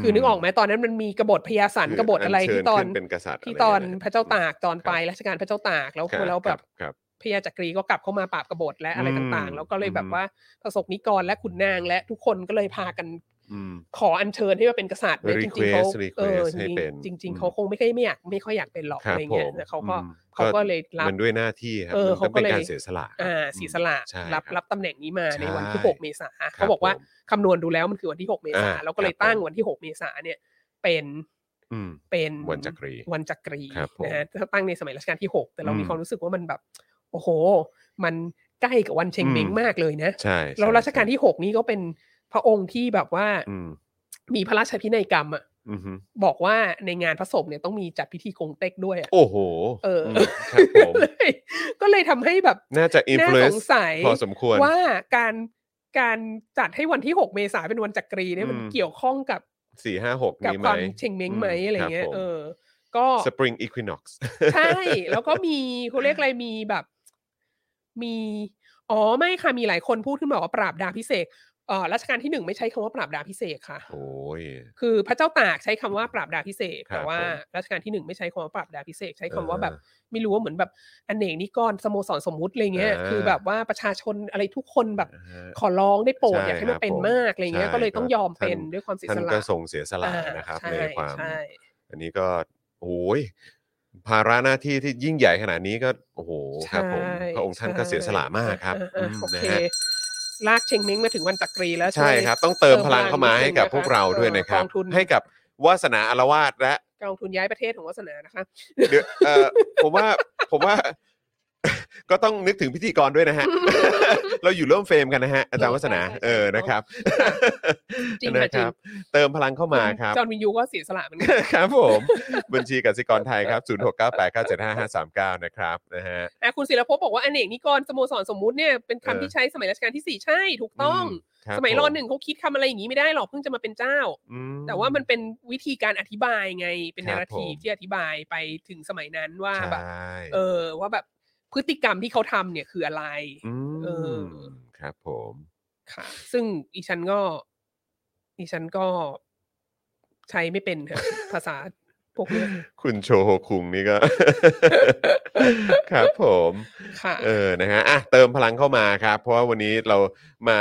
[SPEAKER 4] คือนึกออกไหมตอนนั้นมันมีกบฏพญาสัน
[SPEAKER 3] คื
[SPEAKER 4] กบฏอะไร
[SPEAKER 3] เชิ
[SPEAKER 4] ที่
[SPEAKER 3] ญ
[SPEAKER 4] ตอน
[SPEAKER 3] ขึ้เป็นกษัตริย์
[SPEAKER 4] ที่
[SPEAKER 3] ไร
[SPEAKER 4] ตอน
[SPEAKER 3] ย่งงี้ย
[SPEAKER 4] พระเจ้าตากตอน
[SPEAKER 3] ครับ
[SPEAKER 4] ปลายรัชกาลพระเจ้าตากแล้ว
[SPEAKER 3] ครับ
[SPEAKER 4] แล้วแบบ
[SPEAKER 3] ครับ
[SPEAKER 4] พญาจักรีก็กลับเข้ามาปราบกบฏและอะไร
[SPEAKER 3] อืม
[SPEAKER 4] ต่างๆ แล้วก็เลยแบ
[SPEAKER 3] อื
[SPEAKER 4] บ
[SPEAKER 3] ม
[SPEAKER 4] ว่าประสบนิกรและขุนนางและทุกคนก็เลยพากัน
[SPEAKER 3] อืม
[SPEAKER 4] ขออัญเชิญให้มาเป็นกษัตริย์เนี่ยจริงๆเขา
[SPEAKER 3] Request request
[SPEAKER 4] เออ
[SPEAKER 3] ให้เป็น
[SPEAKER 4] จริงๆจริง
[SPEAKER 3] อืม
[SPEAKER 4] ๆเขาคงไม่ค่อยไม่อยากไม่ค่อยอยากเป็นหรอก
[SPEAKER 3] ครับ
[SPEAKER 4] อะไรเงี้ย
[SPEAKER 3] ผม
[SPEAKER 4] แต่เขาก็
[SPEAKER 3] อืม
[SPEAKER 4] เขา
[SPEAKER 3] ก็
[SPEAKER 4] ก็เลยรับ
[SPEAKER 3] มันด้วยหน้าที่ครับ
[SPEAKER 4] เออ
[SPEAKER 3] มันก็
[SPEAKER 4] เขาก็
[SPEAKER 3] เป็น
[SPEAKER 4] เลย
[SPEAKER 3] การเสียสละครับ
[SPEAKER 4] อ่าสีสละ
[SPEAKER 3] ใช่
[SPEAKER 4] รับ
[SPEAKER 3] ค
[SPEAKER 4] รับตำแหน่งนี้มาในวันที่
[SPEAKER 3] ใช่
[SPEAKER 4] 6 เมษาเขาบอกว่า
[SPEAKER 3] ผม
[SPEAKER 4] คำนวณดูแล้วมันคือวันที่ 6 เมษา
[SPEAKER 3] อ่า
[SPEAKER 4] แล้วก็เล
[SPEAKER 3] ค
[SPEAKER 4] ย
[SPEAKER 3] รับผม
[SPEAKER 4] ตั้งวันที่ 6 เมษาเนี่ยเป็น
[SPEAKER 3] อืม
[SPEAKER 4] เป็น
[SPEAKER 3] วันจักรี
[SPEAKER 4] วันจักรี
[SPEAKER 3] ครับผม
[SPEAKER 4] นะฮะถ้าตั้งในสมัยรัชกาลที่ 6 แต่เรา
[SPEAKER 3] อืม
[SPEAKER 4] มีความรู้สึกว่ามันแบบ โอ้โห มันใกล้กับวันเชงเม้ง
[SPEAKER 3] อืม
[SPEAKER 4] มากเลยนะ
[SPEAKER 3] ใช่ใช่
[SPEAKER 4] แล้วรัชกาลที่ 6 นี้ก็เป็นพระองค์ที่แบบว่า
[SPEAKER 3] อืม
[SPEAKER 4] มีพระราชพินัยกรรมอะ
[SPEAKER 3] อือฮึ
[SPEAKER 4] บอกว่าในงานพระศพเนี่ยต้องมีจัดพิธีกงเต็กด้วยอะ
[SPEAKER 3] โอ้โห
[SPEAKER 4] เออ
[SPEAKER 3] มครับ ผม
[SPEAKER 4] เลยก็เลยทำให้แบบ
[SPEAKER 3] น่าจะอิม
[SPEAKER 4] น่า
[SPEAKER 3] ฟลูเอน
[SPEAKER 4] สง
[SPEAKER 3] ซ์
[SPEAKER 4] สัย
[SPEAKER 3] พอสมควร
[SPEAKER 4] ว่าการการจัดให้วันที่ 6 เมษาเป็นวันจักรีเนี่ยมัน
[SPEAKER 3] อืม
[SPEAKER 4] เกี่ยวข้องกับ
[SPEAKER 3] สี่ห้าหก
[SPEAKER 4] กับ
[SPEAKER 3] นี้
[SPEAKER 4] ค
[SPEAKER 3] ไหม
[SPEAKER 4] วามเชงเม้งไหมอะไรเงี้ยเออ ก็
[SPEAKER 3] สปริงอีควินอกซ์
[SPEAKER 4] ใช่ แล้วก็มีเขาเรียกอะไรมีแบบ มีอ๋อไม่ค่ะมีหลายคนพูดขึ้นมาว่าปราบดาพิเศษกเอ่อรัชกาลที่หนึ่งไม่ใช้คำว่าปราบดาพิเศษกค่ะ
[SPEAKER 3] โอ้ย
[SPEAKER 4] คือพระเจ้าตากใช้คำว่าปราบดาพิเศษก
[SPEAKER 3] ครับ
[SPEAKER 4] แต่ว่า
[SPEAKER 3] ผม
[SPEAKER 4] รัชกาลที่หนึ่งไม่ใช้คำว่าปราบดาพิเศษกใช้คำว่า
[SPEAKER 3] อ่า
[SPEAKER 4] แบบ ไม่รู้ว่าเหมือนแบบอเนกนิกรสโมสรสมมุติอะไรเงี้ย
[SPEAKER 3] อ่า
[SPEAKER 4] คือแบบว่าประชาชนอะไรทุกคนแบบ
[SPEAKER 3] นะฮะ
[SPEAKER 4] ขอร้องได้โปรด
[SPEAKER 3] ใช่
[SPEAKER 4] อยากให้มันเป็น
[SPEAKER 3] ครับผม
[SPEAKER 4] มากอะไรเงี้ย
[SPEAKER 3] ใช่
[SPEAKER 4] ก็เลยต้อง
[SPEAKER 3] ครับ
[SPEAKER 4] ยอม
[SPEAKER 3] ท่าน
[SPEAKER 4] เป็นด้วยความเสีย
[SPEAKER 3] ท่าน
[SPEAKER 4] สละ
[SPEAKER 3] ก็ทรงเสียสละ
[SPEAKER 4] อ่า
[SPEAKER 3] นะครับ
[SPEAKER 4] ใช่
[SPEAKER 3] ในความ
[SPEAKER 4] ใช่
[SPEAKER 3] อันนี้ก็โอ้ยภาระหน้าที่ที่ยิ่งใหญ่ขนาดนี้ก็โอ้โหครับผม
[SPEAKER 4] ใช่
[SPEAKER 3] พระองค์ท่านก็เสียสละมากครับ
[SPEAKER 4] ใช่อ่ะ
[SPEAKER 3] ม
[SPEAKER 4] โอ
[SPEAKER 3] นะ
[SPEAKER 4] เค
[SPEAKER 3] ฮะ
[SPEAKER 4] ลากเชงเม้งมาถึงวันจักรีแล้ว
[SPEAKER 3] ใช่
[SPEAKER 4] ไหม
[SPEAKER 3] ครับ ต้องเติมพลัง
[SPEAKER 4] เติมพลัง
[SPEAKER 3] เข้ามาให้กับ
[SPEAKER 4] นิด
[SPEAKER 3] พ
[SPEAKER 4] นึงนะคะ
[SPEAKER 3] วกเราด้วย
[SPEAKER 4] เออ
[SPEAKER 3] นะครับ
[SPEAKER 4] กองทุน
[SPEAKER 3] ให้กับวาสนาอารวาสและ
[SPEAKER 4] กองทุนย้ายประเทศของวัสนานะคะ
[SPEAKER 3] เดี๋ยวเอ่อ ผมว่าผมว่า ก็ต้องนึกถึงพิธีกรด้วย นะฮะ เราอยู่ร่วมเฟรมกันนะฮะอาจารย์วัฒนา
[SPEAKER 4] ใช่ใช่
[SPEAKER 3] เออนะครับ
[SPEAKER 4] จริงค่ะ
[SPEAKER 3] นะค
[SPEAKER 4] จริ
[SPEAKER 3] รั
[SPEAKER 4] ง
[SPEAKER 3] บ เติมพลังเข้ามาครับ
[SPEAKER 4] จอห์นวินยูก็เสียสละเห มือนกัน
[SPEAKER 3] ครับผม บัญชีกสิกรไทยครับ 0698975539 นะครับนะฮะ
[SPEAKER 4] อ่ะคุณศิรภพบอกว่าอเนกนิกรสโมสรสมมุติเนี่ยเป็นคำ
[SPEAKER 3] เออ
[SPEAKER 4] ที่ใช้สมัยรัชกาลที่สี่ใช่ถูกต้อง
[SPEAKER 3] คบ
[SPEAKER 4] สมัยรอ
[SPEAKER 3] ผ
[SPEAKER 4] หนึ่งเขาคิดคำอะไรอย่างนี้ไม่ได้หรอกเพิ่งจะมาเป็นเจ้า
[SPEAKER 3] อื
[SPEAKER 4] แต่ว่ามันเป็นวิธีการอธิบายไงเป็น
[SPEAKER 3] ค
[SPEAKER 4] นา
[SPEAKER 3] บ
[SPEAKER 4] รที
[SPEAKER 3] ผม
[SPEAKER 4] ที่อธิบายไปถึงสมัยนั้นว่า
[SPEAKER 3] ใช่
[SPEAKER 4] แบบเออว่าแบบพฤติกรรมที่เขาทำเนี่ยคืออะไร
[SPEAKER 3] ม
[SPEAKER 4] เออ
[SPEAKER 3] ครับผม
[SPEAKER 4] ค่ะ ซึ่งอีฉันก็อีฉันก็ใช้ไม่เป็นค่ะ ภาษาพวกเนี้ย
[SPEAKER 3] คุณโชโฮคุงนี่ก็ ครับผม
[SPEAKER 4] ค่ะ
[SPEAKER 3] เออนะฮะอ่ะเติมพลังเข้ามาครับ เพราะว่าวันนี้เรามา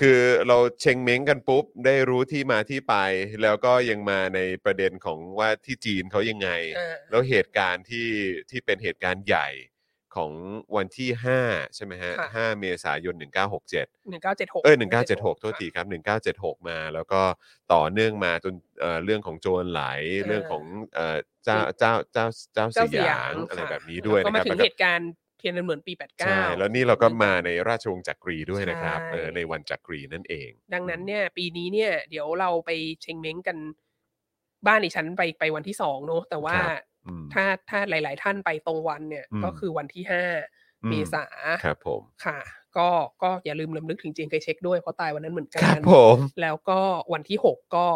[SPEAKER 3] คือเราเชงเม้งกันปุ๊บ ได้รู้ที่มาที่ไป แล้วก็ยังมาในประเด็นของว่าที่จีนเขายังไง
[SPEAKER 4] อ่า
[SPEAKER 3] แล้วเหตุการณ์ที่ที่เป็นเหตุการณ์ใหญ่ของวันที่ 5 ใช่ไหมฮะ
[SPEAKER 4] ค่ะ
[SPEAKER 3] 5 เมษายน 1967
[SPEAKER 4] หนึ่งเก้าเจ็ดหก
[SPEAKER 3] เอ้ย 1976 โทษทีครับ 1976 มา แล้วก็ต่อเนื่องมาจนเอ่อเรื่องของโจรไหล เรื่องของเอ่อเจ้าเจ้าเจ้าเจ้าสี
[SPEAKER 4] เจ้าส
[SPEAKER 3] ห
[SPEAKER 4] ยาย
[SPEAKER 3] าง
[SPEAKER 4] ม
[SPEAKER 3] อะไร
[SPEAKER 4] ค่ะ
[SPEAKER 3] แบบนี้ด้วย
[SPEAKER 4] แล้วก็
[SPEAKER 3] นะ
[SPEAKER 4] มา
[SPEAKER 3] ครับแล้ว
[SPEAKER 4] ถึง
[SPEAKER 3] ก็
[SPEAKER 4] เหตุการณ์เทียนดำเนินปีแปดเก้า
[SPEAKER 3] ใช่ แล้วนี่เราก็มาในราชวงศ์จักรีด้วยนะครับ
[SPEAKER 4] ใช่
[SPEAKER 3] เออในวันจักรีนั่นเอง
[SPEAKER 4] ดังนั้นเนี่ย ปีนี้เนี่ย เดี๋ยวเราไปเชงเม้งกันบ้านอีฉันไปไปวันที่สองเนอะแต่ว่า
[SPEAKER 3] อืม
[SPEAKER 4] ถ้าถ้าหลาย ๆ ท่านไปตรงวันเนี่ย
[SPEAKER 3] อืม
[SPEAKER 4] ก็คือวันที่ห้าเมษา
[SPEAKER 3] ครับผม
[SPEAKER 4] ค่ะ ก็ก็อย่าลืมลำลึกถึงเจียงไคเช็กด้วยเพราะตายวันนั้นเหมือนกั
[SPEAKER 3] ครับผม
[SPEAKER 4] แล้วก็วันที่หกก็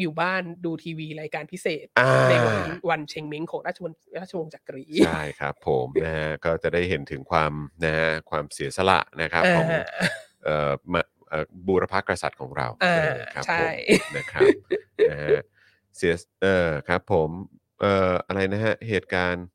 [SPEAKER 4] อยู่บ้านดูทีวีรายการพิเศษ
[SPEAKER 3] อ่า
[SPEAKER 4] ในวันวันเชงเม้งของราชวงศ์ราชวงศ์จักรี
[SPEAKER 3] ใช่ครับผม นะฮะก็จะได้เห็นถึงความนะฮะความเสียสละนะครับของ
[SPEAKER 4] อ่า
[SPEAKER 3] เอ่อมาเอ่อบูรพกษัตริย์ของเรา
[SPEAKER 4] อ่า
[SPEAKER 3] เออครับ
[SPEAKER 4] ใช่
[SPEAKER 3] ผมนะครับ นะฮะเสียเออครับผมเอ่ออะไรนะฮะเหตุการณ์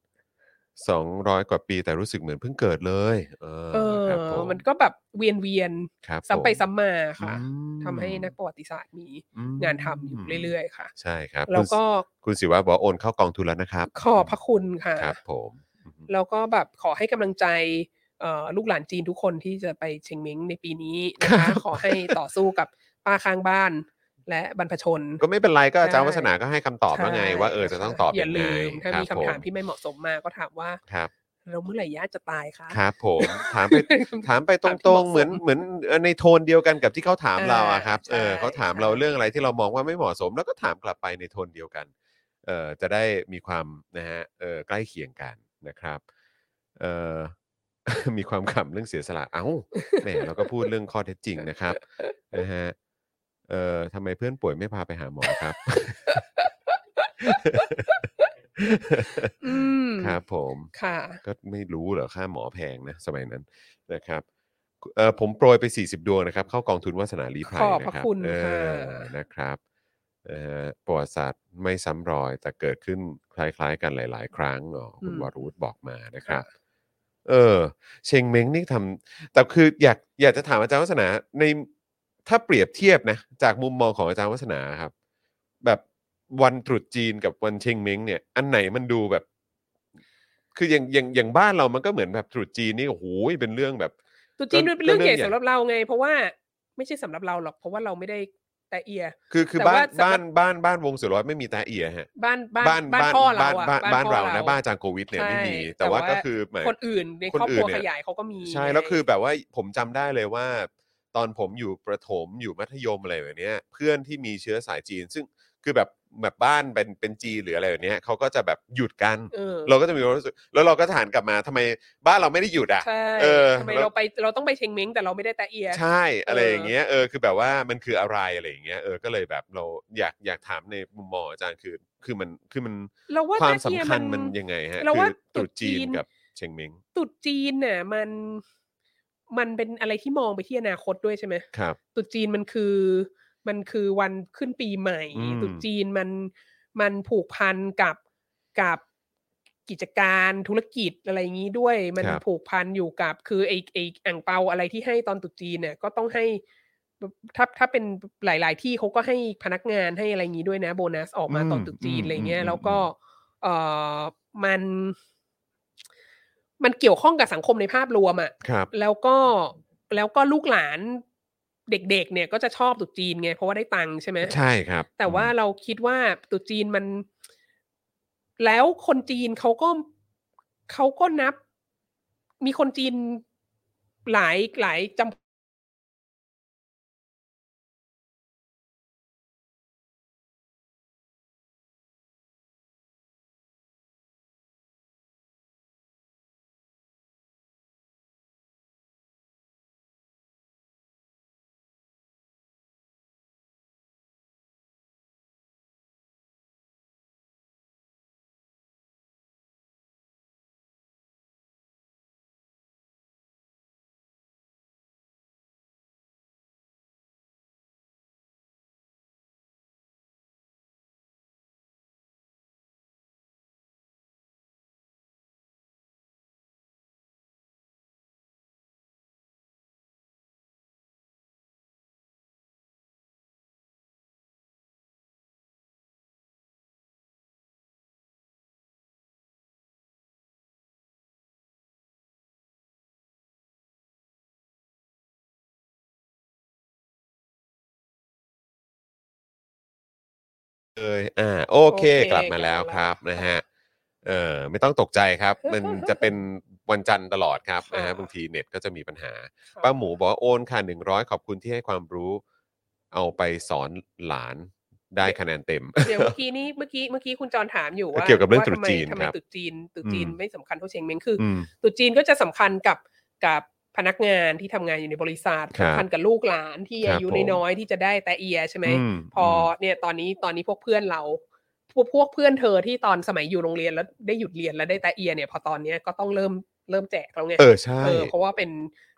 [SPEAKER 3] 200 กว่าปีแต่รู้สึกเหมือนเพิ่งเกิดเลย เออ
[SPEAKER 4] เออ
[SPEAKER 3] ครับผม
[SPEAKER 4] มันก็แบบเวียนเวียน
[SPEAKER 3] ครับ
[SPEAKER 4] ๆซ้ำไป
[SPEAKER 3] ผม
[SPEAKER 4] ซ้ำมาค่ะ
[SPEAKER 3] อืม
[SPEAKER 4] ทำให้นักประวัติศาสตร์มี
[SPEAKER 3] อืม
[SPEAKER 4] งานทำอยู่เรื่อยๆค่ะ
[SPEAKER 3] ใช่ครับ
[SPEAKER 4] แล้วก็
[SPEAKER 3] คุณคุณศิวะบอกว่าโอนเข้ากองทุนแล้วนะครับ
[SPEAKER 4] ขอบพระคุณค่ะ
[SPEAKER 3] ครับผมอืม
[SPEAKER 4] แล้วก็แบบขอให้กำลังใจเอ่อลูกหลานจีนทุกคนที่จะไปเชงเม้งในปีนี้นะ
[SPEAKER 3] ครั
[SPEAKER 4] คะ
[SPEAKER 3] บ
[SPEAKER 4] ขอให้ต่อสู้กับป้าข้างบ้าน และบรรพชน
[SPEAKER 3] ก็ไม่เป็นไรก็อาจารย์
[SPEAKER 4] ใช่
[SPEAKER 3] วัฒนาก็ให้คำตอบแล้วไง
[SPEAKER 4] ใช่
[SPEAKER 3] ว่าเออจะต้องตอบ
[SPEAKER 4] อย่าลืม
[SPEAKER 3] ยังไง
[SPEAKER 4] ถ้ามี
[SPEAKER 3] ค
[SPEAKER 4] คำ
[SPEAKER 3] รับผ
[SPEAKER 4] ถามที่ไม่เหมาะสมมาก็ถามว่า
[SPEAKER 3] ครับ
[SPEAKER 4] เราเมื่อไหร่ย่าจะตายคะ
[SPEAKER 3] ครับผมถามไป ถามไปตร
[SPEAKER 4] ที่
[SPEAKER 3] งๆ
[SPEAKER 4] ส
[SPEAKER 3] เหมือนเหมือนในโทนเดียวกันกับที่เขาถาม
[SPEAKER 4] อ่า
[SPEAKER 3] เราอะครับ เออ
[SPEAKER 4] ใช่
[SPEAKER 3] เขาถาม
[SPEAKER 4] ใช่
[SPEAKER 3] เราเรื่องอะไรที่เรามองว่าไม่เหมาะสม แล้วก็ถามกลับไปในโทนเดียวกัน เออจะได้มีความนะฮะเออใกล้เคียงกันนะครับ เออ มีความขำเรื่องเสียสละเอ้าแหมเราก็พูดเรื่องข้อเท็จจริงนะครับนะฮะเออทำไมเพื่อนป่วยไม่พาไปหาหมอครับ
[SPEAKER 4] อืม
[SPEAKER 3] ครับผม
[SPEAKER 4] ค่ะ
[SPEAKER 3] ก็ไม่รู้เหรอค่าหมอแพงนะสมัยนั้นนะครับเออผมโปรยไป 40 ดวงนะครับ เข้ากองทุนวาสนาลีภัย
[SPEAKER 4] ขอบพระ
[SPEAKER 3] นะครับ
[SPEAKER 4] คุณ
[SPEAKER 3] เอ
[SPEAKER 4] ค่ะ
[SPEAKER 3] อนะครับเอ่อประวัติศาสตร์ไม่ซ้ำรอย แต่เกิดขึ้นคล้ายๆ กันหลาย ๆ ครั้งอ๋อคุณวรวุฒิบอกมานะครับ เออ เชงเม้งนี่ทำแต่คืออยากอยากจะถามอาจารย์วัฒนาในถ้าเปรียบเทียบนะ จากมุมมองของอาจารย์วัฒนาครับ แบบวันตรุษจีนกับวันเชงเม้งเนี่ย อันไหนมันดูแบบ คืออย่างอย่างอย่างบ้านเรามันก็เหมือนแบบตรุษจีนนี่โอ้โหเป็นเรื่องแบบ
[SPEAKER 4] ตุ๊จีนมันเป็
[SPEAKER 3] ก็
[SPEAKER 4] นเรื่อง
[SPEAKER 3] เรื่อ
[SPEAKER 4] ใหญ่
[SPEAKER 3] งใหญ่
[SPEAKER 4] สำหรับเราไง เพราะว่าไม่ใช่สำหรับเราหรอกเพราะว่าเราไม่ได้แต่เอีย
[SPEAKER 3] คือคือ
[SPEAKER 4] แต่
[SPEAKER 3] บ้า
[SPEAKER 4] ว่าน สำหรับ
[SPEAKER 3] บ้านบ้านบ้านวงเสือร้อยไม่มีตาเอียฮะ
[SPEAKER 4] บ้านบ้านบ้านพ่อเรา
[SPEAKER 3] บ้าน
[SPEAKER 4] อะ
[SPEAKER 3] บ้านบ้าน
[SPEAKER 4] พ่อ
[SPEAKER 3] เรานะบ้านอาจางโควิดเนี่ย
[SPEAKER 4] ใช่
[SPEAKER 3] ไม่มี แต่ว่าก็คือหมาย
[SPEAKER 4] คนอื่นใน
[SPEAKER 3] คน
[SPEAKER 4] ครอบ
[SPEAKER 3] อื่
[SPEAKER 4] คน รัว
[SPEAKER 3] เนี่ย
[SPEAKER 4] ขยายเขาก็มี
[SPEAKER 3] ใช่
[SPEAKER 4] ไง
[SPEAKER 3] แล้วคือแบบว่าผมจำได้เลยว่า ตอนผมอยู่ประถมอยู่มัธยมอะไรแบบเนี้ย เพื่อนที่มีเชื้อสายจีน ซึ่งคือแบบแบบบ้านเป็นเป็นจีนหรืออะไรแบบเนี้ยเขาก็จะแบบหยุดกัน
[SPEAKER 4] เออ
[SPEAKER 3] เราก็จะมีความรู้สึกแล้วเราก็ถานกลับมาทำไมบ้านเราไม่ได้หยุดอ่ะ
[SPEAKER 4] ใช่
[SPEAKER 3] เออ
[SPEAKER 4] ทำไม
[SPEAKER 3] แล้ว
[SPEAKER 4] เราไปเราต้องไปเชงเม้งแต่เราไม่ได้แต่เอีย
[SPEAKER 3] ใช่อะไร
[SPEAKER 4] เออ
[SPEAKER 3] อ
[SPEAKER 4] อ
[SPEAKER 3] ย่างเงี้ยเออคือแบบว่ามันคืออะไรอะไรอย่างเงี้ยเออก็เลยแบบเราอยากอยากถามในมุมมองอาจารย์คือคือมันคือมัน
[SPEAKER 4] เราว่า
[SPEAKER 3] ความ
[SPEAKER 4] แต่
[SPEAKER 3] สำ
[SPEAKER 4] เอีย
[SPEAKER 3] คั
[SPEAKER 4] มั
[SPEAKER 3] ญ
[SPEAKER 4] น
[SPEAKER 3] มันยังไงฮะ
[SPEAKER 4] เรา
[SPEAKER 3] คื
[SPEAKER 4] ว่า
[SPEAKER 3] อตรุษจีน
[SPEAKER 4] ตรุษจีน
[SPEAKER 3] กับเชงเม้ง
[SPEAKER 4] ตรุดจีนน่ะมันมันเป็นอะไรที่มองไปที่อนาคตด้วยใช่ไหม
[SPEAKER 3] ครับ
[SPEAKER 4] ตรุดจีนมันคือ มันคือวันขึ้นปีใหม่
[SPEAKER 3] อืม
[SPEAKER 4] ตรุดจีนมันมันผูกพันกับกับกิจการธุรกิจอะไรอย่างนี้ด้วย มัน
[SPEAKER 3] ครับ
[SPEAKER 4] ผูกพันอยู่กับคือไอไออ่างเปาอะไรที่ให้ตอนตรุดจีนเนี่ยก็ต้องให้ถ้าถ้าเป็นหลาย ๆ ที่เขาก็ให้พนักงานให้อะไรอย่างนี้ด้วยนะ โบนัสออกมาตอนตรุดจีนอะไรเงี้ยแล้วก็ เออมัน มันเกี่ยวข้องกับสังคมในภาพรวมอะ
[SPEAKER 3] ครับ
[SPEAKER 4] แล้วก็แล้วก็ลูกหลานเด็กๆ เนี่ยก็จะชอบตรุ๊จีนไงเพราะว่าได้ตังค์ใช่ไหม
[SPEAKER 3] ใช่ครับ
[SPEAKER 4] แต่ว่าเราคิดว่าตรุ๊จีนมัน แล้วคนจีนเขาก็เขาก็นับ มีคนจีนหลายหลายจำ
[SPEAKER 3] เอยอ่าโอเค
[SPEAKER 4] โอเค
[SPEAKER 3] กลับมาแล้ว
[SPEAKER 4] กลับมา
[SPEAKER 3] ครับ
[SPEAKER 4] แล้ว
[SPEAKER 3] นะฮะเออไม่ต้องตกใจครับ มันจะเป็นวันจันทร์ตลอดครับนะฮะ
[SPEAKER 4] ค่ะ
[SPEAKER 3] บางทีเน็ตก็จะมีปัญหา ป้าหมูบอกว่าโอนค่ะหนึ่งร้อยขอบคุณที่ให้ความรู้ เอาไปสอนหลานได้คะแนนเต็ม
[SPEAKER 4] เดี๋ยวเมื่อกี้นี้เมื่อกี้เมื่อกี้คุณจรถามอยู่ว่า
[SPEAKER 3] เกี่ยวกับเรื่อง
[SPEAKER 4] าทำ
[SPEAKER 3] ตรุ
[SPEAKER 4] ไม
[SPEAKER 3] ษจีน
[SPEAKER 4] ทำไม
[SPEAKER 3] ครับ
[SPEAKER 4] ตรุษจีนตรุษจีน
[SPEAKER 3] อืม
[SPEAKER 4] ไม่สำคัญเท่าเชงเม้งคืออ
[SPEAKER 3] อืม
[SPEAKER 4] ตรุษจีนก็จะสำคัญกับกับพนักงานที่ทำงานอยู่ในบริษัท
[SPEAKER 3] ครับ
[SPEAKER 4] สำคัญกับลูกหลานที่
[SPEAKER 3] ครับ
[SPEAKER 4] อายุ
[SPEAKER 3] ผม
[SPEAKER 4] น้อยๆที่จะได้แต่เอียใช่ไหม
[SPEAKER 3] ม
[SPEAKER 4] พอเนี่ยตอนนี้ตอนนี้พวกเพื่อนเรา พวกพวกเพื่อนเธอที่ตอนสมัยอยู่โรงเรียนแล้วได้หยุดเรียนแล้วได้แต่เอียเนี่ยพอตอนเนี้ยก็ต้องเริ่มเริ่มแจกแล้วไง
[SPEAKER 3] เออใช่
[SPEAKER 4] เออเพราะว่าเป็น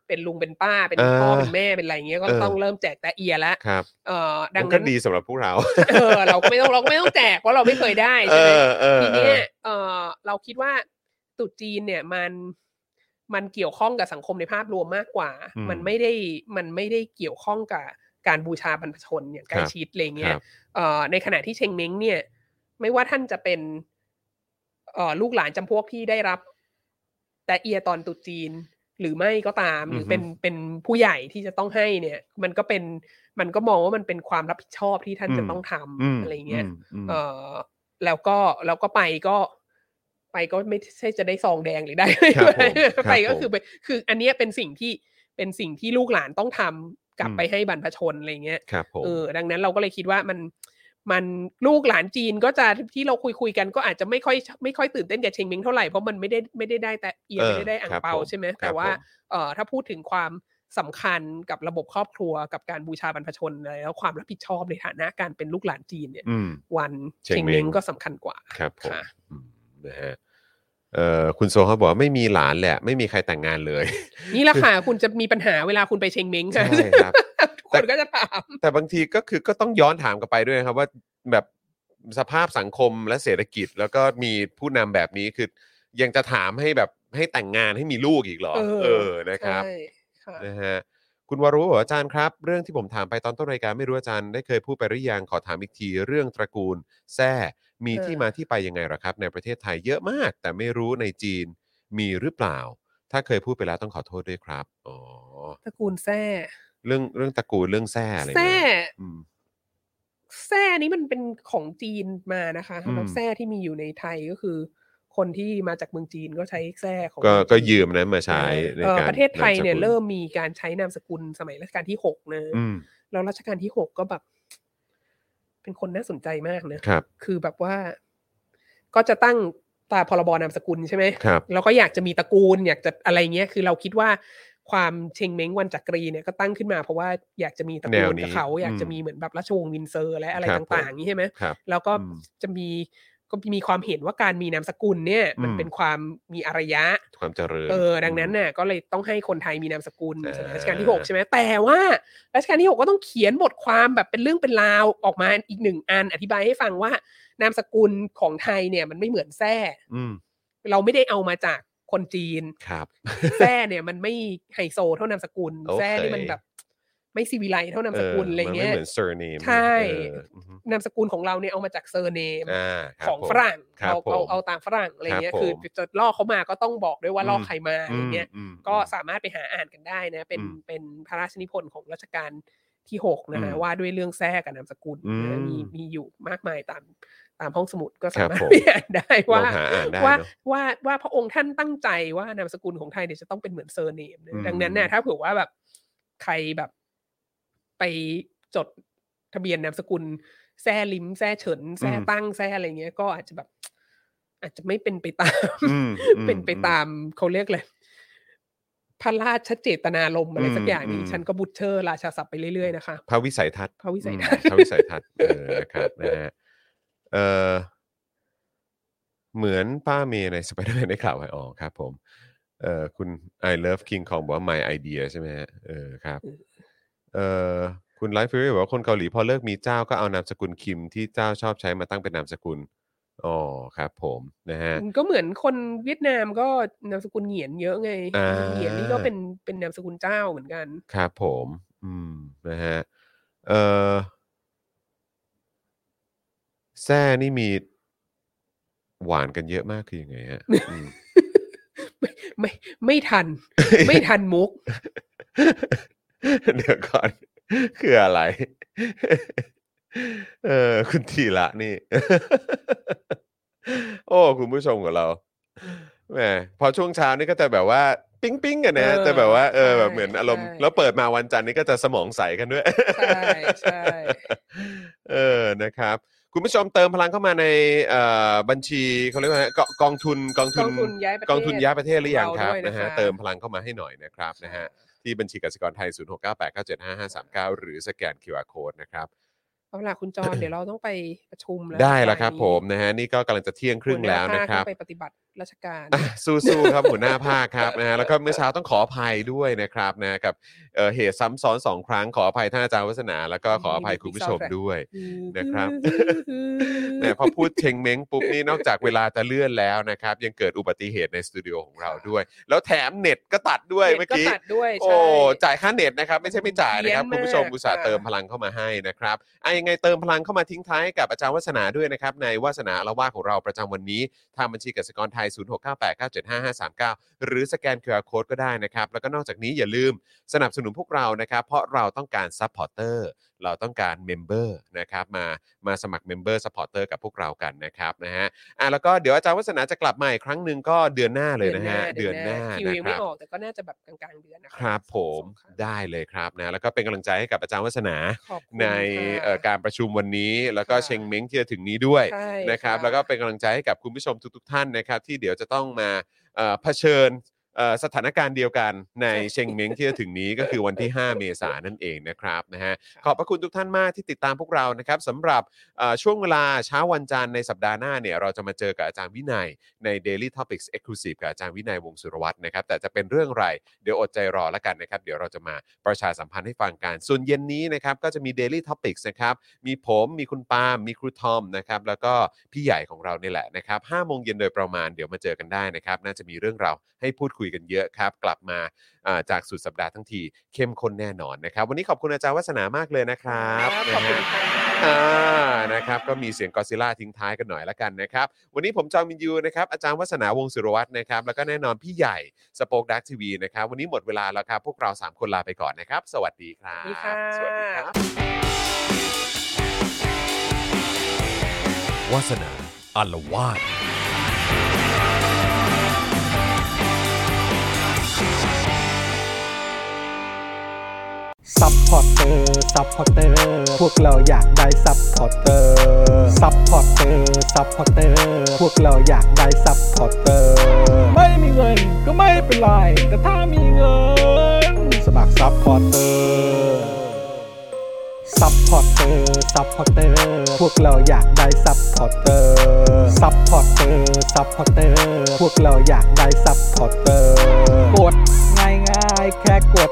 [SPEAKER 4] เป็นลุงเป็นป้าเป็นพ่อเป็นแม่เป็นอะไรอย่างเงี้ยก็
[SPEAKER 3] เออ
[SPEAKER 4] ต้องเริ่มแจกแต่เอียแล้ว
[SPEAKER 3] ครับ
[SPEAKER 4] เออดั
[SPEAKER 3] มั
[SPEAKER 4] ง
[SPEAKER 3] นก็
[SPEAKER 4] นั้น
[SPEAKER 3] ดีสำหรับพวกเรา
[SPEAKER 4] เออเราก็ไม่ต้องเราก็ไม่ต้องแจกเพราะเราไม่เคยได้
[SPEAKER 3] เอ
[SPEAKER 4] ใช่ไหม
[SPEAKER 3] อเออ
[SPEAKER 4] ที
[SPEAKER 3] เอ
[SPEAKER 4] เนี้
[SPEAKER 3] อย
[SPEAKER 4] เออเราคิดว่าตรุษจีนเนี่ยมันมันเกี่ยวข้องกับสังคมในภาพรวมมากกว่า มันไม่ได้มันไม่ได้เกี่ยวข้องกับการบูชาบรรพชนอย่างใกล้ชิดอะไร
[SPEAKER 3] ค
[SPEAKER 4] เงี้ย
[SPEAKER 3] รับ
[SPEAKER 4] เอ่อในขณะที่เชงเม้งเนี่ย ไม่ว่าท่านจะเป็นเอ่อลูกหลานจำพวกที่ได้รับ แต่เอียตอนตรุษจีน หรือไม่ก็ตามหรือ
[SPEAKER 3] อ
[SPEAKER 4] อ
[SPEAKER 3] ฮึ
[SPEAKER 4] เป็นเป็นผู้ใหญ่ที่จะต้องให้เนี่ย มันก็เป็นมันก็มองว่ามันเป็นความรับผิดชอบที่ท่านจะต้องทำอะไรเงี้ย
[SPEAKER 3] ม
[SPEAKER 4] เออแล้วก็แล้วก็ไปก็ ไปก็ไม่ใช่จะได้ซองแดงหรือได้ อะไร
[SPEAKER 3] ครับผม
[SPEAKER 4] ไปก็
[SPEAKER 3] รับผม
[SPEAKER 4] คือไปคือ อันเนี้ยเป็นสิ่งที่เป็นสิ่งที่ลูกหลานต้องทำกลับ
[SPEAKER 3] อืม
[SPEAKER 4] ไปให้บรรพชนอะไรเงี้ย
[SPEAKER 3] ครับผม
[SPEAKER 4] เออดังนั้นเราก็เลยคิดว่ามันมันลูกหลานจีนก็จะที่เราคุยคุยๆกันก็อาจจะไม่ค่อยไม่ค่อยตื่นเต้นกับเชงเม้งเท่าไหร่เพราะมันไม่ได้ไม่ได้ได้แต่เอียไม่ได้ได้อ่างเปาใช่ไหมแต่ว่า เอ่อถ้าพูดถึงความสำคัญกับระบบครอบครัวกับการบูชาบรรพชนอะไรแล้วความรับผิดชอบในฐานะการเป็นลูกหลานจีนเนี่ย
[SPEAKER 3] อืม
[SPEAKER 4] วัน
[SPEAKER 3] เช
[SPEAKER 4] เช
[SPEAKER 3] ง
[SPEAKER 4] ง
[SPEAKER 3] เม้
[SPEAKER 4] เม้
[SPEAKER 3] ง
[SPEAKER 4] งก็สำคัญกว่า
[SPEAKER 3] ครับผม
[SPEAKER 4] ค่ะ
[SPEAKER 3] อืมนะฮะเอ่อคุณโซเขาบอกว่าไม่มีหลานแหละ ไม่มีใครแต่งงานเลย
[SPEAKER 4] นี่แหละ ค่ะ คุณจะมีปัญหาเวลาคุณไปเชงเม้งค่ะ
[SPEAKER 3] ใช่ครับ
[SPEAKER 4] ทุกคนก็จะถาม
[SPEAKER 3] แต่บางทีก็คือก็ต้องย้อนถามกลับไปด้วยนะครับว่าแบบสภาพสังคมและเศรษฐกิจ แล้วก็มีผู้นำแบบนี้คือ ยังจะถามให้แบบให้แต่งงานให้มีลูกอีกเหรอ
[SPEAKER 4] เออ
[SPEAKER 3] นะครับ
[SPEAKER 4] ใช่ค่ะ
[SPEAKER 3] นะฮะคุณวารุบอกว่าอาจารย์ครับ เรื่องที่ผมถามไปตอนต้นรายการไม่รู้อาจารย์ได้เคยพูดไปหรือยังขอถามอีกทีเรื่องตระกูลแซ่มีที่มาที่ไปยังไงหรอครับ ในประเทศไทยเยอะมาก แต่ไม่รู้ในจีนมีหรือเปล่า ถ้าเคยพูดไปแล้วต้องขอโทษด้วยครับอ๋อ
[SPEAKER 4] ตระกูลแซ่
[SPEAKER 3] เรื่องเรื่องตระกูลเรื่องแซ่อะไร
[SPEAKER 4] แซ่
[SPEAKER 3] เนี่ยอืม
[SPEAKER 4] แซ่นี้มันเป็นของจีนมานะคะ
[SPEAKER 3] อืม
[SPEAKER 4] แล้วแซ่ที่มีอยู่ในไทยก็คือ คนที่มาจากเมืองจีนก็ใช้แซ่ของ
[SPEAKER 3] ก็
[SPEAKER 4] เองจีน
[SPEAKER 3] ก็ยืมนะมาใช้ใน
[SPEAKER 4] เอ่อ
[SPEAKER 3] การ
[SPEAKER 4] ประเทศไทยเนี่ย
[SPEAKER 3] ามสกุล
[SPEAKER 4] เริ่มมีการใช้นามสกุลสมัยรัชกาลที่หกนะ
[SPEAKER 3] อืม
[SPEAKER 4] แล้วรัชกาลที่หกก็แบบ เป็นคนน่าสนใจมากนะครับ คือแบบว่า ก็จะตั้งตาพรบนามสกุลใช่ไหม
[SPEAKER 3] ครับ
[SPEAKER 4] แล้วก็อยากจะมีตระกูล อยากจะอะไรเงี้ยคือเราคิดว่าความเชงเม้งวันจักรีเนี่ยก็ตั้งขึ้นมาเพราะว่าอยากจะมีตระกูล
[SPEAKER 3] แนวนี้
[SPEAKER 4] กับเขา อยากจะ
[SPEAKER 3] อืม
[SPEAKER 4] มีเหมือนแบบราชวงศ์วินเซอร์และอะไร
[SPEAKER 3] ครับผม
[SPEAKER 4] ต่างๆนี้ใช่ไหม
[SPEAKER 3] ครับ
[SPEAKER 4] แล้วก็
[SPEAKER 3] อืม
[SPEAKER 4] จะมีก็มีความเห็นว่าการมีนามสกุลเนี่ย มัน
[SPEAKER 3] อืม
[SPEAKER 4] เป็นความมีอารยะ
[SPEAKER 3] ความเจริญ
[SPEAKER 4] เออดังนั้นน่ะก็เลยต้องให้คนไทยมีนามสกุล
[SPEAKER 3] อ่า
[SPEAKER 4] สมัยรัชกาลที่ 6 ใช่ไหมแต่ว่ารัชกาลที่ 6 ก็ต้องเขียนบทความแบบเป็นเรื่องเป็นราวออกมาอีกหนึ่งอันอธิบายให้ฟังว่านามสกุลของไทยเนี่ยมันไม่เหมือนแท้
[SPEAKER 3] อืม
[SPEAKER 4] เราไม่ได้เอามาจากคนจี น
[SPEAKER 3] ครับ
[SPEAKER 4] แท้เนี่ยมันไม่ไฮโซเท่านามสกุล
[SPEAKER 3] โอเค
[SPEAKER 4] แท้นี่มันแบบ ไม่ซีวิไลเท่านามสกุลอะไร
[SPEAKER 3] มัน
[SPEAKER 4] เงี้
[SPEAKER 3] ไม่
[SPEAKER 4] ย
[SPEAKER 3] เหมือน surname
[SPEAKER 4] ใช่
[SPEAKER 3] เอออือฮึ
[SPEAKER 4] นามสกุลของเราเนี่ยเอามาจากเซอร์เนม
[SPEAKER 3] อ่าครับ
[SPEAKER 4] ของ
[SPEAKER 3] ผม
[SPEAKER 4] ฝรั่ง
[SPEAKER 3] ครับ
[SPEAKER 4] เอา
[SPEAKER 3] ผม
[SPEAKER 4] เอาเอาตามฝรั่งอะไรเงี้ย
[SPEAKER 3] ครับ
[SPEAKER 4] คือ
[SPEAKER 3] ผม
[SPEAKER 4] จะลอกเขามาก็ต้องบอกด้วยว่าลอ
[SPEAKER 3] อื
[SPEAKER 4] ก
[SPEAKER 3] ม
[SPEAKER 4] ใครมาอะไรเงี้ย
[SPEAKER 3] อืมอืม
[SPEAKER 4] ก็สามารถไปหาอ่านกันได้นะ เป็น
[SPEAKER 3] อืม
[SPEAKER 4] เป็นพระราชนิพนธ์ของรัชกาลที่หกนะฮะ
[SPEAKER 3] อืม
[SPEAKER 4] ว่าด้วยเรื่องแทรกกับนามสกุลนะมี
[SPEAKER 3] อืม
[SPEAKER 4] มีอยู่มากมายตามตามห้องสมุดก็
[SPEAKER 3] ครั
[SPEAKER 4] สา
[SPEAKER 3] บ
[SPEAKER 4] มารถ
[SPEAKER 3] ผม
[SPEAKER 4] ไปอ่านได้ว่า
[SPEAKER 3] ลองหาอ่านได้
[SPEAKER 4] ว่า
[SPEAKER 3] เนอะ
[SPEAKER 4] ว่าว่าพระองค์ท่านตั้งใจว่านามสกุลของไทยเนี่ยจะต้องเป็นเหมือนเซอร์เนมนะ
[SPEAKER 3] อืม
[SPEAKER 4] ดังนั้นนะถ้าเผื่อว่าแบบใครแบบไปจดทะเบียนนามสกุลแซ่ลิมแซ่เฉินแซ่ตั้งแซ่อะไรเงี้ยก็อาจจะแบบ อาจจะไม่เป็นไปตาม
[SPEAKER 3] อืมอืม
[SPEAKER 4] เป็น ไป
[SPEAKER 3] อืม
[SPEAKER 4] ตามเขาเรียกเลยพระราชเจตนารมณ์อะไร
[SPEAKER 3] อืม
[SPEAKER 4] สักอย่างนี้
[SPEAKER 3] อืม
[SPEAKER 4] ฉันก็บุตเชอร์ราชาศัพท์ไปเรื่อยๆนะคะ
[SPEAKER 3] พระวิสัยทัศน์
[SPEAKER 4] พระวิสัย
[SPEAKER 3] อืม
[SPEAKER 4] ทัศน์
[SPEAKER 3] พระวิสัยทัศน์เออนะครับนะฮะเออเหมือนป้าเมย์ในสไปเดอร์แมนได้กล่าวไว้อ๋อครับผมเออคุณ I love King Kong บอกว่า my idea ใช่ไหมฮะเออครับเออคุณไลฟ์ฟิวบอกว่าคนเกาหลีพอเลิกมีเจ้าก็เอานามสกุลคิมที่เจ้าชอบใช้มาตั้งเป็นนามสกุลอ๋อครับ ผมนะฮะ
[SPEAKER 4] ก็เหมือนคนเวียดนามก็นามสกุลเหงียนเยอะไง
[SPEAKER 3] อ่า
[SPEAKER 4] เหงียนนี่ก็เป็นเป็นนามสกุลเจ้าเหมือนกัน
[SPEAKER 3] ครับผม อืม นะฮะ เออแซ่นี่มี หวานกันเยอะมากคือยังไงฮะอืม
[SPEAKER 4] ไม่ไม่ไม่ทัน ไม่ทันมุก
[SPEAKER 3] เดี๋ยวก่อน คืออะไร เออ คุณทีละนี่ โอ้ คุณผู้ชมของเรา แหม พอช่วงเช้านี่ก็จะแบบว่า ปิ๊งปิ๊งกันนะ
[SPEAKER 4] เออ
[SPEAKER 3] แต่แบบว่า เออ
[SPEAKER 4] ใช่
[SPEAKER 3] แบบเหมือนอารมณ์
[SPEAKER 4] ใช่
[SPEAKER 3] แล้วเปิดมาวันจันทร์นี่ก็จะสมองใสกันด้วย
[SPEAKER 4] ใช่ใช่
[SPEAKER 3] เออ นะครับ คุณผู้ชมเติมพลังเข้ามาในเอ่อบัญชีเขาเรียกว่าไงกองกองทุนกอง
[SPEAKER 4] ก
[SPEAKER 3] ทุ
[SPEAKER 4] อน งทุนย้ายประเทศ
[SPEAKER 3] กองทุนย้ายประเทศหรือยัง
[SPEAKER 4] ข
[SPEAKER 3] ครับ
[SPEAKER 4] เาด้วย
[SPEAKER 3] นะฮะ
[SPEAKER 4] ค
[SPEAKER 3] เติมพลังเข้ามาให้หน่อยนะครับนะฮะ ที่บัญชีกสิกรไทย 0698975539 หรือสแกน QR Code นะครับ
[SPEAKER 4] เอาล่ะคุณจอนเดี๋ยวเราต้องไปประชุมแล้ว
[SPEAKER 3] ได้แล้วครับ
[SPEAKER 4] บ่าย
[SPEAKER 3] ผ
[SPEAKER 4] นี้
[SPEAKER 3] มนะฮะ นี่ก็กำลังจะเที่ยงครึ่งแล้ว
[SPEAKER 4] หั
[SPEAKER 3] นะ
[SPEAKER 4] หา
[SPEAKER 3] ครับ
[SPEAKER 4] ภาต้องไปปฏิบัติราชการ
[SPEAKER 3] อ่ะสู้ๆครับ หัวหน้าภาคครับ นะฮะแล้วก็เมื่อเช้าต้องขออภัยด้วยนะครับนะกับเอ่อเหตุซ้ำซ้อนสองครั้งขออภัยท่านอาจารย์วัฒนา แล้วก็ขออภัยคุณผู้ชมด้วย นะครับ แหมพอพูดเชงเม้งปุ๊บนี่นอกจากเวลาจะเลื่อนแล้วนะครับ ยังเกิดอุบัติเหตุในสตูดิโอของเราด้วย แล้วแถมเน็ตก็ตัดด้วยเมื่อกี้
[SPEAKER 4] น็ตัดด้วย
[SPEAKER 3] โอ้
[SPEAKER 4] ใช่
[SPEAKER 3] จ่ายค่าเน็ตนะครับ ไม่ใช่ไม่จ่ายนะครับ
[SPEAKER 4] เยี่
[SPEAKER 3] คุ
[SPEAKER 4] ยม
[SPEAKER 3] ณผู้
[SPEAKER 4] มาก
[SPEAKER 3] ชมอุตส่าห์
[SPEAKER 4] ค่ะ
[SPEAKER 3] เติมพลังเข้ามาให้นะครับอ่ะยังไงเติมพลังเข้ามาทิ้งท้ายให้กับอาจารย์วัฒนาด้วยนะครับ ในวาสนาละว่าของเราประจำวันนี้ ทางบัญชีกสิกรไทย ย0698975539 หรือสแกน QR Code ก็ได้นะครับ แล้วก็นอกจากนี้อย่าลืมสนับสนุนพวกเรานะครับ เพราะเราต้องการซัพพอร์เตอร์ เราต้องการเมมเบอร์นะครับ มามาสมัครเมมเบอร์ซัพพอร์เตอร์กับพวกเรากันนะครับนะฮะ อ่ะแล้วก็เดี๋ยวอาจารย์วัฒนาจะกลับมาอีกครั้งหนึ่งก็เดือนหน้าเลยนะฮะ เดือนหน้า
[SPEAKER 4] คิว
[SPEAKER 3] นะ
[SPEAKER 4] ยัง
[SPEAKER 3] ค
[SPEAKER 4] ไม่
[SPEAKER 3] รับ
[SPEAKER 4] ออกแต่ก็น่าจะแบบกลางๆเดือนนะะ
[SPEAKER 3] ครับผม
[SPEAKER 4] สองครั้ง
[SPEAKER 3] ได้เลยครับนะแล้วก็เป็นกำลังใจให้กับอาจารย์วัฒนา
[SPEAKER 4] ขอบคุณ
[SPEAKER 3] ใน
[SPEAKER 4] ค่ะ
[SPEAKER 3] เอ่อการประชุมวันนี้ แล้วก็
[SPEAKER 4] ค่ะ
[SPEAKER 3] เชงเม้งที่จะถึงนี้ด้วย
[SPEAKER 4] ใช่
[SPEAKER 3] นะครับแล้วก็เป็นกำลังใจให้กับคุณผู้ชมทุกๆท่านนะครับ ที่เดี๋ยวจะต้องมาเอ่อเผชิญเอ่อสถานการณ์เดียวกันในเชงเม้งที่จะถึงนี้ก็คือวันที่ 5 เมษายนนั่นเองนะครับนะฮะขอบพระคุณทุกท่านมากที่ติดตามพวกเรานะครับสำหรับเอ่อช่วงเวลาเช้าวันจันทร์ในสัปดาห์หน้าเนี่ยเราจะมาเจอกับอาจารย์วินัยใน Daily Topics Exclusive กับอาจารย์วินัยวงศ์สุรวัตรนะครับแต่จะเป็นเรื่องอะไร เดี๋ยวอดใจรอแล้วกันนะครับ เดี๋ยวเราจะมาประชาสัมพันธ์ให้ฟังกัน ส่วนเย็นนี้นะครับ ก็จะมี Daily Topics นะครับ มีผมมีคุณปาล์มมีครูทอมนะครับ แล้วก็พี่ใหญ่ของเรานี่แหละนะครับห้าโมงเย็นโดยประมาณเดี๋ยวมาเจอกันได้นะครับ น่าจะมีเรื่องราวให้พูดคุยกันเยอะครับ กลับมาอ่าจากสุดสัปดาห์ทั้งทีเข้มข้นแน่นอนนะครับ วันนี้ขอบคุณอาจารย์วัฒนามากเลยนะครับ
[SPEAKER 4] ครับขอบ
[SPEAKER 3] นะ
[SPEAKER 4] คุณ
[SPEAKER 3] ฮะ
[SPEAKER 4] ค่ะ
[SPEAKER 3] อ่า นะครับ ก็มีเสียงกอซิล่าทิ้งท้ายกันหน่อยละกันนะครับ วันนี้ผมจอมินยูนะครับ อาจารย์วัฒนาวงศ์สุรวัตรนะครับ แล้วก็แน่นอนพี่ใหญ่สป็อคดักทีวีนะครับ วันนี้หมดเวลาแล้วครับ พวกเรา 3 คนลาไปก่อนนะครับ สวัสดีครับ
[SPEAKER 4] ดีค่ะ
[SPEAKER 3] สวัสดีครับ
[SPEAKER 2] วาสนาอารวาส
[SPEAKER 1] ซัพพอร์เตอร์ซัพพอร์เตอร์ พวกเราอยากได้ซัพพอร์เตอร์ซัพพอร์เตอร์ซัพพอร์เตอร์ พวกเราอยากได้ซัพพอร์เตอร์ ไม่มีเงินก็ไม่เป็นไร แต่ถ้ามีเงิน สมัครซัพพอร์เตอร์ ซัพพอร์เตอร์ ซัพพอร์เตอร์ พวกเราอยากได้ซัพพอร์เตอร์ ซัพพอร์เตอร์ ซัพพอร์เตอร์ พวกเราอยากได้ซัพพอร์เตอร์ กดง่ายง่ายๆแค่กด